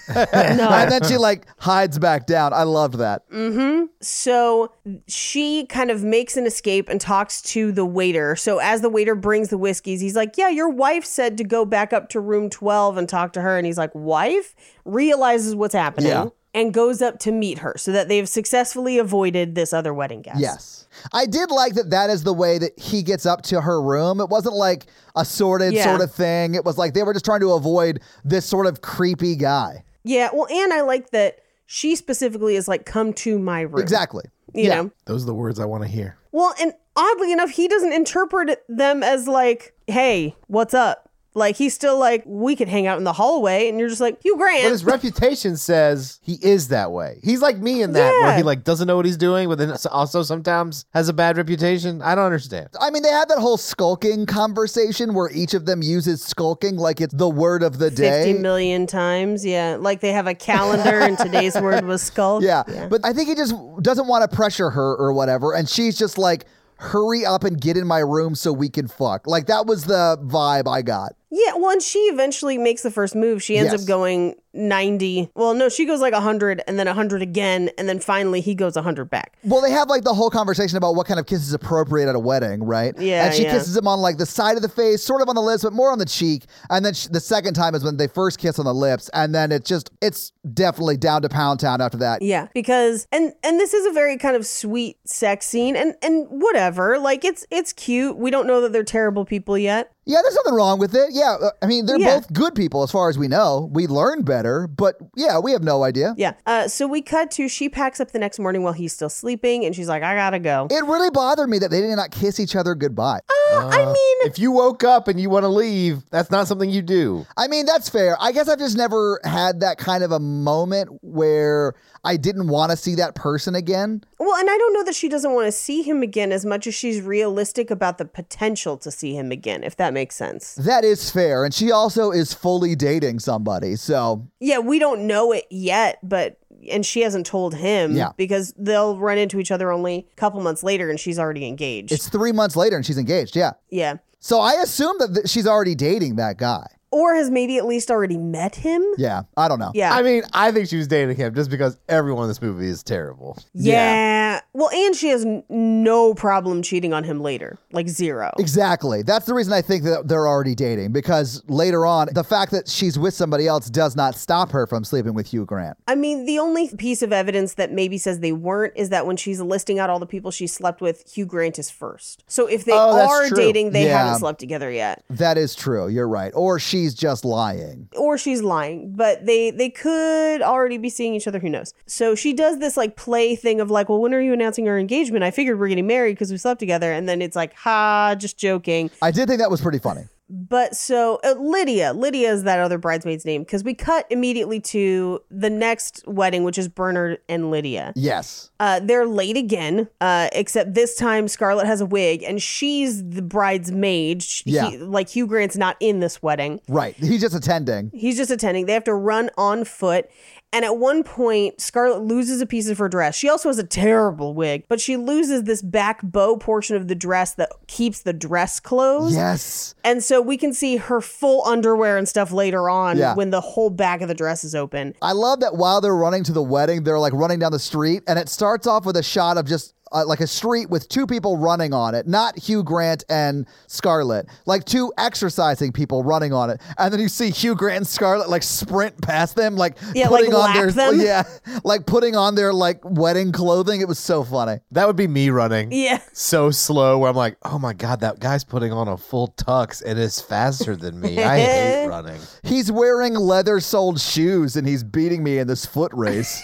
E: and then she like hides back down. I loved that.
C: Mm. So she kind of makes an escape and talks to the waiter. So as the waiter brings the whiskeys, he's like, Yeah, your wife said to go back up to room 12 and talk to her. And he's like, Wife? Realizes what's happening
E: Yeah.
C: and goes up to meet her so that they've successfully avoided this other wedding guest.
E: Yes. I did like that that is the way that he gets up to her room. It wasn't like a sorted
C: Yeah.
E: sort of thing. It was like they were just trying to avoid this sort of creepy guy.
C: Yeah. Well, and I like that she specifically is like, Come to my room.
E: Exactly.
C: You
E: yeah.
C: know?
D: Those are the words I want to hear.
C: Well, and oddly enough, he doesn't interpret it- them as like, hey, what's up? Like he's still like, we could hang out in the hallway, and you're just like, Hugh Grant.
D: But his reputation says he is that way. He's like me in that where
C: Yeah.
D: he like doesn't know what he's doing, but then also sometimes has a bad reputation. I don't understand.
E: I mean, they had that whole skulking conversation where each of them uses skulking like it's the word of the day.
C: 50 million times. Yeah. Like they have a calendar, and today's word
E: *laughs*
C: was skull.
E: Yeah. But I think he just doesn't want to pressure her or whatever. And she's just like, hurry up and get in my room so we can fuck. Like, that was the vibe I got.
C: Yeah. Well, and she eventually makes the first move. She ends
E: Yes.
C: up going 90. Well, no, she goes like 100 and then 100 again. And then finally he goes 100 back.
E: Well, they have like the whole conversation about what kind of kiss is appropriate at a wedding, right?
C: Yeah,
E: And she
C: yeah.
E: kisses him on like the side of the face, sort of on the lips, but more on the cheek. And then sh the second time is when they first kiss on the lips, and then it just it's definitely down to pound town after that.
C: Yeah, because and and this is a very kind of sweet sex scene and and whatever, like it's it's cute. We don't know that they're terrible people yet.
E: Yeah, there's nothing wrong with it. Yeah, uh, I mean they're
C: Yeah.
E: both good people as far as we know. We learn better, but yeah, we have no idea.
C: Yeah. Uh, so we cut to she packs up the next morning while he's still sleeping, and she's like, "I gotta go."
E: It really bothered me that they did not kiss each other goodbye.
C: Uh, I mean,
D: If you woke up and you want to leave, that's not something you do.
E: I mean, that's fair. I guess I've just never had that kind of a moment where I didn't want to see that person again.
C: well, and I don't know that she doesn't want to see him again as much as she's realistic about the potential to see him again, if that makes sense.
E: That is fair. And she also is fully dating somebody. So,
C: Yeah, we don't know it yet, but and she hasn't told him
E: Yeah.
C: because they'll run into each other only a couple months later and she's already engaged.
E: it's 3 months later and she's engaged. Yeah.
C: yeah.
E: So, I assume that th- she's already dating that guy.
C: Or has maybe at least already met him?
E: Yeah. I don't know.
C: Yeah.
D: I mean, I think she was dating him just because everyone in this movie is terrible.
C: yeah. Well, and she has n- no problem cheating on him later. Like zero.
E: Exactly. That's the reason I think that they're already dating because later on, the fact that she's with somebody else does not stop her from sleeping with Hugh Grant.
C: I mean, the only piece of evidence that maybe says they weren't is that when she's listing out all the people she slept with, Hugh Grant is first. So if they
D: Oh, that's
C: are
D: true.
C: dating, they
E: Yeah.
C: haven't slept together yet,
E: That is true. You're right. Or she's just lying.
C: or she's lying. But they they could already be seeing each other. Who knows? So she does this like play thing of like, well, when are you announcing our engagement? I figured we're getting married because we slept together, and then it's like, ha, just joking.
E: I did think that was pretty funny.
C: But so uh, Lydia, Lydia is that other bridesmaid's name because we cut immediately to the next wedding, which is Bernard and Lydia.
E: Yes.
C: Uh, they're late again, uh, except this time Scarlett has a wig and she's the bridesmaid. She,
E: Yeah.
C: he- like Hugh Grant's not in this wedding.
E: Right. He's just attending.
C: He's just attending. They have to run on foot. And at one point, Scarlett loses a piece of her dress. She also has a terrible wig, but she loses this back bow portion of the dress that keeps the dress closed.
E: Yes.
C: And so we can see her full underwear and stuff later on
E: Yeah.
C: when the whole back of the dress is open.
E: I love that while they're running to the wedding, they're like running down the street, and it starts off with a shot of just uh, like a street with two people running on it, not Hugh Grant and Scarlett, like two exercising people running on it. And then you see Hugh Grant and Scarlett like sprint past them, like
C: Yeah, like
E: putting on
C: lap
E: their
C: them.
E: yeah, like putting on their like wedding clothing. It was so funny.
D: That would be me running.
C: Yeah. *laughs*
D: So slow where I'm like, oh my God, that guy's putting on a full tux and is faster than me. I hate running.
E: He's wearing leather-soled shoes and he's beating me in this foot
C: *laughs*
E: race.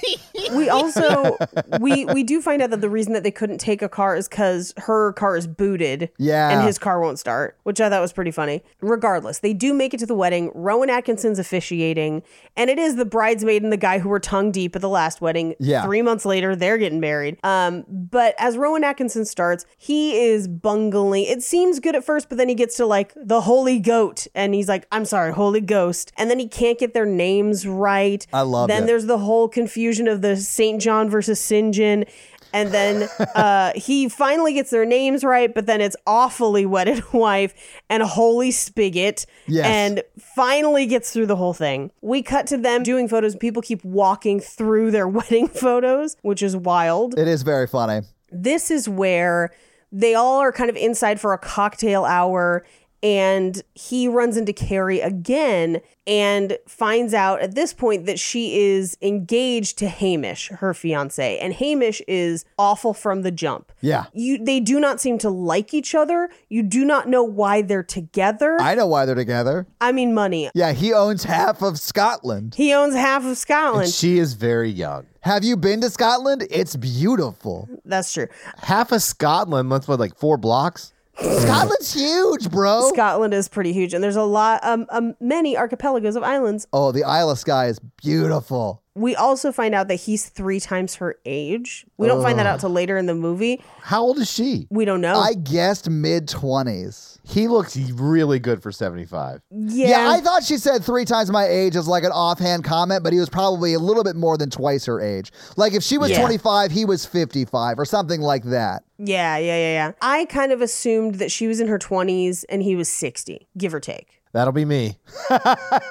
C: we also we we do find out that the reason that they couldn't take a car is because her car is booted
E: Yeah.
C: and his car won't start which i thought was pretty funny regardless they do make it to the wedding rowan atkinson's officiating and it is the bridesmaid and the guy who were tongue deep at the last wedding
E: Yeah.
C: three months later they're getting married um but as rowan atkinson starts he is bungling it seems good at first but then he gets to like the holy goat and he's like i'm sorry holy ghost and then he can't get their names right
E: I loved
C: then
E: it.
C: there's the whole confusion of the St. John versus St. John. And then
E: *laughs*
C: uh, he finally gets their names right, but then it's awfully wedded *laughs* wife and holy spigot.
E: Yes.
C: And finally gets through the whole thing. We cut to them doing photos. People keep walking through their *laughs* wedding photos, which is wild
E: it is very funny.
C: this is where they all are kind of inside for a cocktail hour and he runs into Carrie again and finds out at this point that she is engaged to Hamish, her fiance, and Hamish is awful from the jump.
E: Yeah.
C: You they do not seem to like each other. You do not know why they're together. I,
E: I know why they're together.
C: mean money.
E: Yeah, he owns half of Scotland.
C: He owns half of Scotland.
D: And she is very young.
E: Have you been to Scotland? It's beautiful.
C: That's true.
D: Half of Scotland, that's what, like four blocks?
E: Scotland's huge, bro.
C: Scotland is pretty huge and there's a lot um, um many archipelagos of islands
E: oh, the Isle of Skye is beautiful.
C: We also find out that he's three times her age. We don't find that out till later in the movie.
D: How old is she?
C: We don't know.
E: I guessed mid 20s.
D: He looks really good for 75.
C: yeah,
E: Yeah. I thought she said three times my age as like an offhand comment, but he was probably a little bit more than twice her age. Like if she was 25, he was 55 or something like that.
C: yeah, yeah, yeah, yeah. I kind of assumed that she was in her twenties and he was sixty, give or take.
D: That'll be me.
E: *laughs*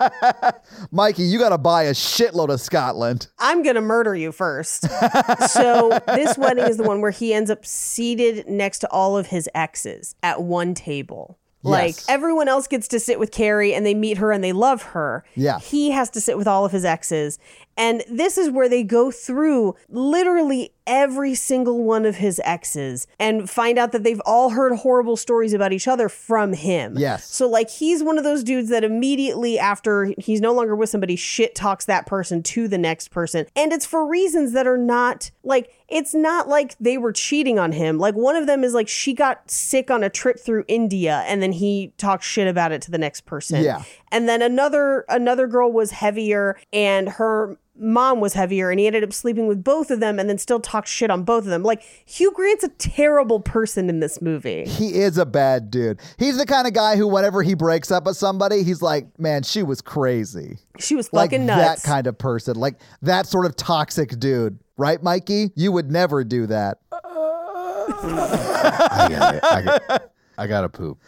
E: Mikey, you got to buy a shitload of Scotland.
C: I'm gonna murder you first. so this
E: *laughs*
C: wedding is the one where he ends up seated next to all of his exes at one table. Like
E: Yes.
C: everyone else gets to sit with Carrie and they meet her and they love her.
E: Yeah.
C: He has to sit with all of his exes. And this is where they go through literally every single one of his exes and find out that they've all heard horrible stories about each other from him.
E: Yes.
C: So, like, he's one of those dudes that immediately after he's no longer with somebody, shit talks that person to the next person. And it's for reasons that are not like, it's not like they were cheating on him. Like, one of them is like, she got sick on a trip through India and then he talked shit about it to the next person.
E: Yeah.
C: And then another another girl was heavier and her mom was heavier and he ended up sleeping with both of them and then still talked shit on both of them. Like Hugh Grant's a terrible person in this movie.
E: He is a bad dude. He's the kind of guy who, whenever he breaks up with somebody, he's like, "Man, she was crazy."
C: She was
E: Like
C: fucking
E: that
C: nuts.
E: kind of person, like that sort of toxic dude, right, Mikey? You would never
D: *laughs*
E: do that.
D: I got it. I got- I gotta poop.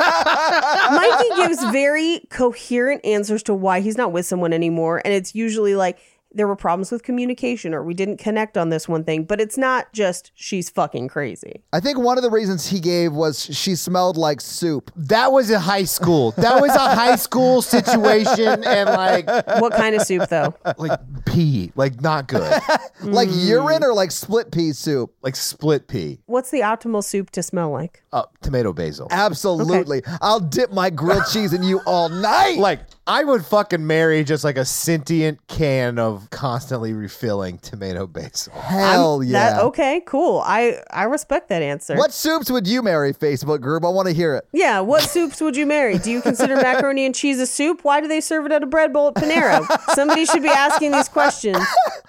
C: Mikey gives very coherent answers to why he's not with someone anymore. And it's usually like there were problems with communication or we didn't connect on this one thing, but it's not just she's fucking crazy.
E: I think one of the reasons he gave was she smelled like soup.
D: That was a high school. That was a high school situation, and like,
C: What kind of soup though?
D: like pee, like not good, *laughs*
E: Like urine or like split pea soup.
D: like split pee,
C: What's the optimal soup to smell like?
D: uh, tomato basil.
E: Absolutely. I'll dip my grilled cheese in you
D: *laughs*
E: all night.
D: Like, I would fucking marry just like a sentient can of constantly refilling tomato basil.
E: hell yeah.
C: That okay, cool. I I respect that answer.
E: What soups would you marry, Facebook group? I want to hear it.
C: Yeah, what soups would you marry? Do you
E: *laughs*
C: consider macaroni and cheese a soup? Why do they serve it at a bread bowl at Panera? Somebody should be asking these questions.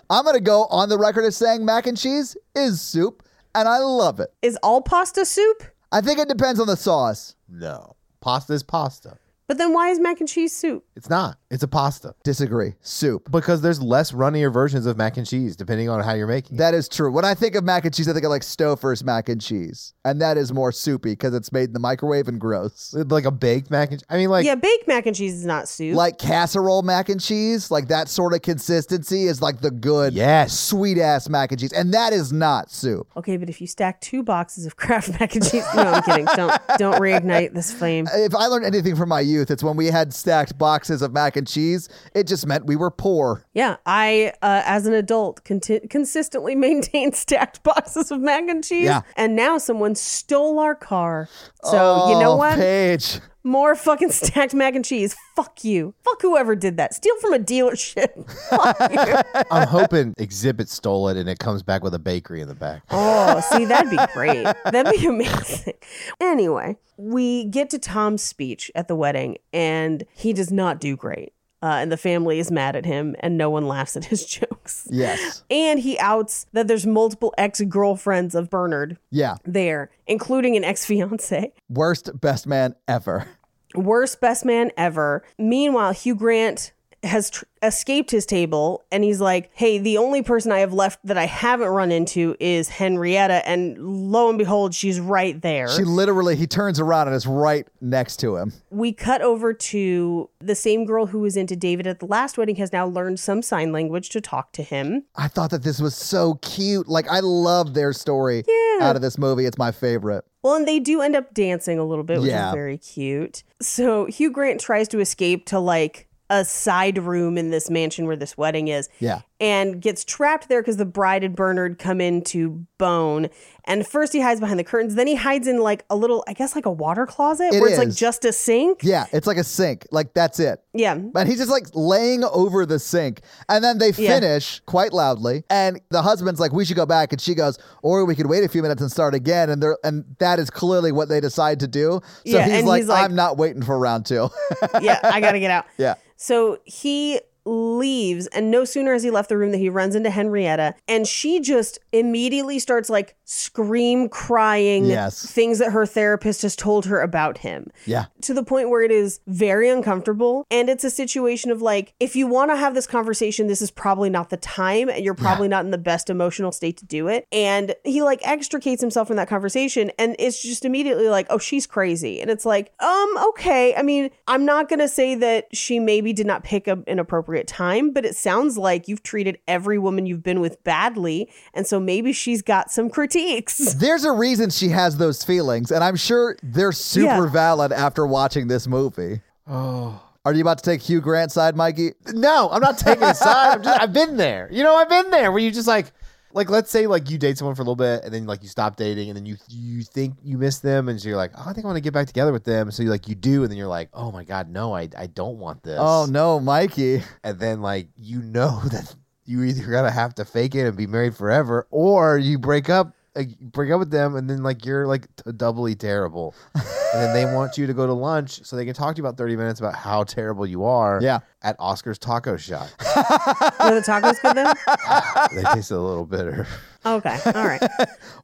E: I'm going to go on the record as saying mac and cheese is soup, and I love it.
C: Is all pasta soup?
E: I think it depends on the sauce.
D: No, pasta is pasta.
C: But then why is mac and cheese soup?
D: It's not. It's a pasta
E: Disagree. Soup.
D: because there's less runnier versions of mac and cheese depending on how you're making. it.
E: That is true. When I think of mac and cheese, I think of like Stouffer's mac and cheese, and that is more soupy because it's made in the microwave and gross.
D: like a baked mac and. I mean, like
C: yeah, baked mac and cheese is not soup.
E: Like casserole mac and cheese, like that sort of consistency is like the good,
D: Yes.
E: sweet ass mac and cheese, and that is not soup.
C: okay, but if you stack two boxes of *laughs* Kraft mac and cheese, no, I'm kidding. Don't don't reignite this flame.
E: If I learned anything from my youth, it's when we had stacked boxes of mac and cheese, it just meant we were poor.
C: Yeah, I, uh, as an adult, conti- consistently *laughs* maintained stacked boxes of mac and cheese.
E: Yeah.
C: And now someone stole our car. So,
E: oh,
C: you know what?
E: Paige.
C: More fucking *laughs* stacked mac and cheese. Fuck you. Fuck whoever did that. Steal from a dealership. Fuck you.
D: I'm hoping Exhibit stole it and it comes back with a bakery in the back.
C: Oh, see, that'd be great. That'd be *laughs* amazing. Anyway, we get to Tom's speech at the wedding, and he does not do great. Uh, and the family is mad at him, and no one laughs at his *laughs* jokes.
E: Yes.
C: And he outs that there's multiple ex girlfriends of Bernard
E: Yeah.
C: there, including an ex fiance.
E: Worst best man ever.
C: worst best man ever. Meanwhile, Hugh Grant has tr- escaped his table and he's like, "Hey, the only person I have left that I haven't run into is Henrietta." And lo and behold, she's right there.
E: She literally, he turns around and is right next to him.
C: we cut over to the same girl who was into David at the last wedding has now learned some sign language to talk to him.
E: I thought that this was so cute. Like, I love their story out of this movie. It's my favorite.
C: Well, and they do end up dancing a little bit, which
E: Yeah.
C: is very cute. So Hugh Grant tries to escape to like a side room in this mansion where this wedding is.
E: Yeah.
C: and gets trapped there because the bride and Bernard come in to bone. And first he hides behind the curtains, then he hides in like a little, I guess, like a water closet
E: It
C: where it's like
E: is.
C: just a sink.
E: Yeah. It's like a sink. Like, that's it.
C: Yeah.
E: And he's just like laying over the sink. And then they
C: Yeah.
E: finish quite loudly. And the husband's like, we should go back. And she goes, or we could wait a few minutes and start again. And they're, and that is clearly what they decide to do. So
C: Yeah,
E: he's,
C: and
E: like,
C: he's like-
E: I'm not waiting for round two. *laughs*
C: yeah, I gotta get out.
E: Yeah.
C: So he leaves, and no sooner has he left the room than he runs into Henrietta, and she just immediately starts like scream crying
E: Yes.
C: things that her therapist has told her about him.
E: yeah.
C: to the point where it is very uncomfortable. And it's a situation of like, if you want to have this conversation, this is probably not the time, and you're probably not in the best emotional state to do it. And he like extricates himself from that conversation, and it's just immediately like, oh, she's crazy. And it's like, um, okay. I mean, I'm not gonna say that she maybe did not pick up an appropriate time, but it sounds like you've treated every woman you've been with badly, and so maybe she's got some critiques.
E: There's a reason she has those feelings, and I'm sure they're super
C: Yeah.
E: valid after watching this movie.
D: Oh,
E: Are you about to take Hugh Grant's side, Mikey?
D: No, I'm not taking a side. I'm just, I've been there. You know, I've been there where you just like, like let's say like you date someone for a little bit and then like you stop dating and then you you think you miss them and so you're like, oh, I think I want to get back together with them. So you like you do and then you're like, oh my god, no, I I don't want this.
E: Oh no, Mikey. *laughs*
D: And then like you know *laughs* that you either gonna have to fake it and be married forever or you break up. Like you break up with them, and then like you're like t- doubly terrible, and then they want you to go to lunch so they can talk to you about thirty minutes about how terrible you are.
E: Yeah.
D: at Oscar's Taco Shop.
C: Were the tacos good though?
D: they tasted a little bitter.
C: *laughs* Okay. All right.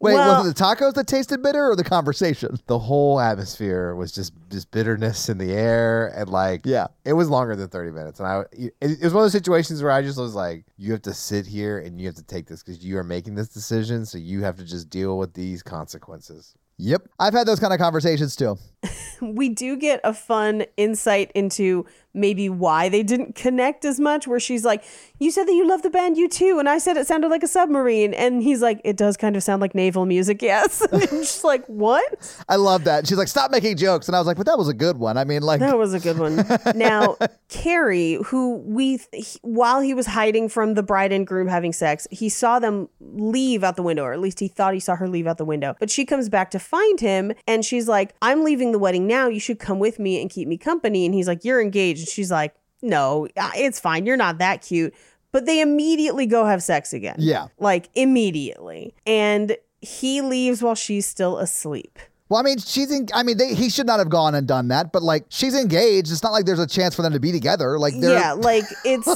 E: Wait,
C: Well-
E: was it the tacos that tasted bitter or the conversation?
D: The whole atmosphere was just just bitterness in the air, and like
E: Yeah.
D: it was longer than thirty minutes. And I, it, it was one of those situations where I just was like, you have to sit here and you have to take this because you are making this decision, so you have to just deal with these consequences.
E: Yep. I've had those kind of conversations too.
C: *laughs* we do get a fun insight into maybe why they didn't connect as much where she's like you said that you love the band you too and i said it sounded like a submarine and he's like it does kind of sound like naval music *laughs* yes and I'm just like what
E: I love that. She's like, stop making jokes. And I was like, but that was a good one. I mean, like,
C: that was a good one now
E: *laughs*
C: carrie who we he- while he was hiding from the bride and groom having sex he saw them leave out the window or at least he thought he saw her leave out the window but she comes back to find him and she's like i'm leaving the wedding now you should come with me and keep me company and he's like you're engaged and she's like no uh, it's fine you're not that cute but they immediately go have sex again
E: Yeah.
C: like immediately and he leaves while she's still asleep
E: well, I mean, she's in, I mean, they, he should not have gone and done that, but like, she's engaged. It's not like there's a chance for them to be together. Like, they're,
C: yeah like
E: *laughs*
C: it's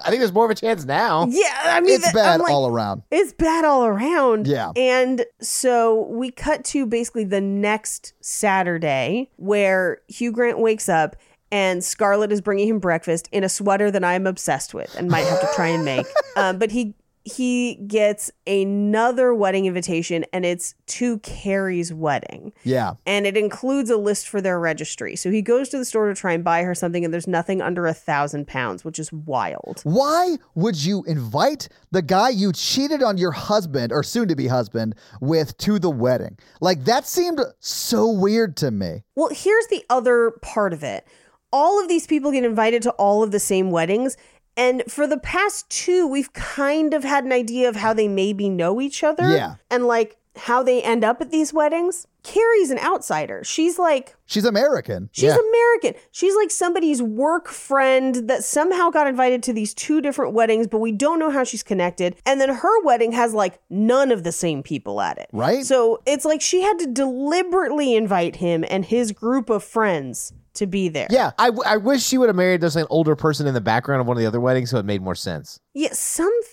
D: I think there's more of a chance now.
C: yeah i mean
E: it's
C: that-
E: bad
C: I'm like,
E: all around.
C: It's bad all around.
E: Yeah.
C: And so we cut to basically the next Saturday where Hugh Grant wakes up and Scarlett is bringing him breakfast in a sweater that I'm obsessed with and might have to try and make. um, but he he gets another wedding invitation and it's to Carrie's wedding
E: Yeah.
C: and it includes a list for their registry. So he goes to the store to try and buy her something and there's nothing under a thousand pounds, which is wild.
E: Why would you invite the guy you cheated on your husband or soon to be husband with to the wedding? Like, that seemed so weird to me.
C: Well, here's the other part of it. All of these people get invited to all of the same weddings. And for the past two, we've kind of had an idea of how they maybe know each other.
E: Yeah.
C: And like how they end up at these weddings. Carrie's an outsider. She's like,
E: She's American.
C: she's American. She's like somebody's work friend that somehow got invited to these two different weddings, but we don't know how she's connected. And then her wedding has like none of the same people at it.
E: Right?
C: So it's like she had to deliberately invite him and his group of friends to be there.
D: Yeah, I, w- I wish she would have married there's like an older person in the background of one of the other weddings, so it made more sense.
C: Yeah, something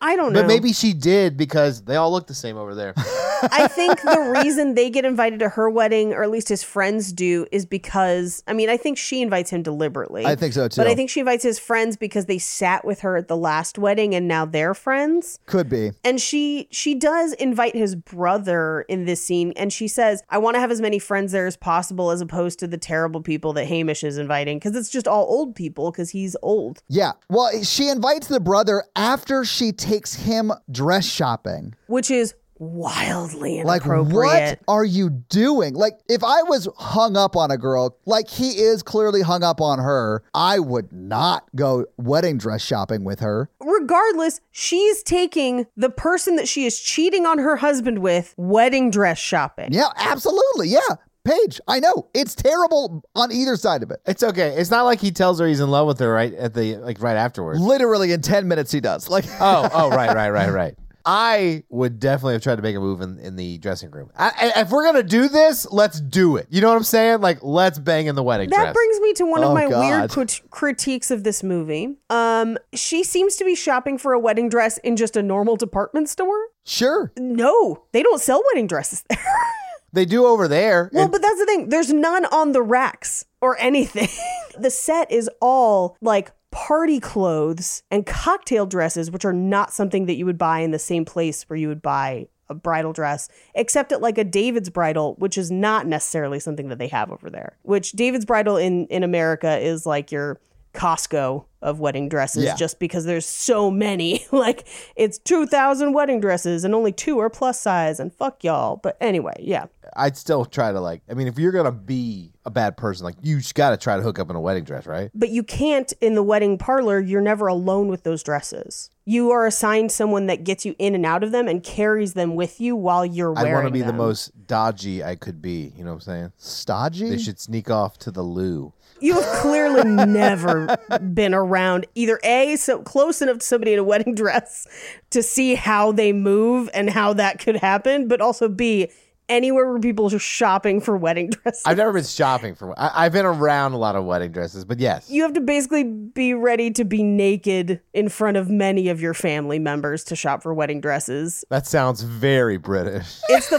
C: I don't know.
D: But maybe she did because they all look the same over
C: *laughs*
D: there.
C: I think the reason they get invited to her wedding, or at least his friends do, is because I mean I think she invites him deliberately.
E: I think so too.
C: But I think she invites his friends because they sat with her at the last wedding and now they're friends.
E: Could be.
C: and she she does invite his brother in this scene and she says i want to have as many friends there as possible as opposed to the terrible people that hamish is inviting because it's just all old people because he's old
E: Yeah. Well, she invites the brother after she takes him dress shopping.
C: which is wildly
E: Like,
C: inappropriate
E: what are you doing? Like, if I was hung up on a girl, like he is clearly hung up on her, I would not go wedding dress shopping with her.
C: regardless she's taking the person that she is cheating on her husband with wedding dress shopping
E: Yeah, absolutely. Yeah. Paige, I know. It's terrible on either side of it.
D: it's okay. It's not like he tells her he's in love with her right at the like right afterwards.
E: Literally in 10 minutes, he does. Like,
D: oh, oh, right, right, right, right. I would definitely have tried to make a move in, in the dressing room. I, I- if we're gonna do this, let's do it. You know what I'm saying? Like, let's bang in the wedding
C: That
D: dress.
C: brings me to one
E: Oh,
C: of my
E: God.
C: weird crit- critiques of this movie. Um, she seems to be shopping for a wedding dress in just a normal department store.
E: *laughs* sure.
C: No, they don't sell wedding dresses there.
D: they do over there.
C: well,
D: and-
C: but that's the thing. There's none on the racks or anything. *laughs* the set is all like party clothes and cocktail dresses, which are not something that you would buy in the same place where you would buy a bridal dress, except at like a David's bridal, which is not necessarily something that they have over there. Which David's bridal in in America is like your Costco of wedding dresses
E: Yeah.
C: just because there's so many. *laughs* like it's 2000 wedding dresses and only two are plus size and fuck y'all. But anyway, yeah.
D: I'd still try to like. I mean, if you're gonna be a bad person, like you got to try to hook up in a wedding dress, right?
C: But you can't in the wedding parlor, you're never alone with those dresses. You are assigned someone that gets you in and out of them and carries them with you while you're
D: I
C: wearing
D: want to be the
C: them.
D: most dodgy I could be. You know what I'm saying?
E: Stodgy?
D: They should sneak off to the loo.
C: You have clearly never been around either a so close enough to somebody in a wedding dress to see how they move and how that could happen, but also b anywhere where people are shopping for wedding dresses.
D: I've never been shopping for. I, I've been around a lot of wedding dresses, but yes,
C: you have to basically be ready to be naked in front of many of your family members to shop for wedding dresses.
D: that sounds very British.
C: It's the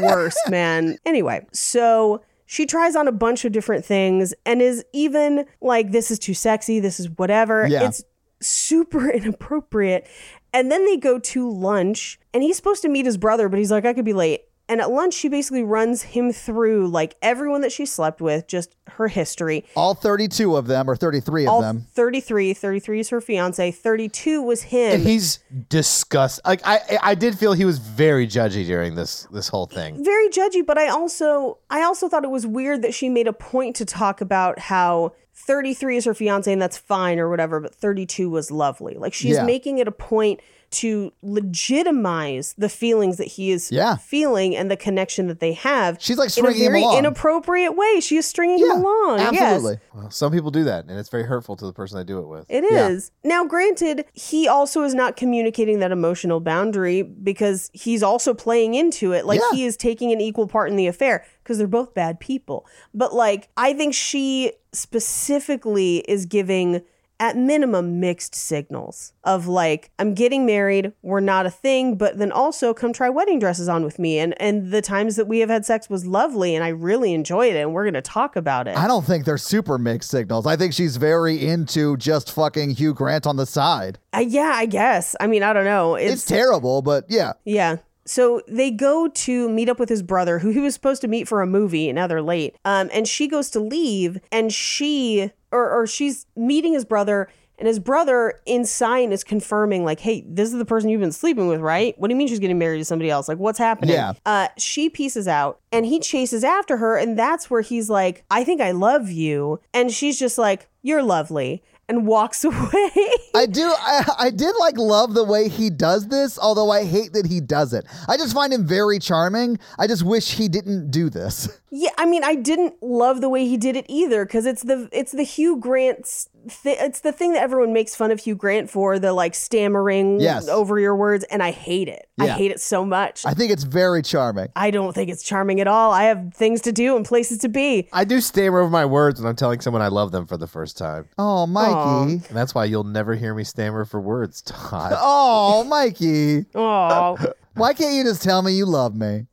E: *laughs*
C: worst, man. Anyway, so she tries on a bunch of different things and is even like, this is too sexy, this is whatever.
E: Yeah.
C: It's super *laughs* inappropriate. And then they go to lunch and he's supposed to meet his brother, but he's like, I could be late. And at lunch, she basically runs him through like everyone that she slept with, just her history.
E: All 32 of them, or 33 of
C: All
E: them.
C: 33, 33 is her fiance, 32 was him.
D: And he's disgust. Like I, I- I did feel he was very judgy during this this whole thing.
C: very judgy but i also i also thought it was weird that she made a point to talk about how 33 is her fiance and that's fine or whatever but 32 was lovely like she's
E: Yeah.
C: making it a point to legitimize the feelings that he is
E: Yeah.
C: feeling and the connection that they have
E: She's, like,
C: in a
E: stringing him
C: very
E: along.
C: inappropriate way she is stringing him along yes.
E: absolutely.
D: Well, some people do that, and it's very hurtful to the person I do it with.
C: It
E: Yeah.
C: is. Now, granted, he also is not communicating that emotional boundary because he's also playing into it. Like
E: Yeah.
C: he is taking an equal part in the affair because they're both bad people. But like, I think she specifically is giving at minimum mixed signals of like i'm getting married we're not a thing but then also come try wedding dresses on with me and and the times that we have had sex was lovely and i really enjoyed it and we're going to talk about it
E: I don't think they're super mixed signals. I think she's very into just fucking Hugh Grant on the side.
C: I, yeah i guess i mean i don't know
E: It's, terrible, but yeah.
C: Yeah. So they go to meet up with his brother, who he was supposed to meet for a movie, and now they're late. Um, and she goes to leave, and she or or she's meeting his brother, and his brother in sign is confirming, like, "Hey, this is the person you've been sleeping with, right? What do you mean she's getting married to somebody else? Like, what's happening?"
E: Yeah.
C: Uh, she pieces out, and he chases after her, and that's where he's like, "I think I love you," and she's just like, "You're lovely," and walks *laughs* away.
E: I do. I, I did like love the way he does this, although I hate that he does it. I just find him very charming. I just wish he didn't do this. *laughs*
C: Yeah, I mean, I didn't love the way he did it either because it's the it's the Hugh Grant's thi- it's the thing that everyone makes fun of Hugh Grant for the like stammering
E: Yes.
C: over your words, and I hate it. I
E: Yeah.
C: hate it so much.
E: I think it's very charming.
C: I don't think it's charming at all. I have things to do and places to be.
D: I do stammer over my words when I'm telling someone I love them for the first time,
E: Oh, Mikey.
D: and that's why you'll never hear me stammer for words, Todd.
E: *laughs* Oh, Mikey.
C: Oh,
E: *laughs* Why can't you just tell me you love me?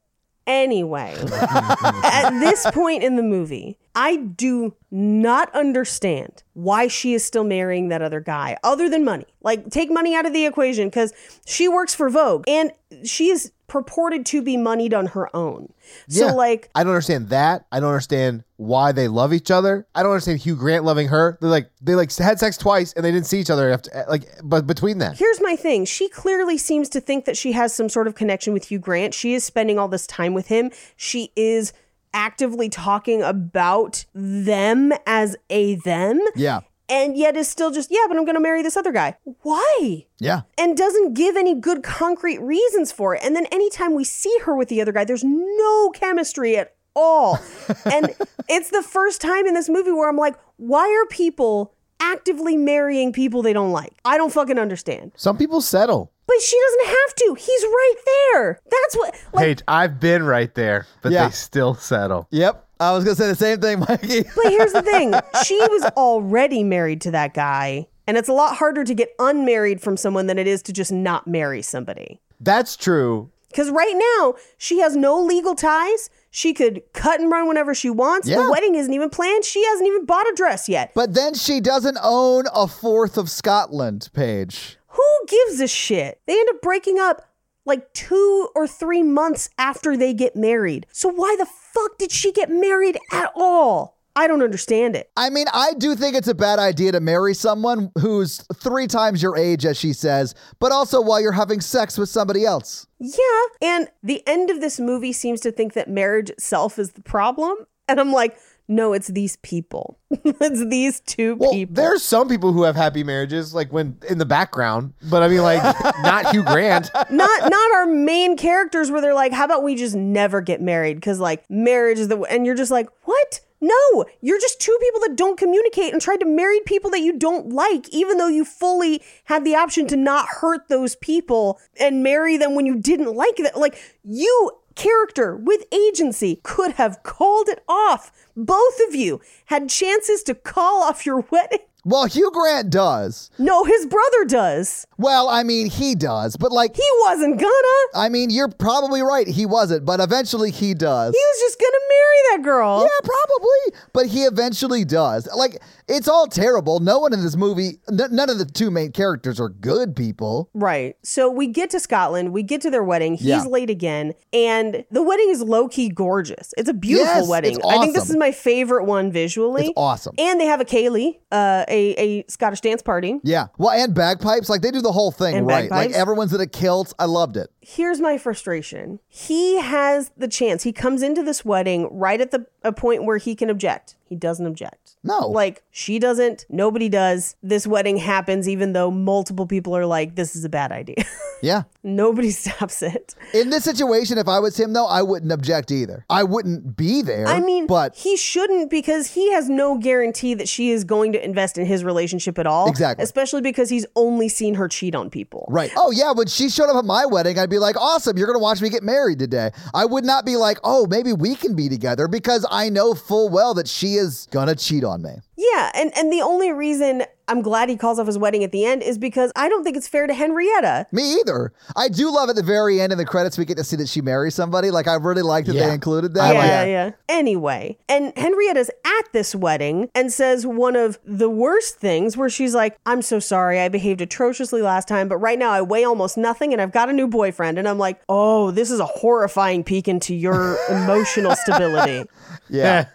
C: Anyway, at this point in the movie, I do not understand why she is still marrying that other guy other than money. Like, take money out of the equation because she works for Vogue and she is purported to be moneyed on her own. So,
D: Yeah.
C: like,
D: I don't understand that. I don't understand why they love each other. I don't understand Hugh Grant loving her. They like they like had sex twice and they didn't see each other
E: eh,
D: after like but between that.
C: here's my thing she clearly seems to think that she has some sort of connection with Hugh Grant. She is spending all this time with him. She is actively talking about them as a them.
E: Yeah.
C: and yet is still just, yeah, but I'm going to marry this other guy. Why?
E: Yeah.
C: And doesn't give any good concrete reasons for it. And then anytime we see her with the other guy, there's no chemistry at all. and it's the first time in this movie where I'm like, why are people actively marrying people they don't like? I don't fucking understand.
D: Some people settle.
C: But she doesn't have to. He's right there. That's what, like,
D: Paige, I've been right there, but
E: Yeah.
D: they still settle.
E: Yep. I was going to say the same thing, *laughs* Mikey.
C: But here's the thing she was already married to that guy. And it's a lot harder to get unmarried from someone than it is to just not marry somebody.
D: That's true.
C: Because right now, she has no legal ties. She could cut and run whenever she wants.
E: Yeah.
C: The wedding isn't even planned. She hasn't even bought a dress yet.
E: But then she doesn't own a fourth of Scotland, Paige.
C: Who gives a shit? They end up breaking up like two or three months after they get married. So why the fuck did she get married at all? I don't understand it.
E: I mean, I do think it's a bad idea to marry someone who's three times your age, as she says, but also while you're having sex with somebody else.
C: Yeah. And the end of this movie seems to think that marriage itself is the problem. And I'm like, no, it's these people. *laughs* it's these two
D: Well,
C: people.
D: there's some people who have happy marriages, like when in the background, but I mean,
E: *laughs*
D: like, not Hugh Grant.
C: not not our main characters where they're like, how about we just never get married? Because like marriage is the and you're just like, what? No, you're just two people that don't communicate and tried to marry people that you don't like, even though you fully had the option to not hurt those people and marry them when you didn't like that. Like you character with agency could have called it off. Both of you had chances to call off your wedding.
E: Well, Hugh Grant does.
C: No, his brother does.
E: Well, I mean, he does, but like,
C: He wasn't gonna.
E: I mean, you're probably right. He wasn't, but eventually he does.
C: He was just gonna marry that girl.
E: Yeah, probably. But he eventually does. Like, it's all terrible. No one in this movie, n- none of the two main characters are good people.
C: Right. So we get to Scotland, we get to their wedding, he's
E: Yeah.
C: late again, and the wedding is low key gorgeous. It's a beautiful
E: Yes, it's
C: wedding. I think this
E: awesome.
C: is my favorite one visually.
E: It's awesome.
C: And they have a Kaylee, uh, a, a Scottish dance party.
E: Yeah. Well, and bagpipes. Like, they do the whole thing
C: And
E: right.
C: bagpipes.
E: Like, everyone's in a kilt. I loved it.
C: Here's my frustration. He has the chance. He comes into this wedding right at the a point where he can object. He doesn't object.
E: No.
C: Like she doesn't, nobody does. This wedding happens even though multiple people are like this is a bad idea. *laughs*
E: Yeah.
C: nobody *laughs* stops it.
E: In this situation, if I was him, though, I wouldn't object either. I wouldn't be there.
C: I mean,
E: but
C: he shouldn't because he has no guarantee that she is going to invest in his relationship at all.
E: Exactly.
C: Especially because he's only seen her cheat on people.
E: right. Oh yeah, when she showed up at my wedding, I'd be like, "Awesome, you're gonna watch me get married today." I would not be like, "Oh, maybe we can be together," because I know full well that she is gonna cheat on me.
C: Yeah, and and the only reason I'm glad he calls off his wedding at the end is because I don't think it's fair to Henrietta.
E: Me either. I do love at the very end in the credits we get to see that she marries somebody. Like I really like that
D: Yeah.
E: they included that.
D: I like
E: Like,
D: that.
C: yeah. Anyway, and Henrietta's at this wedding and says one of the worst things where she's like, I'm so sorry, I behaved atrociously last time, but right now I weigh almost nothing and I've got a new boyfriend. And I'm like, oh, this is a horrifying peek into your emotional stability.
E: yeah.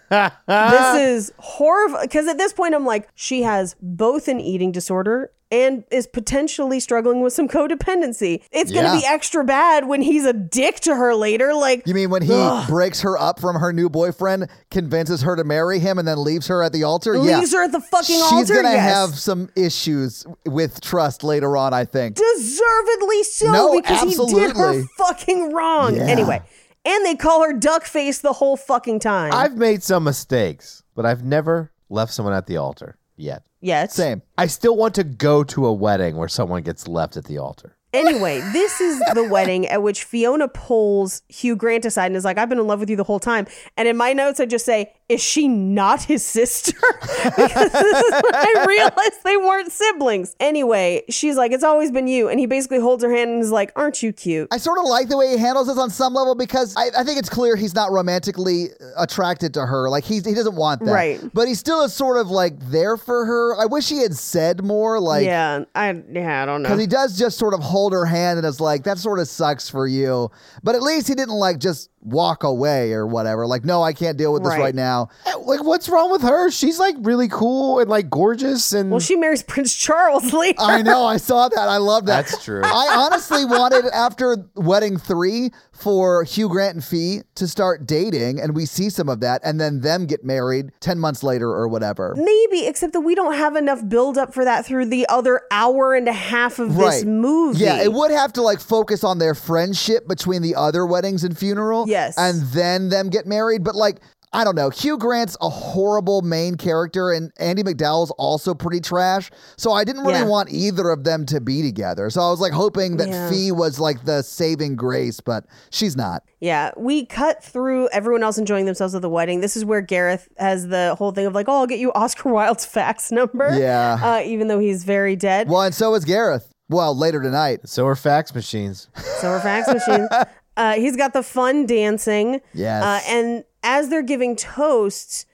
C: This is horrible. Because at this point, I'm like, she has both an eating disorder and is potentially struggling with some codependency. It's going to
E: Yeah.
C: be extra bad when he's a dick to her later. Like,
E: You mean when he breaks her up from her new boyfriend, convinces her to marry him, and then leaves her at the altar?
C: leaves her at the fucking
E: She's
C: altar.
E: gonna
C: yes.
E: have some issues with trust later on. I think.
C: deservedly so
E: No,
C: because he did her
E: absolutely.
C: fucking wrong.
E: Yeah.
C: Anyway, and they call her duck face the whole fucking time.
D: I've made some mistakes, but I've never left someone at the altar yet.
C: yes.
E: Same.
D: I still want to go to a wedding where someone gets left at the altar.
C: Anyway,
E: *laughs*
C: this is the wedding at which Fiona pulls Hugh Grant aside and is like, I've been in love with you the whole time. And in my notes, I just say, Is she not his sister? *laughs* because this is
E: *laughs*
C: when I realized they weren't siblings. Anyway, she's like, It's always been you. And he basically holds her hand and is like, Aren't you cute?
E: I sort of like the way he handles this on some level because I, I think it's clear he's not romantically attracted to her. Like he's, he doesn't want that.
C: Right.
E: But he still is sort of like there for her. I wish he had said more. Like,
C: yeah, I yeah, I don't know.
E: Because he does just sort of hold her hand and is like, that sort of sucks for you. But at least he didn't like just walk away or whatever. Like, no, I can't deal with this
C: Right.
E: right, now.
D: Eh, Like, what's wrong with her? She's like really cool and like gorgeous and
C: well, she marries Prince Charles *laughs*
E: *laughs*
C: later.
E: I know. I saw that. I love that.
D: That's true.
E: I honestly wanted after wedding three for Hugh Grant and Fee to start dating, and we see some of that, and then them get married ten months later or whatever.
C: Maybe, except that we don't have enough build up for that through the other hour and a half of this movie.
E: Yeah, it would have to like focus on their friendship between the other weddings and funeral.
C: Yes.
E: And then them get married. But like, I don't know. Hugh Grant's a horrible main character, and Andy McDowell's also pretty trash. So I didn't really
C: Yeah.
E: want either of them to be together. So I was like hoping that
C: Yeah.
E: Fee was like the saving grace, but she's not.
C: Yeah, we cut through everyone else enjoying themselves at the wedding. This is where Gareth has the whole thing of like, oh, I'll get you Oscar *laughs* Wilde's fax number.
E: Yeah.
C: Uh, even though he's very dead.
E: Well, and so is Gareth. Well, later tonight.
D: so are fax machines.
C: So her
E: *laughs*
C: fax machine. Uh, he's got the fun dancing.
E: Yes.
C: Uh, and as they're giving toasts,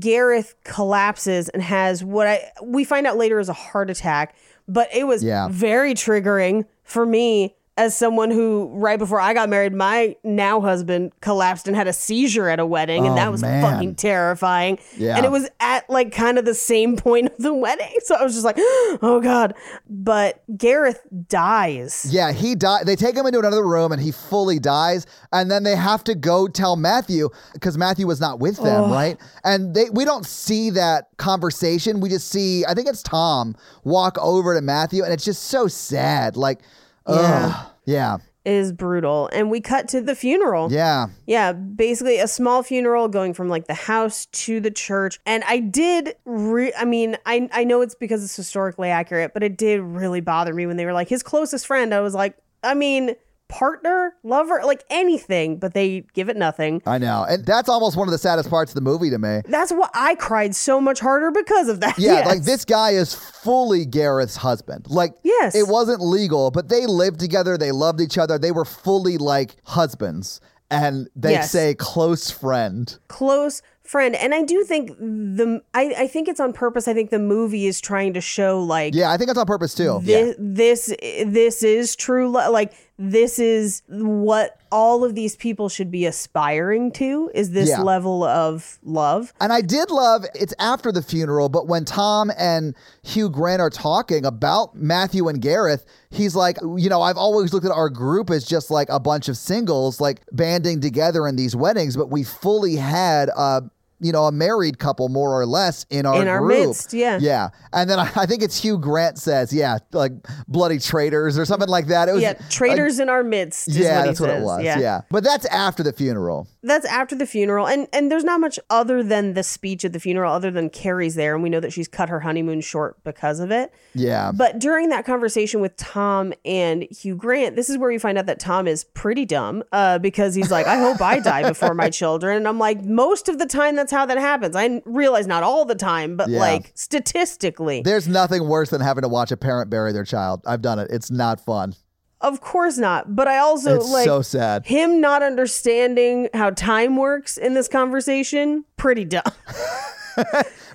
C: Gareth collapses and has what I we find out later is a heart attack, but it was
E: Yeah.
C: very triggering for me as someone who right before I got married, my now husband collapsed and had a seizure at a wedding, and that was
E: Oh, man.
C: fucking terrifying.
E: Yeah.
C: And it was at like kind of the same *laughs* point of the wedding. So I was just like, *gasps* oh God. But Gareth dies.
E: Yeah, he died. They take him into another room and he fully dies. And then they have to go tell Matthew because Matthew was not with them, right? And they we don't see that conversation. We just see, I think it's Tom walk over to Matthew, and it's just so sad. Like, ugh. Yeah.
C: It is brutal. And we cut to the funeral.
E: Yeah.
C: Yeah, basically a small funeral going from like the house to the church. And I did re- I mean, I I know it's because it's historically accurate, but it did really bother me when they were like his closest friend. I was like, I mean, partner, lover, like anything, but they give it nothing.
E: I know. And that's almost one of the saddest parts of the movie to me.
C: That's why I cried so much harder because of that.
E: Yeah,
C: Yes.
E: like this guy is fully Gareth's husband. Like,
C: Yes.
E: it wasn't legal, but they lived together. They loved each other. They were fully like husbands. And they
C: Yes.
E: say close friend.
C: close friend. And I do think the I, I think it's on purpose. I think the movie is trying to show like
E: Yeah, I think it's on purpose too.
C: Thi- this this is true love like this is what all of these people should be aspiring to is this
E: Yeah.
C: level of love
E: And I did love it's after the funeral, but when Tom and Hugh Grant are talking about Matthew and Gareth, he's like, you know, I've always looked at our group as just like a bunch of singles, like banding together in these weddings, but we fully had a you know, a married couple more or less in our
C: In our
E: group.
C: midst, yeah.
E: Yeah. And then I, I think it's Hugh Grant says, yeah, like bloody traitors or something like that. It was
C: yeah traitors in our midst is
E: yeah,
C: what he
E: that's what it
C: says.
E: was. yeah. But that's after the funeral.
C: that's after the funeral and and there's not much other than the speech at the funeral other than carrie's there and we know that she's cut her honeymoon short because of it
E: Yeah.
C: But during that conversation with Tom and Hugh Grant, this is where you find out that Tom is pretty dumb uh, because he's like, I hope I
E: *laughs*
C: die before my children. And I'm like, most of the time, that's how that happens. I realize not all the time, but
E: Yeah.
C: like statistically.
E: There's nothing worse than having to watch a parent bury their child. I've done it. It's not fun.
C: of course not. But I also
E: it's
C: like
E: so sad.
C: him not understanding how time works in this conversation, pretty dumb.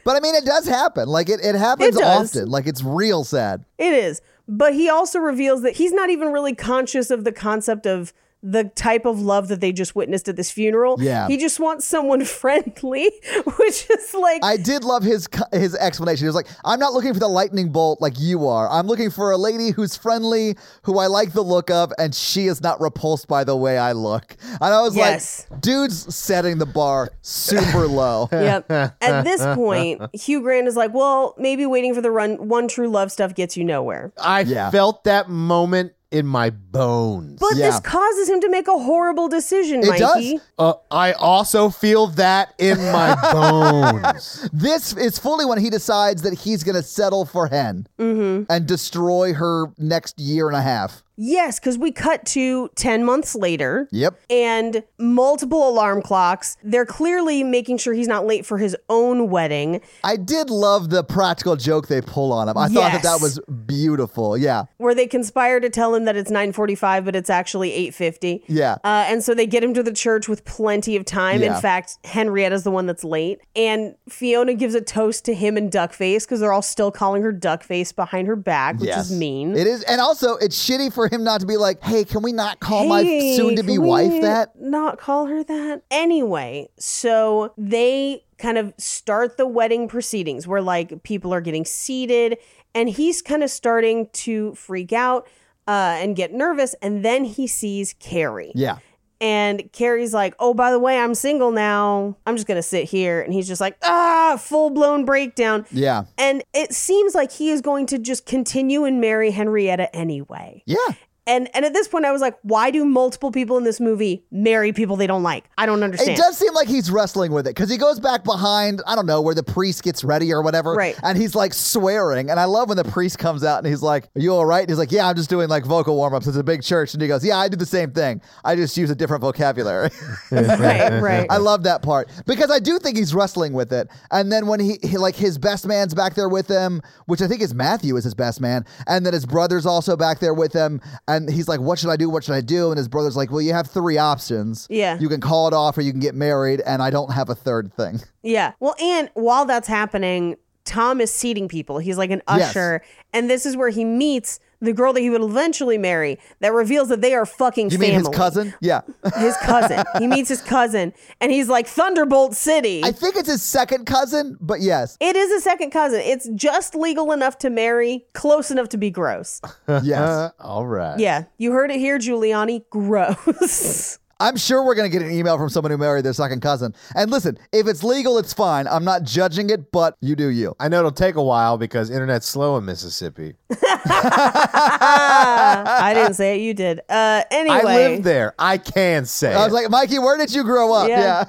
E: But I mean, it does happen. Like it, it happens
C: It does.
E: often. Like it's real sad.
C: It is. But he also reveals that he's not even really conscious of the concept of the type of love that they just witnessed at this funeral.
E: Yeah.
C: He just wants someone *laughs* friendly, which is like,
E: I did love his co- his explanation. He was like, "I'm not looking for the lightning bolt like you are. I'm looking for a lady who's friendly, who I like the look of, and she is not repulsed by the way I look." And I was
C: Yes.
E: like, "Dude's setting the bar super
C: *laughs*
E: low."
C: *laughs* yep.
E: *laughs*
C: At this point, Hugh Grant is like, well, maybe waiting for the run, one true love stuff gets you nowhere.
D: I
E: Yeah.
D: felt that moment in my bones.
C: But
E: Yeah.
C: this causes him to make a horrible decision,
E: It does.
C: Mikey.
D: Uh, I also feel that in my
E: *laughs*
D: bones.
E: This is fully when he decides that he's going to settle for Hen
C: Mm-hmm.
E: and destroy her next year and a half.
C: Yes, because we cut to 10 months later.
E: Yep.
C: and multiple alarm clocks. They're clearly making sure he's not late for his own wedding,
E: I did love the practical joke they pull on him. I thought that that
C: Yes.
E: was beautiful. Yeah.
C: where they conspire to tell him that it's 9:45 but it's actually 8:50.
E: Yeah.
C: Uh, and so they get him to the church with plenty of time.
E: Yeah.
C: In fact, Henrietta's the one that's late. And Fiona gives a toast to him and Duckface because they're all still calling her Duckface behind her back, which is mean.
E: It is. And also, it's shitty for him not to be like, hey, can we not call my
C: Hey,
E: soon to be
C: can we
E: wife
C: *laughs*
E: that?
C: Not call her that. Anyway, so they kind of start the wedding proceedings where like people are getting seated and he's kind of starting to freak out uh, and get nervous. And then he sees Carrie.
E: Yeah.
C: And Carrie's like, oh, by the way, I'm single now. I'm just going to sit here. And he's just like, ah, full blown breakdown.
E: Yeah.
C: And it seems like he is going to just continue and marry Henrietta anyway.
E: Yeah.
C: And and at this point, I was like, why do multiple people in this movie marry people they don't like? I don't
E: It
C: understand.
E: does seem like he's wrestling with it because he goes back behind, I don't know, where the priest gets ready or whatever.
C: Right.
E: And he's like swearing. And I love when the priest comes out and he's like, Are you all right? And he's like, Yeah, I'm just doing like vocal warm ups. It's a big church. And he goes, Yeah, I do the same thing. I just use a different vocabulary. *laughs*
C: right, right.
E: I love that part because I do think he's wrestling with it. And then when he, he like his best man's back there with him, which I think is Matthew is his best man, and then his brother's also back there with him, and he's like, "What should I do? What should I do?" And his brother's like, "Well, you have three options.
C: Yeah.
E: you can call it off, or you can get married, and I don't have a third
C: *laughs*
E: thing."
C: yeah. Well, and while that's happening, Tom is seating people. He's like an
E: Yes.
C: usher, and this is where he meets the girl that he would eventually marry, that reveals that they are fucking
E: You mean
C: family.
E: his cousin? Yeah.
C: *laughs* His cousin. he meets his cousin, and he's like Thunderbolt City.
E: I think it's his second cousin, but
C: *laughs*
E: yes.
C: it is a second cousin. It's just legal enough to marry, close enough to
E: *laughs*
C: be gross.
E: Yes.
D: All right.
C: Yeah, you heard it here, Giuliani. Gross. *laughs*
E: I'm sure we're going to get an email from someone who married their second cousin. And listen, if it's legal, it's fine. I'm not judging it, but you do you.
D: I know it'll take a while because internet's slow in Mississippi.
C: I didn't say it. You did. Uh, anyway.
D: I live there. I can say.
E: I was
D: it.
E: like, Mikey, where did you grow up?
C: Yeah.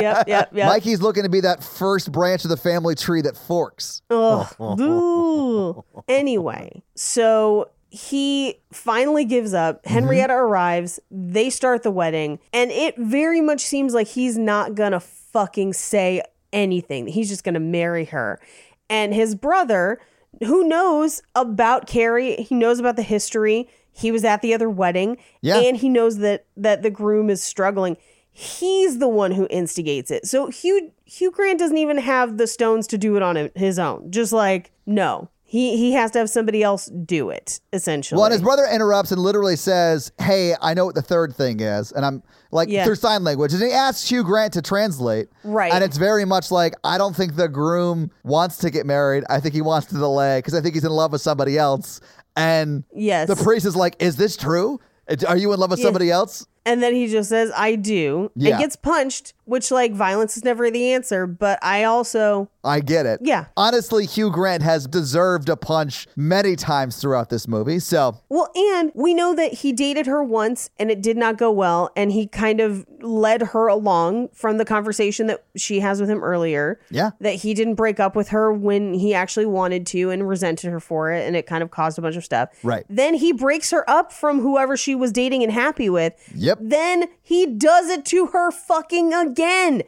C: yep, yep, yep.
E: Mikey's looking to be that first branch of the family tree that forks.
C: Ugh. Ooh. Anyway, so he finally gives up. Henrietta arrives. They start the wedding, and it very much seems like he's not gonna fucking say anything. He's just gonna marry her. And his brother, who knows about Carrie, he knows about the history. He was at the other wedding,
E: Yeah.
C: and he knows that that the groom is struggling. He's the one who instigates it. So Hugh Hugh Grant doesn't even have the stones to do it on hi- his own. Just like no, he he has to have somebody else do it. Essentially,
E: Well, and his brother interrupts and literally says, Hey, I know what the third thing is. And I'm like,
C: Yeah.
E: through sign language. And he asks Hugh Grant to translate.
C: Right.
E: And it's very much like, I don't think the groom wants to get married. I think he wants to delay because I think he's in love with somebody else. And
C: Yes.
E: the priest is like, Is this true? Are you in love with somebody else?
C: and then he just says, "I do,"
E: Yeah.
C: and gets punched. Which like violence is never the answer, but I also
E: I get it.
C: Yeah.
E: Honestly, Hugh Grant has deserved a punch many times throughout this movie. So,
C: Well, and we know that he dated her once and it did not go well. And he kind of led her along from the conversation that she has with him earlier.
E: Yeah.
C: That he didn't break up with her when he actually wanted to and resented her for it. And it kind of caused a bunch of stuff.
E: Right.
C: Then he breaks her up from whoever she was dating and happy with.
E: Yep.
C: Then he does it to her fucking again.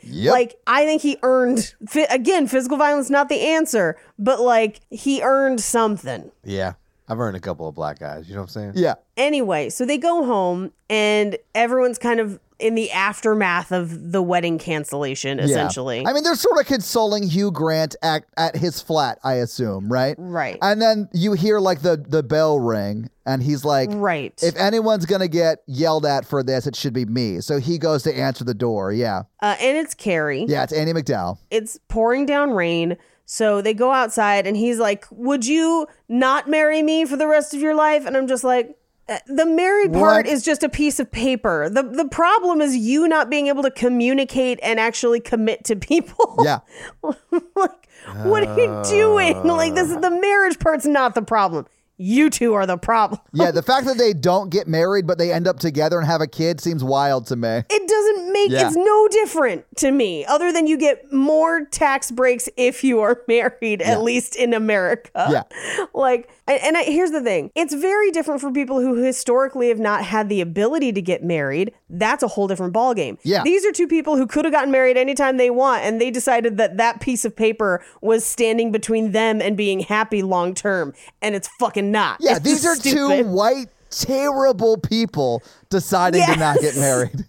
E: Yep.
C: Like, I think he earned, fi- again, physical violence, not the answer, but like he earned something.
D: yeah. I've earned a couple of black eyes. You know what I'm saying?
E: yeah.
C: Anyway, so they go home and everyone's kind of in the aftermath of the wedding cancellation, essentially.
E: Yeah. I mean, they're sort of consoling Hugh Grant at, at his flat, I assume, right?
C: Right.
E: And then you hear like the, the bell ring, and he's like,
C: right.
E: If anyone's going to get yelled at for this, it should be me. So he goes to answer the door. Yeah.
C: uh, and it's Carrie.
E: Yeah, it's Annie McDowell.
C: It's pouring down rain. So they go outside and he's like, Would you not marry me for the rest of your life? And I'm just like, uh, the married
E: What?
C: part is just a piece of paper. The the problem is you not being able to communicate and actually commit to people. *laughs*
E: Yeah. Uh.
C: like, what are you doing? Like, this is the marriage part's not the problem. You two are the problem.
E: Yeah, the fact that they don't get married, but they end up together and have a kid seems wild to me.
C: It doesn't make
E: Yeah.
C: it's no different to me, other than you get more tax breaks if you are *laughs* married, at least in America.
E: Yeah.
C: *laughs* Like, and, and I, here's the thing it's very different for people who historically have not had the ability to get married. That's a whole different ballgame.
E: Yeah.
C: These are two people who could have gotten married anytime they want, and they decided that that piece of paper was standing between them and being happy long term, and it's fucking not.
E: Yeah,
C: It's
E: these are
C: stupid.
E: two white, terrible people deciding to not get
C: Yes.
E: married.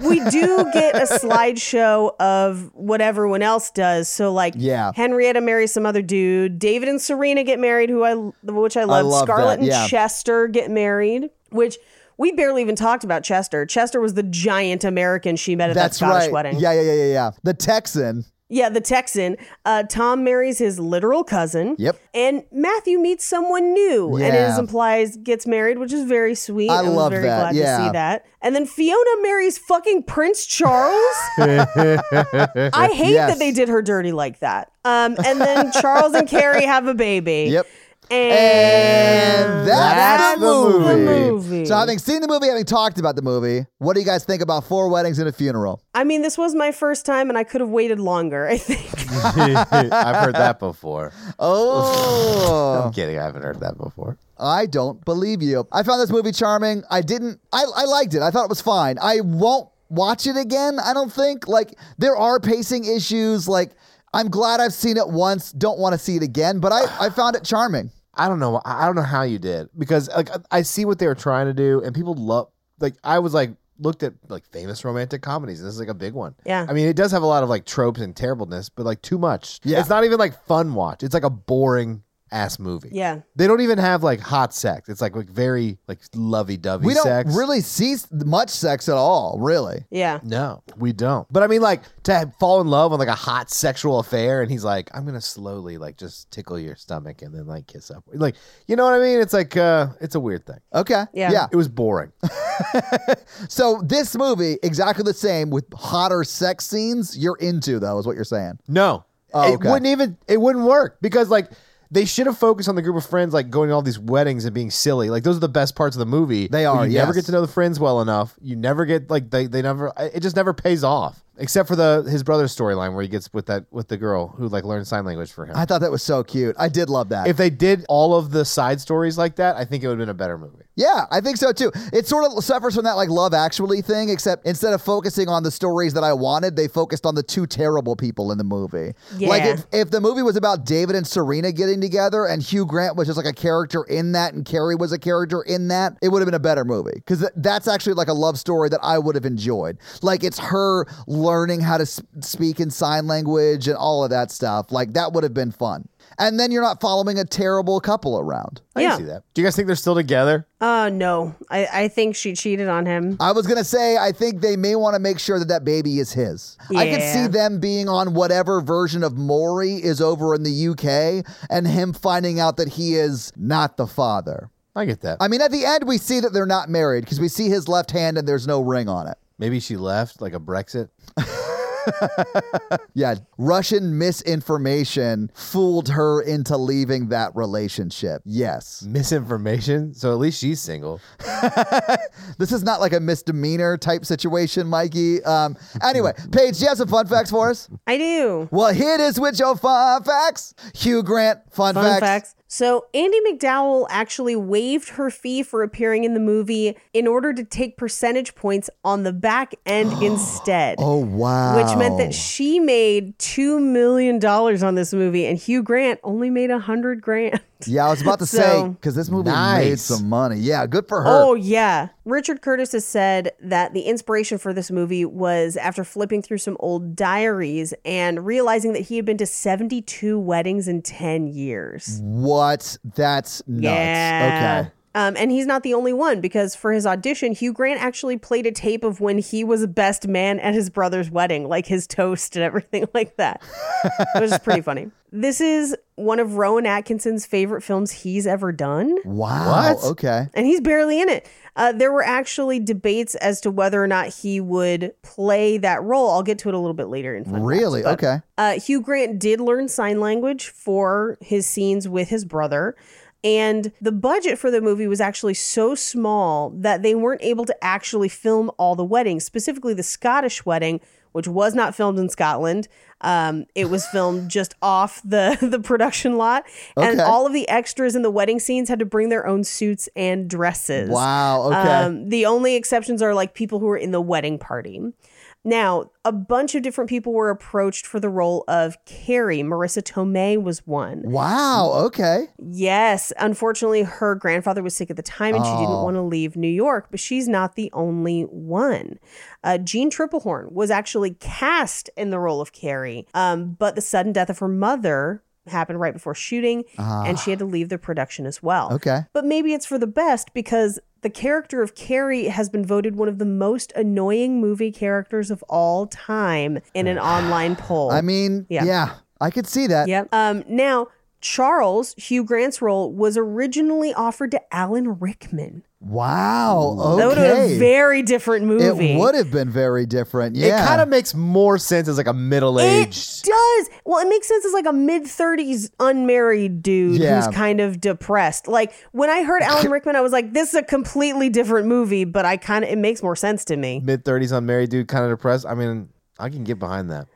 C: we do get a slideshow of what everyone else does. So like
E: Yeah.
C: Henrietta marries some other dude. David and Serena get married, who I which I love.
E: love
C: Scarlett
E: that,
C: and
E: yeah.
C: Chester get married, which we barely even talked about Chester. Chester was the giant American she met at
E: That's
C: that Scottish
E: right.
C: wedding.
E: Yeah, yeah, yeah, yeah, yeah. The Texan.
C: Yeah, the Texan. Uh, Tom marries his literal cousin.
E: Yep.
C: And Matthew meets someone new and
E: Yeah.
C: it is implies gets married, which is very sweet.
E: I
C: was
E: love
C: very
E: that,
C: glad to
E: yeah.
C: see that. And then Fiona marries fucking
E: *laughs*
C: Prince Charles. I hate
E: Yes.
C: that they did her dirty like that. Um, and then Charles and Carrie have a baby.
E: Yep.
C: And,
E: And
D: That's
E: that's, the,
D: the
E: movie.
C: movie.
E: So, having seen the movie, having talked about the movie, what do you guys think about four weddings and a funeral?
C: I mean, this was my first time and I could have waited longer,
E: *laughs*
C: I think.
D: I've heard that before. I'm
E: Oh,
D: kidding. I haven't heard that before.
E: *laughs* I don't believe you. I found this movie charming. I didn't. I, I liked it. I thought it was fine. I won't watch it again. I don't think. Like there are pacing issues. Like I'm glad I've seen it once. Don't want to see it again. But I I found it charming.
D: I don't know. I I don't know how you did because like I- I see what they were trying to do, and people love. Like I was like looked at like famous romantic comedies, and this is like a big one.
C: Yeah.
D: I mean, it does have a lot of like tropes and terribleness, but like too much.
E: Yeah.
D: It's not even like fun watch. It's like a boring ass movie.
C: Yeah.
D: They don't even have like hot sex. It's like, like very like lovey dovey
E: We don't
D: sex.
E: really see s- much sex at all, really.
C: Yeah.
D: No, we don't. But I mean, like to fall in love with like a hot sexual affair, and he's like, "I'm gonna slowly like just tickle your stomach and then like kiss up." Like, you know what I mean? It's like, uh, it's a weird thing.
E: Okay.
C: Yeah.
E: yeah.
D: It was boring. *laughs*
E: So this movie, exactly the same with hotter sex scenes, you're into though, is what you're saying.
D: No,
E: Oh,
D: it
E: okay.
D: wouldn't even it wouldn't work because like they should have focused on the group of friends like going to all these weddings and being silly. Like those are the best parts of the movie.
E: They
D: but
E: are,
D: You never
E: yes.
D: get to know the friends well enough. You never get like they they never. It just never pays off. Except for the his brother's storyline where he gets with that with the girl who like learned sign language for him.
E: I thought that was so cute. I did love that.
D: if they did all of the side stories like that, I think it would have been a better movie.
E: yeah, I think so too. It sort of suffers from that like love actually thing, except instead of focusing on the stories that I wanted, they focused on the two terrible people in the movie. Like
C: Yeah.
E: if, if the movie was about David and Serena getting together and Hugh Grant was just like a character in that and Carrie was a character in that, it would have been a better movie because th- that's actually like a love story that I would have enjoyed. Like it's her learning how to s- speak in sign language and all of that stuff. Like that would have been fun. And then you're not following a terrible couple around.
D: I
C: Yeah.
D: can see that. Do you guys think they're still together?
C: Uh, no. I, I think she cheated on him.
E: I was gonna say, I think they may want to make sure that that baby is his. I could
C: Yeah.
E: see them being on whatever version of Maury is over in the UK, and him finding out that he is not the father.
D: I get that.
E: I mean, at the end, we see that they're not married because we see his left hand and there's no ring on it.
D: Maybe she left like a Brexit.
E: *laughs* Yeah, Russian misinformation fooled her into leaving that relationship. Yes.
D: Misinformation. So at least she's single.
E: This is not like a misdemeanor type situation, Mikey. Um, anyway, Paige, do you have some fun facts for us?
C: I do.
E: Well, here it is with your fun facts. Hugh Grant, fun,
C: Fun facts. So Andy McDowell actually waived her fee for appearing in the movie in order to take percentage points on the back
E: *gasps*
C: end instead.
E: Oh, wow.
C: Which meant that she made two million dollars on this movie, and Hugh Grant only made a hundred grand.
E: *laughs* yeah, I was about to
C: So-
E: say, because this movie made
D: Nice.
E: some money. Yeah, good for her.
C: Oh yeah. Richard Curtis has said that the inspiration for this movie was after flipping through some old diaries and realizing that he had been to 72 weddings in 10 years.
E: What? That's nuts.
C: Yeah.
E: Okay.
C: Um, and he's not the only one because for his audition, Hugh Grant actually played a tape of when he was best man at his brother's wedding, like his toast and everything *laughs* like that, which is pretty funny. This is one of Rowan Atkinson's favorite films he's ever done
E: Wow.
D: What?
E: Okay.
C: and he's barely in it. Uh, there were actually debates as to whether or not he would play that role. I'll get to it a little bit later. In fun
E: Really?
C: facts, but,
E: Okay.
C: Uh, Hugh Grant did learn sign language for his scenes with his brother. And the budget for the movie was actually so small that they weren't able to actually film all the weddings, specifically the Scottish wedding, which was not filmed in Scotland. Um, it was filmed *laughs* just off the, the production lot. And
E: Okay.
C: all of the extras in the wedding scenes had to bring their own suits and dresses.
E: Wow. Okay.
C: Um, the only exceptions are like people who are in the wedding party. Now, a bunch of different people were approached for the role of Carrie. Marissa Tomei was one.
E: wow. Okay.
C: Yes, unfortunately, her grandfather was sick at the time and she didn't
E: Oh.
C: want to leave New York, but she's not the only one. Uh, Jean Triplehorn was actually cast in the role of Carrie, um, but the sudden death of her mother happened right before shooting and she had to leave the production as well.
E: Ah. Okay.
C: But maybe it's for the best because the character of Carrie has been voted one of the most annoying movie characters of all time
E: *sighs*
C: in an online poll.
E: I mean,
C: Yeah.
E: yeah. I could see that.
C: yep. Um, now, Charles, Hugh Grant's role, was originally offered to Alan Rickman.
E: Wow. Okay.
C: That would have been a very different movie.
E: It would have been very different. Yeah.
D: It kind of makes more sense as like a middle
C: It
D: aged.
C: does. Well, it makes sense as like a mid 30s unmarried dude
E: Yeah.
C: who's kind of depressed. Like when I heard Alan Rickman, I was like, this is a completely different movie, but I kind of, it makes more sense to me.
D: Mid thirties unmarried dude, kind of depressed. I mean, I can get behind that.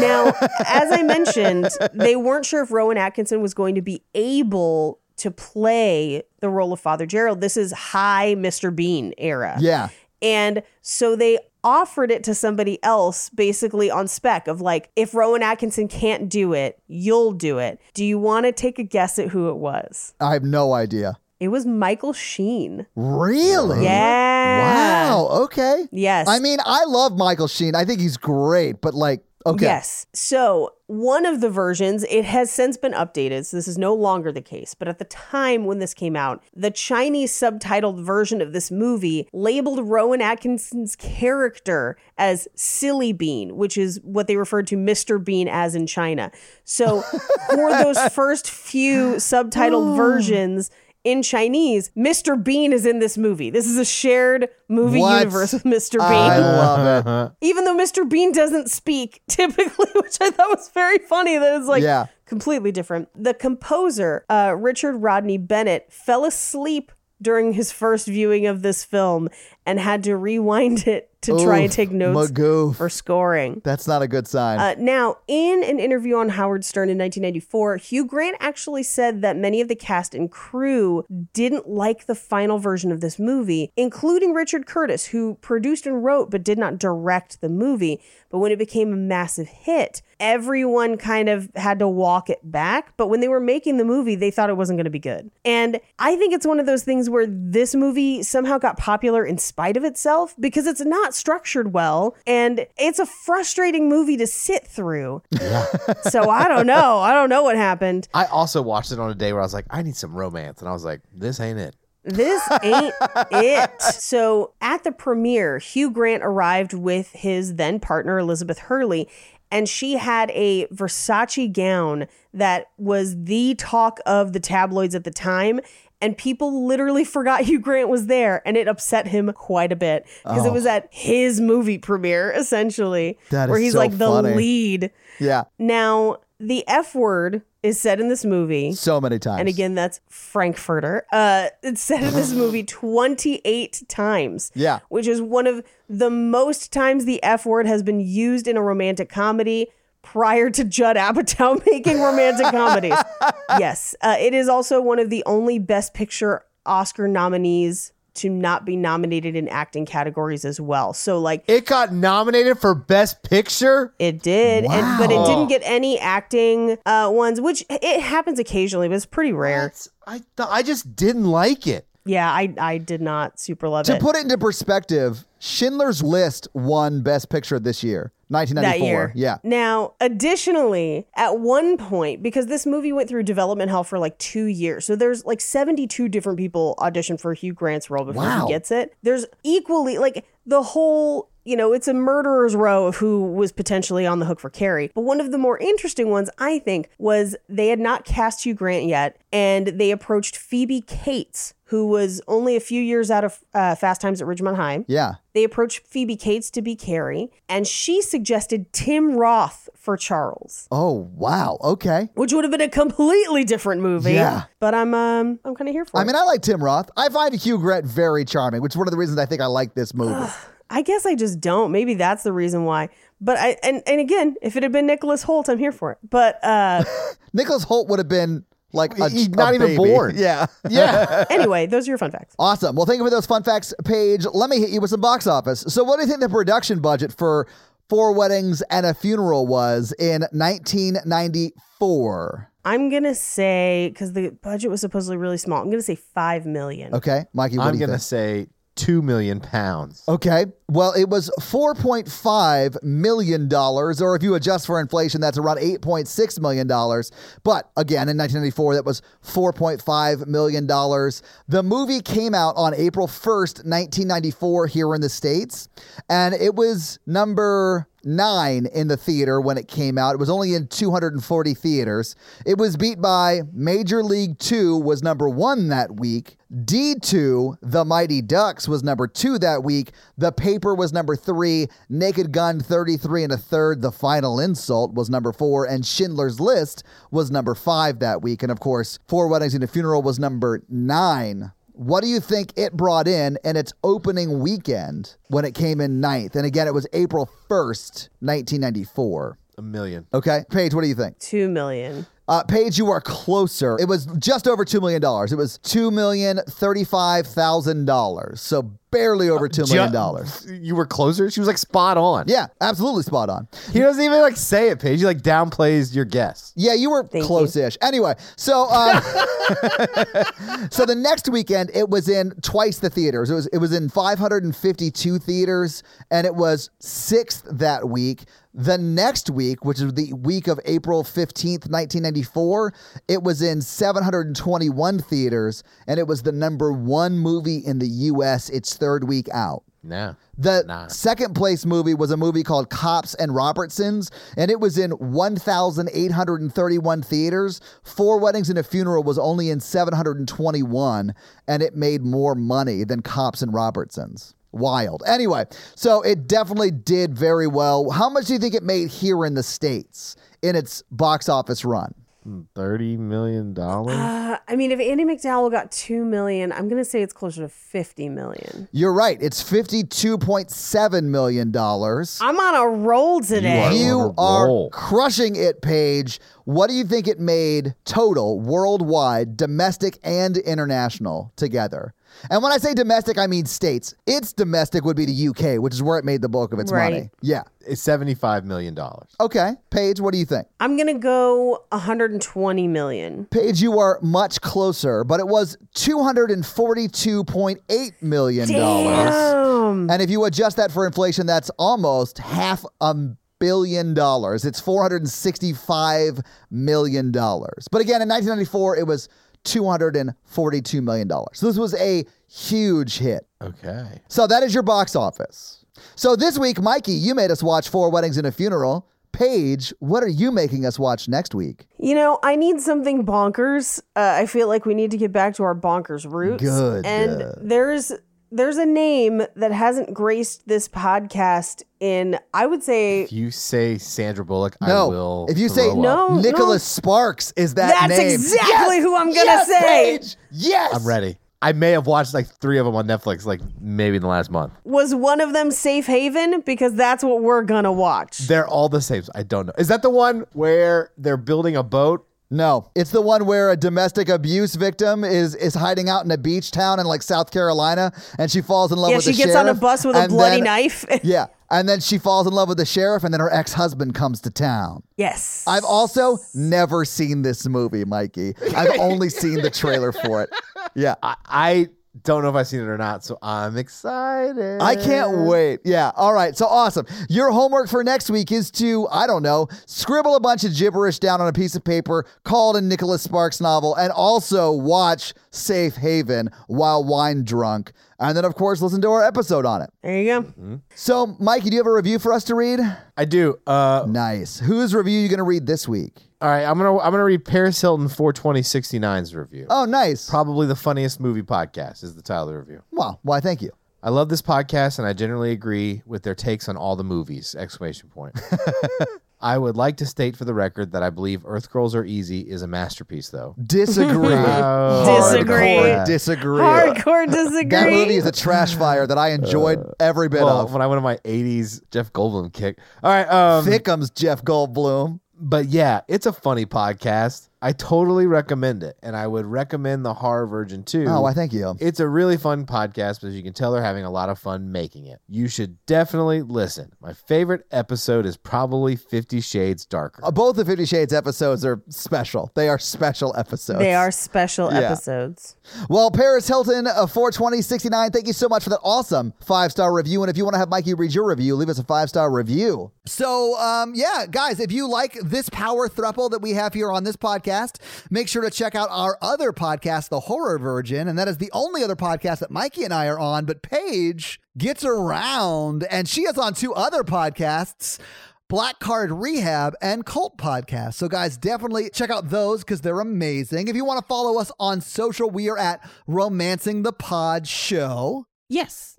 C: Now, as I mentioned, they weren't sure if Rowan Atkinson was going to be able to play the role of Father Gerald. This is high Mr. Bean era.
E: yeah.
C: And so they offered it to somebody else basically on spec of like, if Rowan Atkinson can't do it, you'll do it. Do you want to take a guess at who it was?
E: I have no idea.
C: It was Michael Sheen.
E: Really?
C: Yeah.
E: Wow. Okay.
C: Yes.
E: I mean, I love Michael Sheen. I think he's great, but like, Okay.
C: Yes. So, one of the versions, it has since been updated. So, this is no longer the case. But at the time when this came out, the Chinese subtitled version of this movie labeled Rowan Atkinson's character as Silly Bean, which is what they referred to Mr. Bean as in China.
E: *laughs*
C: So, for those first few
E: Oh.
C: subtitled versions, in Chinese, Mr. Bean is in this movie. This is a shared movie
E: What?
C: universe with Mr. Bean *laughs*
E: I love it.
C: even though Mr. Bean doesn't speak *laughs* typically, which I thought was very funny. That it's like
E: Yeah.
C: completely different. The composer, uh, Richard Rodney Bennett, fell asleep during his first viewing of this film and had to rewind it to try and
E: Oof,
C: take notes
E: Magoof.
C: for scoring.
E: That's not a good sign.
C: Uh, now, in an interview on Howard Stern in 1994, Hugh Grant actually said that many of the cast and crew didn't like the final version of this movie, including Richard Curtis, who produced and wrote but did not direct the movie. But when it became a massive hit, everyone kind of had to walk it back. But when they were making the movie, they thought it wasn't going to be good. And I think it's one of those things where this movie somehow got popular in spite of itself because it's not structured well. And it's a frustrating movie to sit through. so I don't know. I don't know what happened.
D: I also watched it on a day where I was like, I need some romance, and I was like, this ain't it.
C: This ain't it. So at the premiere, Hugh Grant arrived with his then partner, Elizabeth Hurley, and she had a Versace gown that was the talk of the tabloids at the time. And people literally *laughs* forgot Hugh Grant was there, and it upset him quite a bit because it was at his movie premiere, essentially,
E: Oh. That is
C: where he's
E: so
C: like
E: funny.
C: the lead.
E: yeah.
C: Now, the F word is said in this movie.
E: So many times.
C: And again, that's Frankfurter. Uh, it's said in
D: *laughs*
C: this movie 28 times.
E: Yeah.
C: Which is one of the most times the F word has been used in a romantic comedy prior to Judd Apatow *laughs* making
D: *laughs*
C: romantic comedies. Yes. Uh, it is also one of the only Best Picture Oscar nominees to not be nominated in acting categories as well. So, like,
D: It got nominated for Best Picture.
C: it did, and, but it
D: Wow.
C: didn't get any acting uh, ones, which it happens occasionally, but it's pretty rare.
D: That's- I th- I just didn't like it.
C: Yeah, I I did not super love
E: to
C: it.
E: put it into perspective, Schindler's List won Best Picture this year, 1994. Yeah.
C: Now, additionally, at one point, because this movie went through development hell for like two years, so there's like 72 different people audition for Hugh Grant's role before
E: Wow.
C: he gets it. There's equally like the whole. You know, it's a murderer's row of who was potentially on the hook for Carrie. But one of the more interesting ones, I think, was they had not cast Hugh Grant yet, and they approached Phoebe Cates, who was only a few years out of uh, Fast Times at Ridgemont High.
E: Yeah.
C: They approached Phoebe Cates to be Carrie, and she suggested Tim Roth for Charles,
E: Oh, wow. Okay.
C: which would have been a completely different movie.
E: Yeah.
C: But I'm um I'm kind of here for
E: I
C: it.
E: mean, I like Tim Roth. I find Hugh Grant very charming, which is one of the reasons I think I like this movie.
C: I guess I just don't. Maybe that's the reason why. But I and and again, if it had been Nicholas Holt, I'm here for it. But uh
E: Nicholas Holt would have been like a,
D: He's
E: a
D: not even
E: baby.
D: born.
E: *laughs*
D: *laughs*
E: Yeah. Yeah.
C: anyway, those are your fun facts.
E: *laughs* awesome. Well, thank you for those fun facts, Paige. Let me hit you with some box office. So, what do you think the production budget for Four Weddings and a Funeral was in 1994?
C: I'm gonna say because the budget was supposedly really small. I'm gonna say five million.
E: Okay. Mikey, what
D: I'm
E: do you
D: gonna say
E: think?
D: two million pounds.
E: Okay. Well, it was $4.5 million, or if you adjust for inflation, that's around $8.6 million. But again, in 1994, that was $4.5 million. The movie came out on April 1st, 1994, here in the States, and it was number nine in the theater when it came out. It was only in 240 theaters. It was beat by Major League Two was number one that week. D2, The Mighty Ducks was number two that week. The Paper was number three. Naked Gun 33 and a third. The Final Insult was number four. And Schindler's List was number five that week. And of course, Four Weddings and a Funeral was number nine. What do you think it brought in in its opening weekend when it came in ninth? And again, it was April 1st, 1994.
D: A million.
E: Okay. Paige, what do you think?
C: Two million.
E: Uh, Paige, you are closer. It was just over $2 million. It was $2,035,000. So barely over two million dollars.
D: You were closer. She was like spot on.
E: Yeah, absolutely spot on.
D: He doesn't even like say it, Paige. He like downplays your guess.
E: Yeah, you were
C: Thank
E: close-ish. Anyway, so um, so the next weekend it was in twice the theaters. It was it was in 552 theaters, and it was sixth that week. The next week, which is the week of April 15th, 1994, it was in 721 theaters, and it was the number one movie in the U.S. its third week out.
D: No.
E: The
D: Nah.
E: second place movie was a movie called Cops and Robertsons, and it was in 1,831 theaters. Four Weddings and a Funeral was only in 721, and it made more money than Cops and Robertsons. Wild. Anyway, so it definitely did very well. How much do you think it made here in the States in its box office run?
D: Thirty million dollars.
C: Uh, I mean, if Andy McDowell got two million, I'm gonna say it's closer to fifty million.
E: You're right. It's $52.7 million.
C: I'm on a roll today.
D: are.
E: You
D: on a
E: are
D: roll.
E: crushing it, Paige. What do you think it made total, worldwide, domestic and international together? And when I say domestic, I mean states. Its domestic would be the UK, which is where it made the bulk of its
C: Right.
E: money. Yeah.
D: It's seventy-five million dollars.
E: Okay. Paige, what do you think?
C: I'm gonna go 120 million.
E: Paige, you are much closer, but it was $242.8 million.
C: Damn.
E: And if you adjust that for inflation, that's almost half a billion dollars. It's $465 million. But again, in 1994, it was $242 million. So this was a huge hit.
D: Okay.
E: So that is your box office. So this week, Mikey, you made us watch Four Weddings and a Funeral. Paige, what are you making us watch next week?
C: You know, I need something bonkers. Uh, I feel like we need to get back to our bonkers roots.
E: Good.
C: And there's there's a name that hasn't graced this podcast in I would say
D: If you say Sandra Bullock,
E: No.
D: I will.
E: If you say
D: throw up.
C: No, no.
E: Nicholas Sparks is that
C: that's
E: name.
C: exactly who I'm gonna say.
E: Paige! Yes.
D: I'm ready. I may have watched like three of them on Netflix, like maybe in the last month.
C: Was one of them Safe Haven? Because that's what we're gonna watch.
D: They're all the same. I don't know. Is that the one where they're building a boat?
E: No, it's the one where a domestic abuse victim is is hiding out in a beach town in like South Carolina, and she falls in love
C: yeah,
E: with
C: she
E: the
C: gets on a
E: sheriff,
C: bus with a
E: and
C: bloody
E: then-
C: knife. *laughs*
E: Yeah, and then she falls in love with the sheriff, and then her ex husband comes to town.
C: yes.
E: I've also never seen this movie, Mikey. I've only seen the trailer for it. Yeah.
D: I, I don't know if I've seen it or not, so I'm excited.
E: I
C: Uh-huh.
E: can't wait. Yeah. All right. So awesome. Your homework for next week is to, I don't know, scribble a bunch of gibberish down on a piece of paper, call it a Nicholas Sparks novel, and also watch Safe Haven while wine drunk. And then, of course, listen to our episode on it.
C: there you go.
E: So, Mikey, do you have a review for us to read?
D: I do. Uh,
E: Nice. Whose review are you going to read this week?
D: all right, I'm gonna I'm gonna read Paris Hilton 42069's review.
E: Oh, nice.
D: Probably the funniest movie podcast is the title of the review.
E: Wow. Why, thank you.
D: I love this podcast and I generally agree with their takes on all the movies. Exclamation point. I would like to state for the record that I believe Earth Girls Are Easy is a masterpiece though. *laughs*
E: Disagree.
D: Oh,
C: Disagree.
E: Hardcore disagree. *laughs*
C: Hardcore
E: That movie
C: disagree.
E: is a trash fire that I enjoyed every bit
D: Well,
E: of.
D: when I went on my 80s Jeff Goldblum kick. All right, um
E: Thickums Jeff Goldblum.
D: but yeah, it's a funny podcast. I totally recommend it and I would recommend The Horror Virgin too.
E: Oh, I thank you.
D: It's a really fun podcast, but as you can tell, they're having a lot of fun making it. You should definitely listen. My favorite episode is probably Fifty Shades Darker.
E: Uh, Both the Fifty Shades episodes are special. They are special episodes.
C: They are special
E: Yeah.
C: episodes.
E: Well, Paris Hilton uh, of 42069, thank you so much for that awesome five star review. And if you want to have Mikey read your review, leave us a five star review. So, um, yeah, guys, if you like this power thruple that we have here on this podcast, make sure to check out our other podcast, The Horror Virgin. And that is the only other podcast that Mikey and I are on. But Paige gets around, and she is on two other podcasts. Black Card Rehab and Cult Podcast. So, guys, definitely check out those because they're amazing. If you want to follow us on social, we are at Romancing the Pod Show
F: Yes.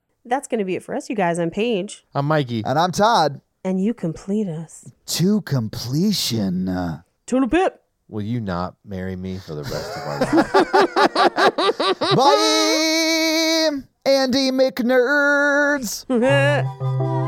C: That's going to be it for us, you guys. I'm Paige,
D: I'm Mikey.
E: And I'm Todd.
C: and you complete us.
E: To completion.
C: Tuna *laughs* pip.
D: Will you not marry me for the rest of our life?
E: Bye, Andy McNerds.
C: Heh.
B: Ooh,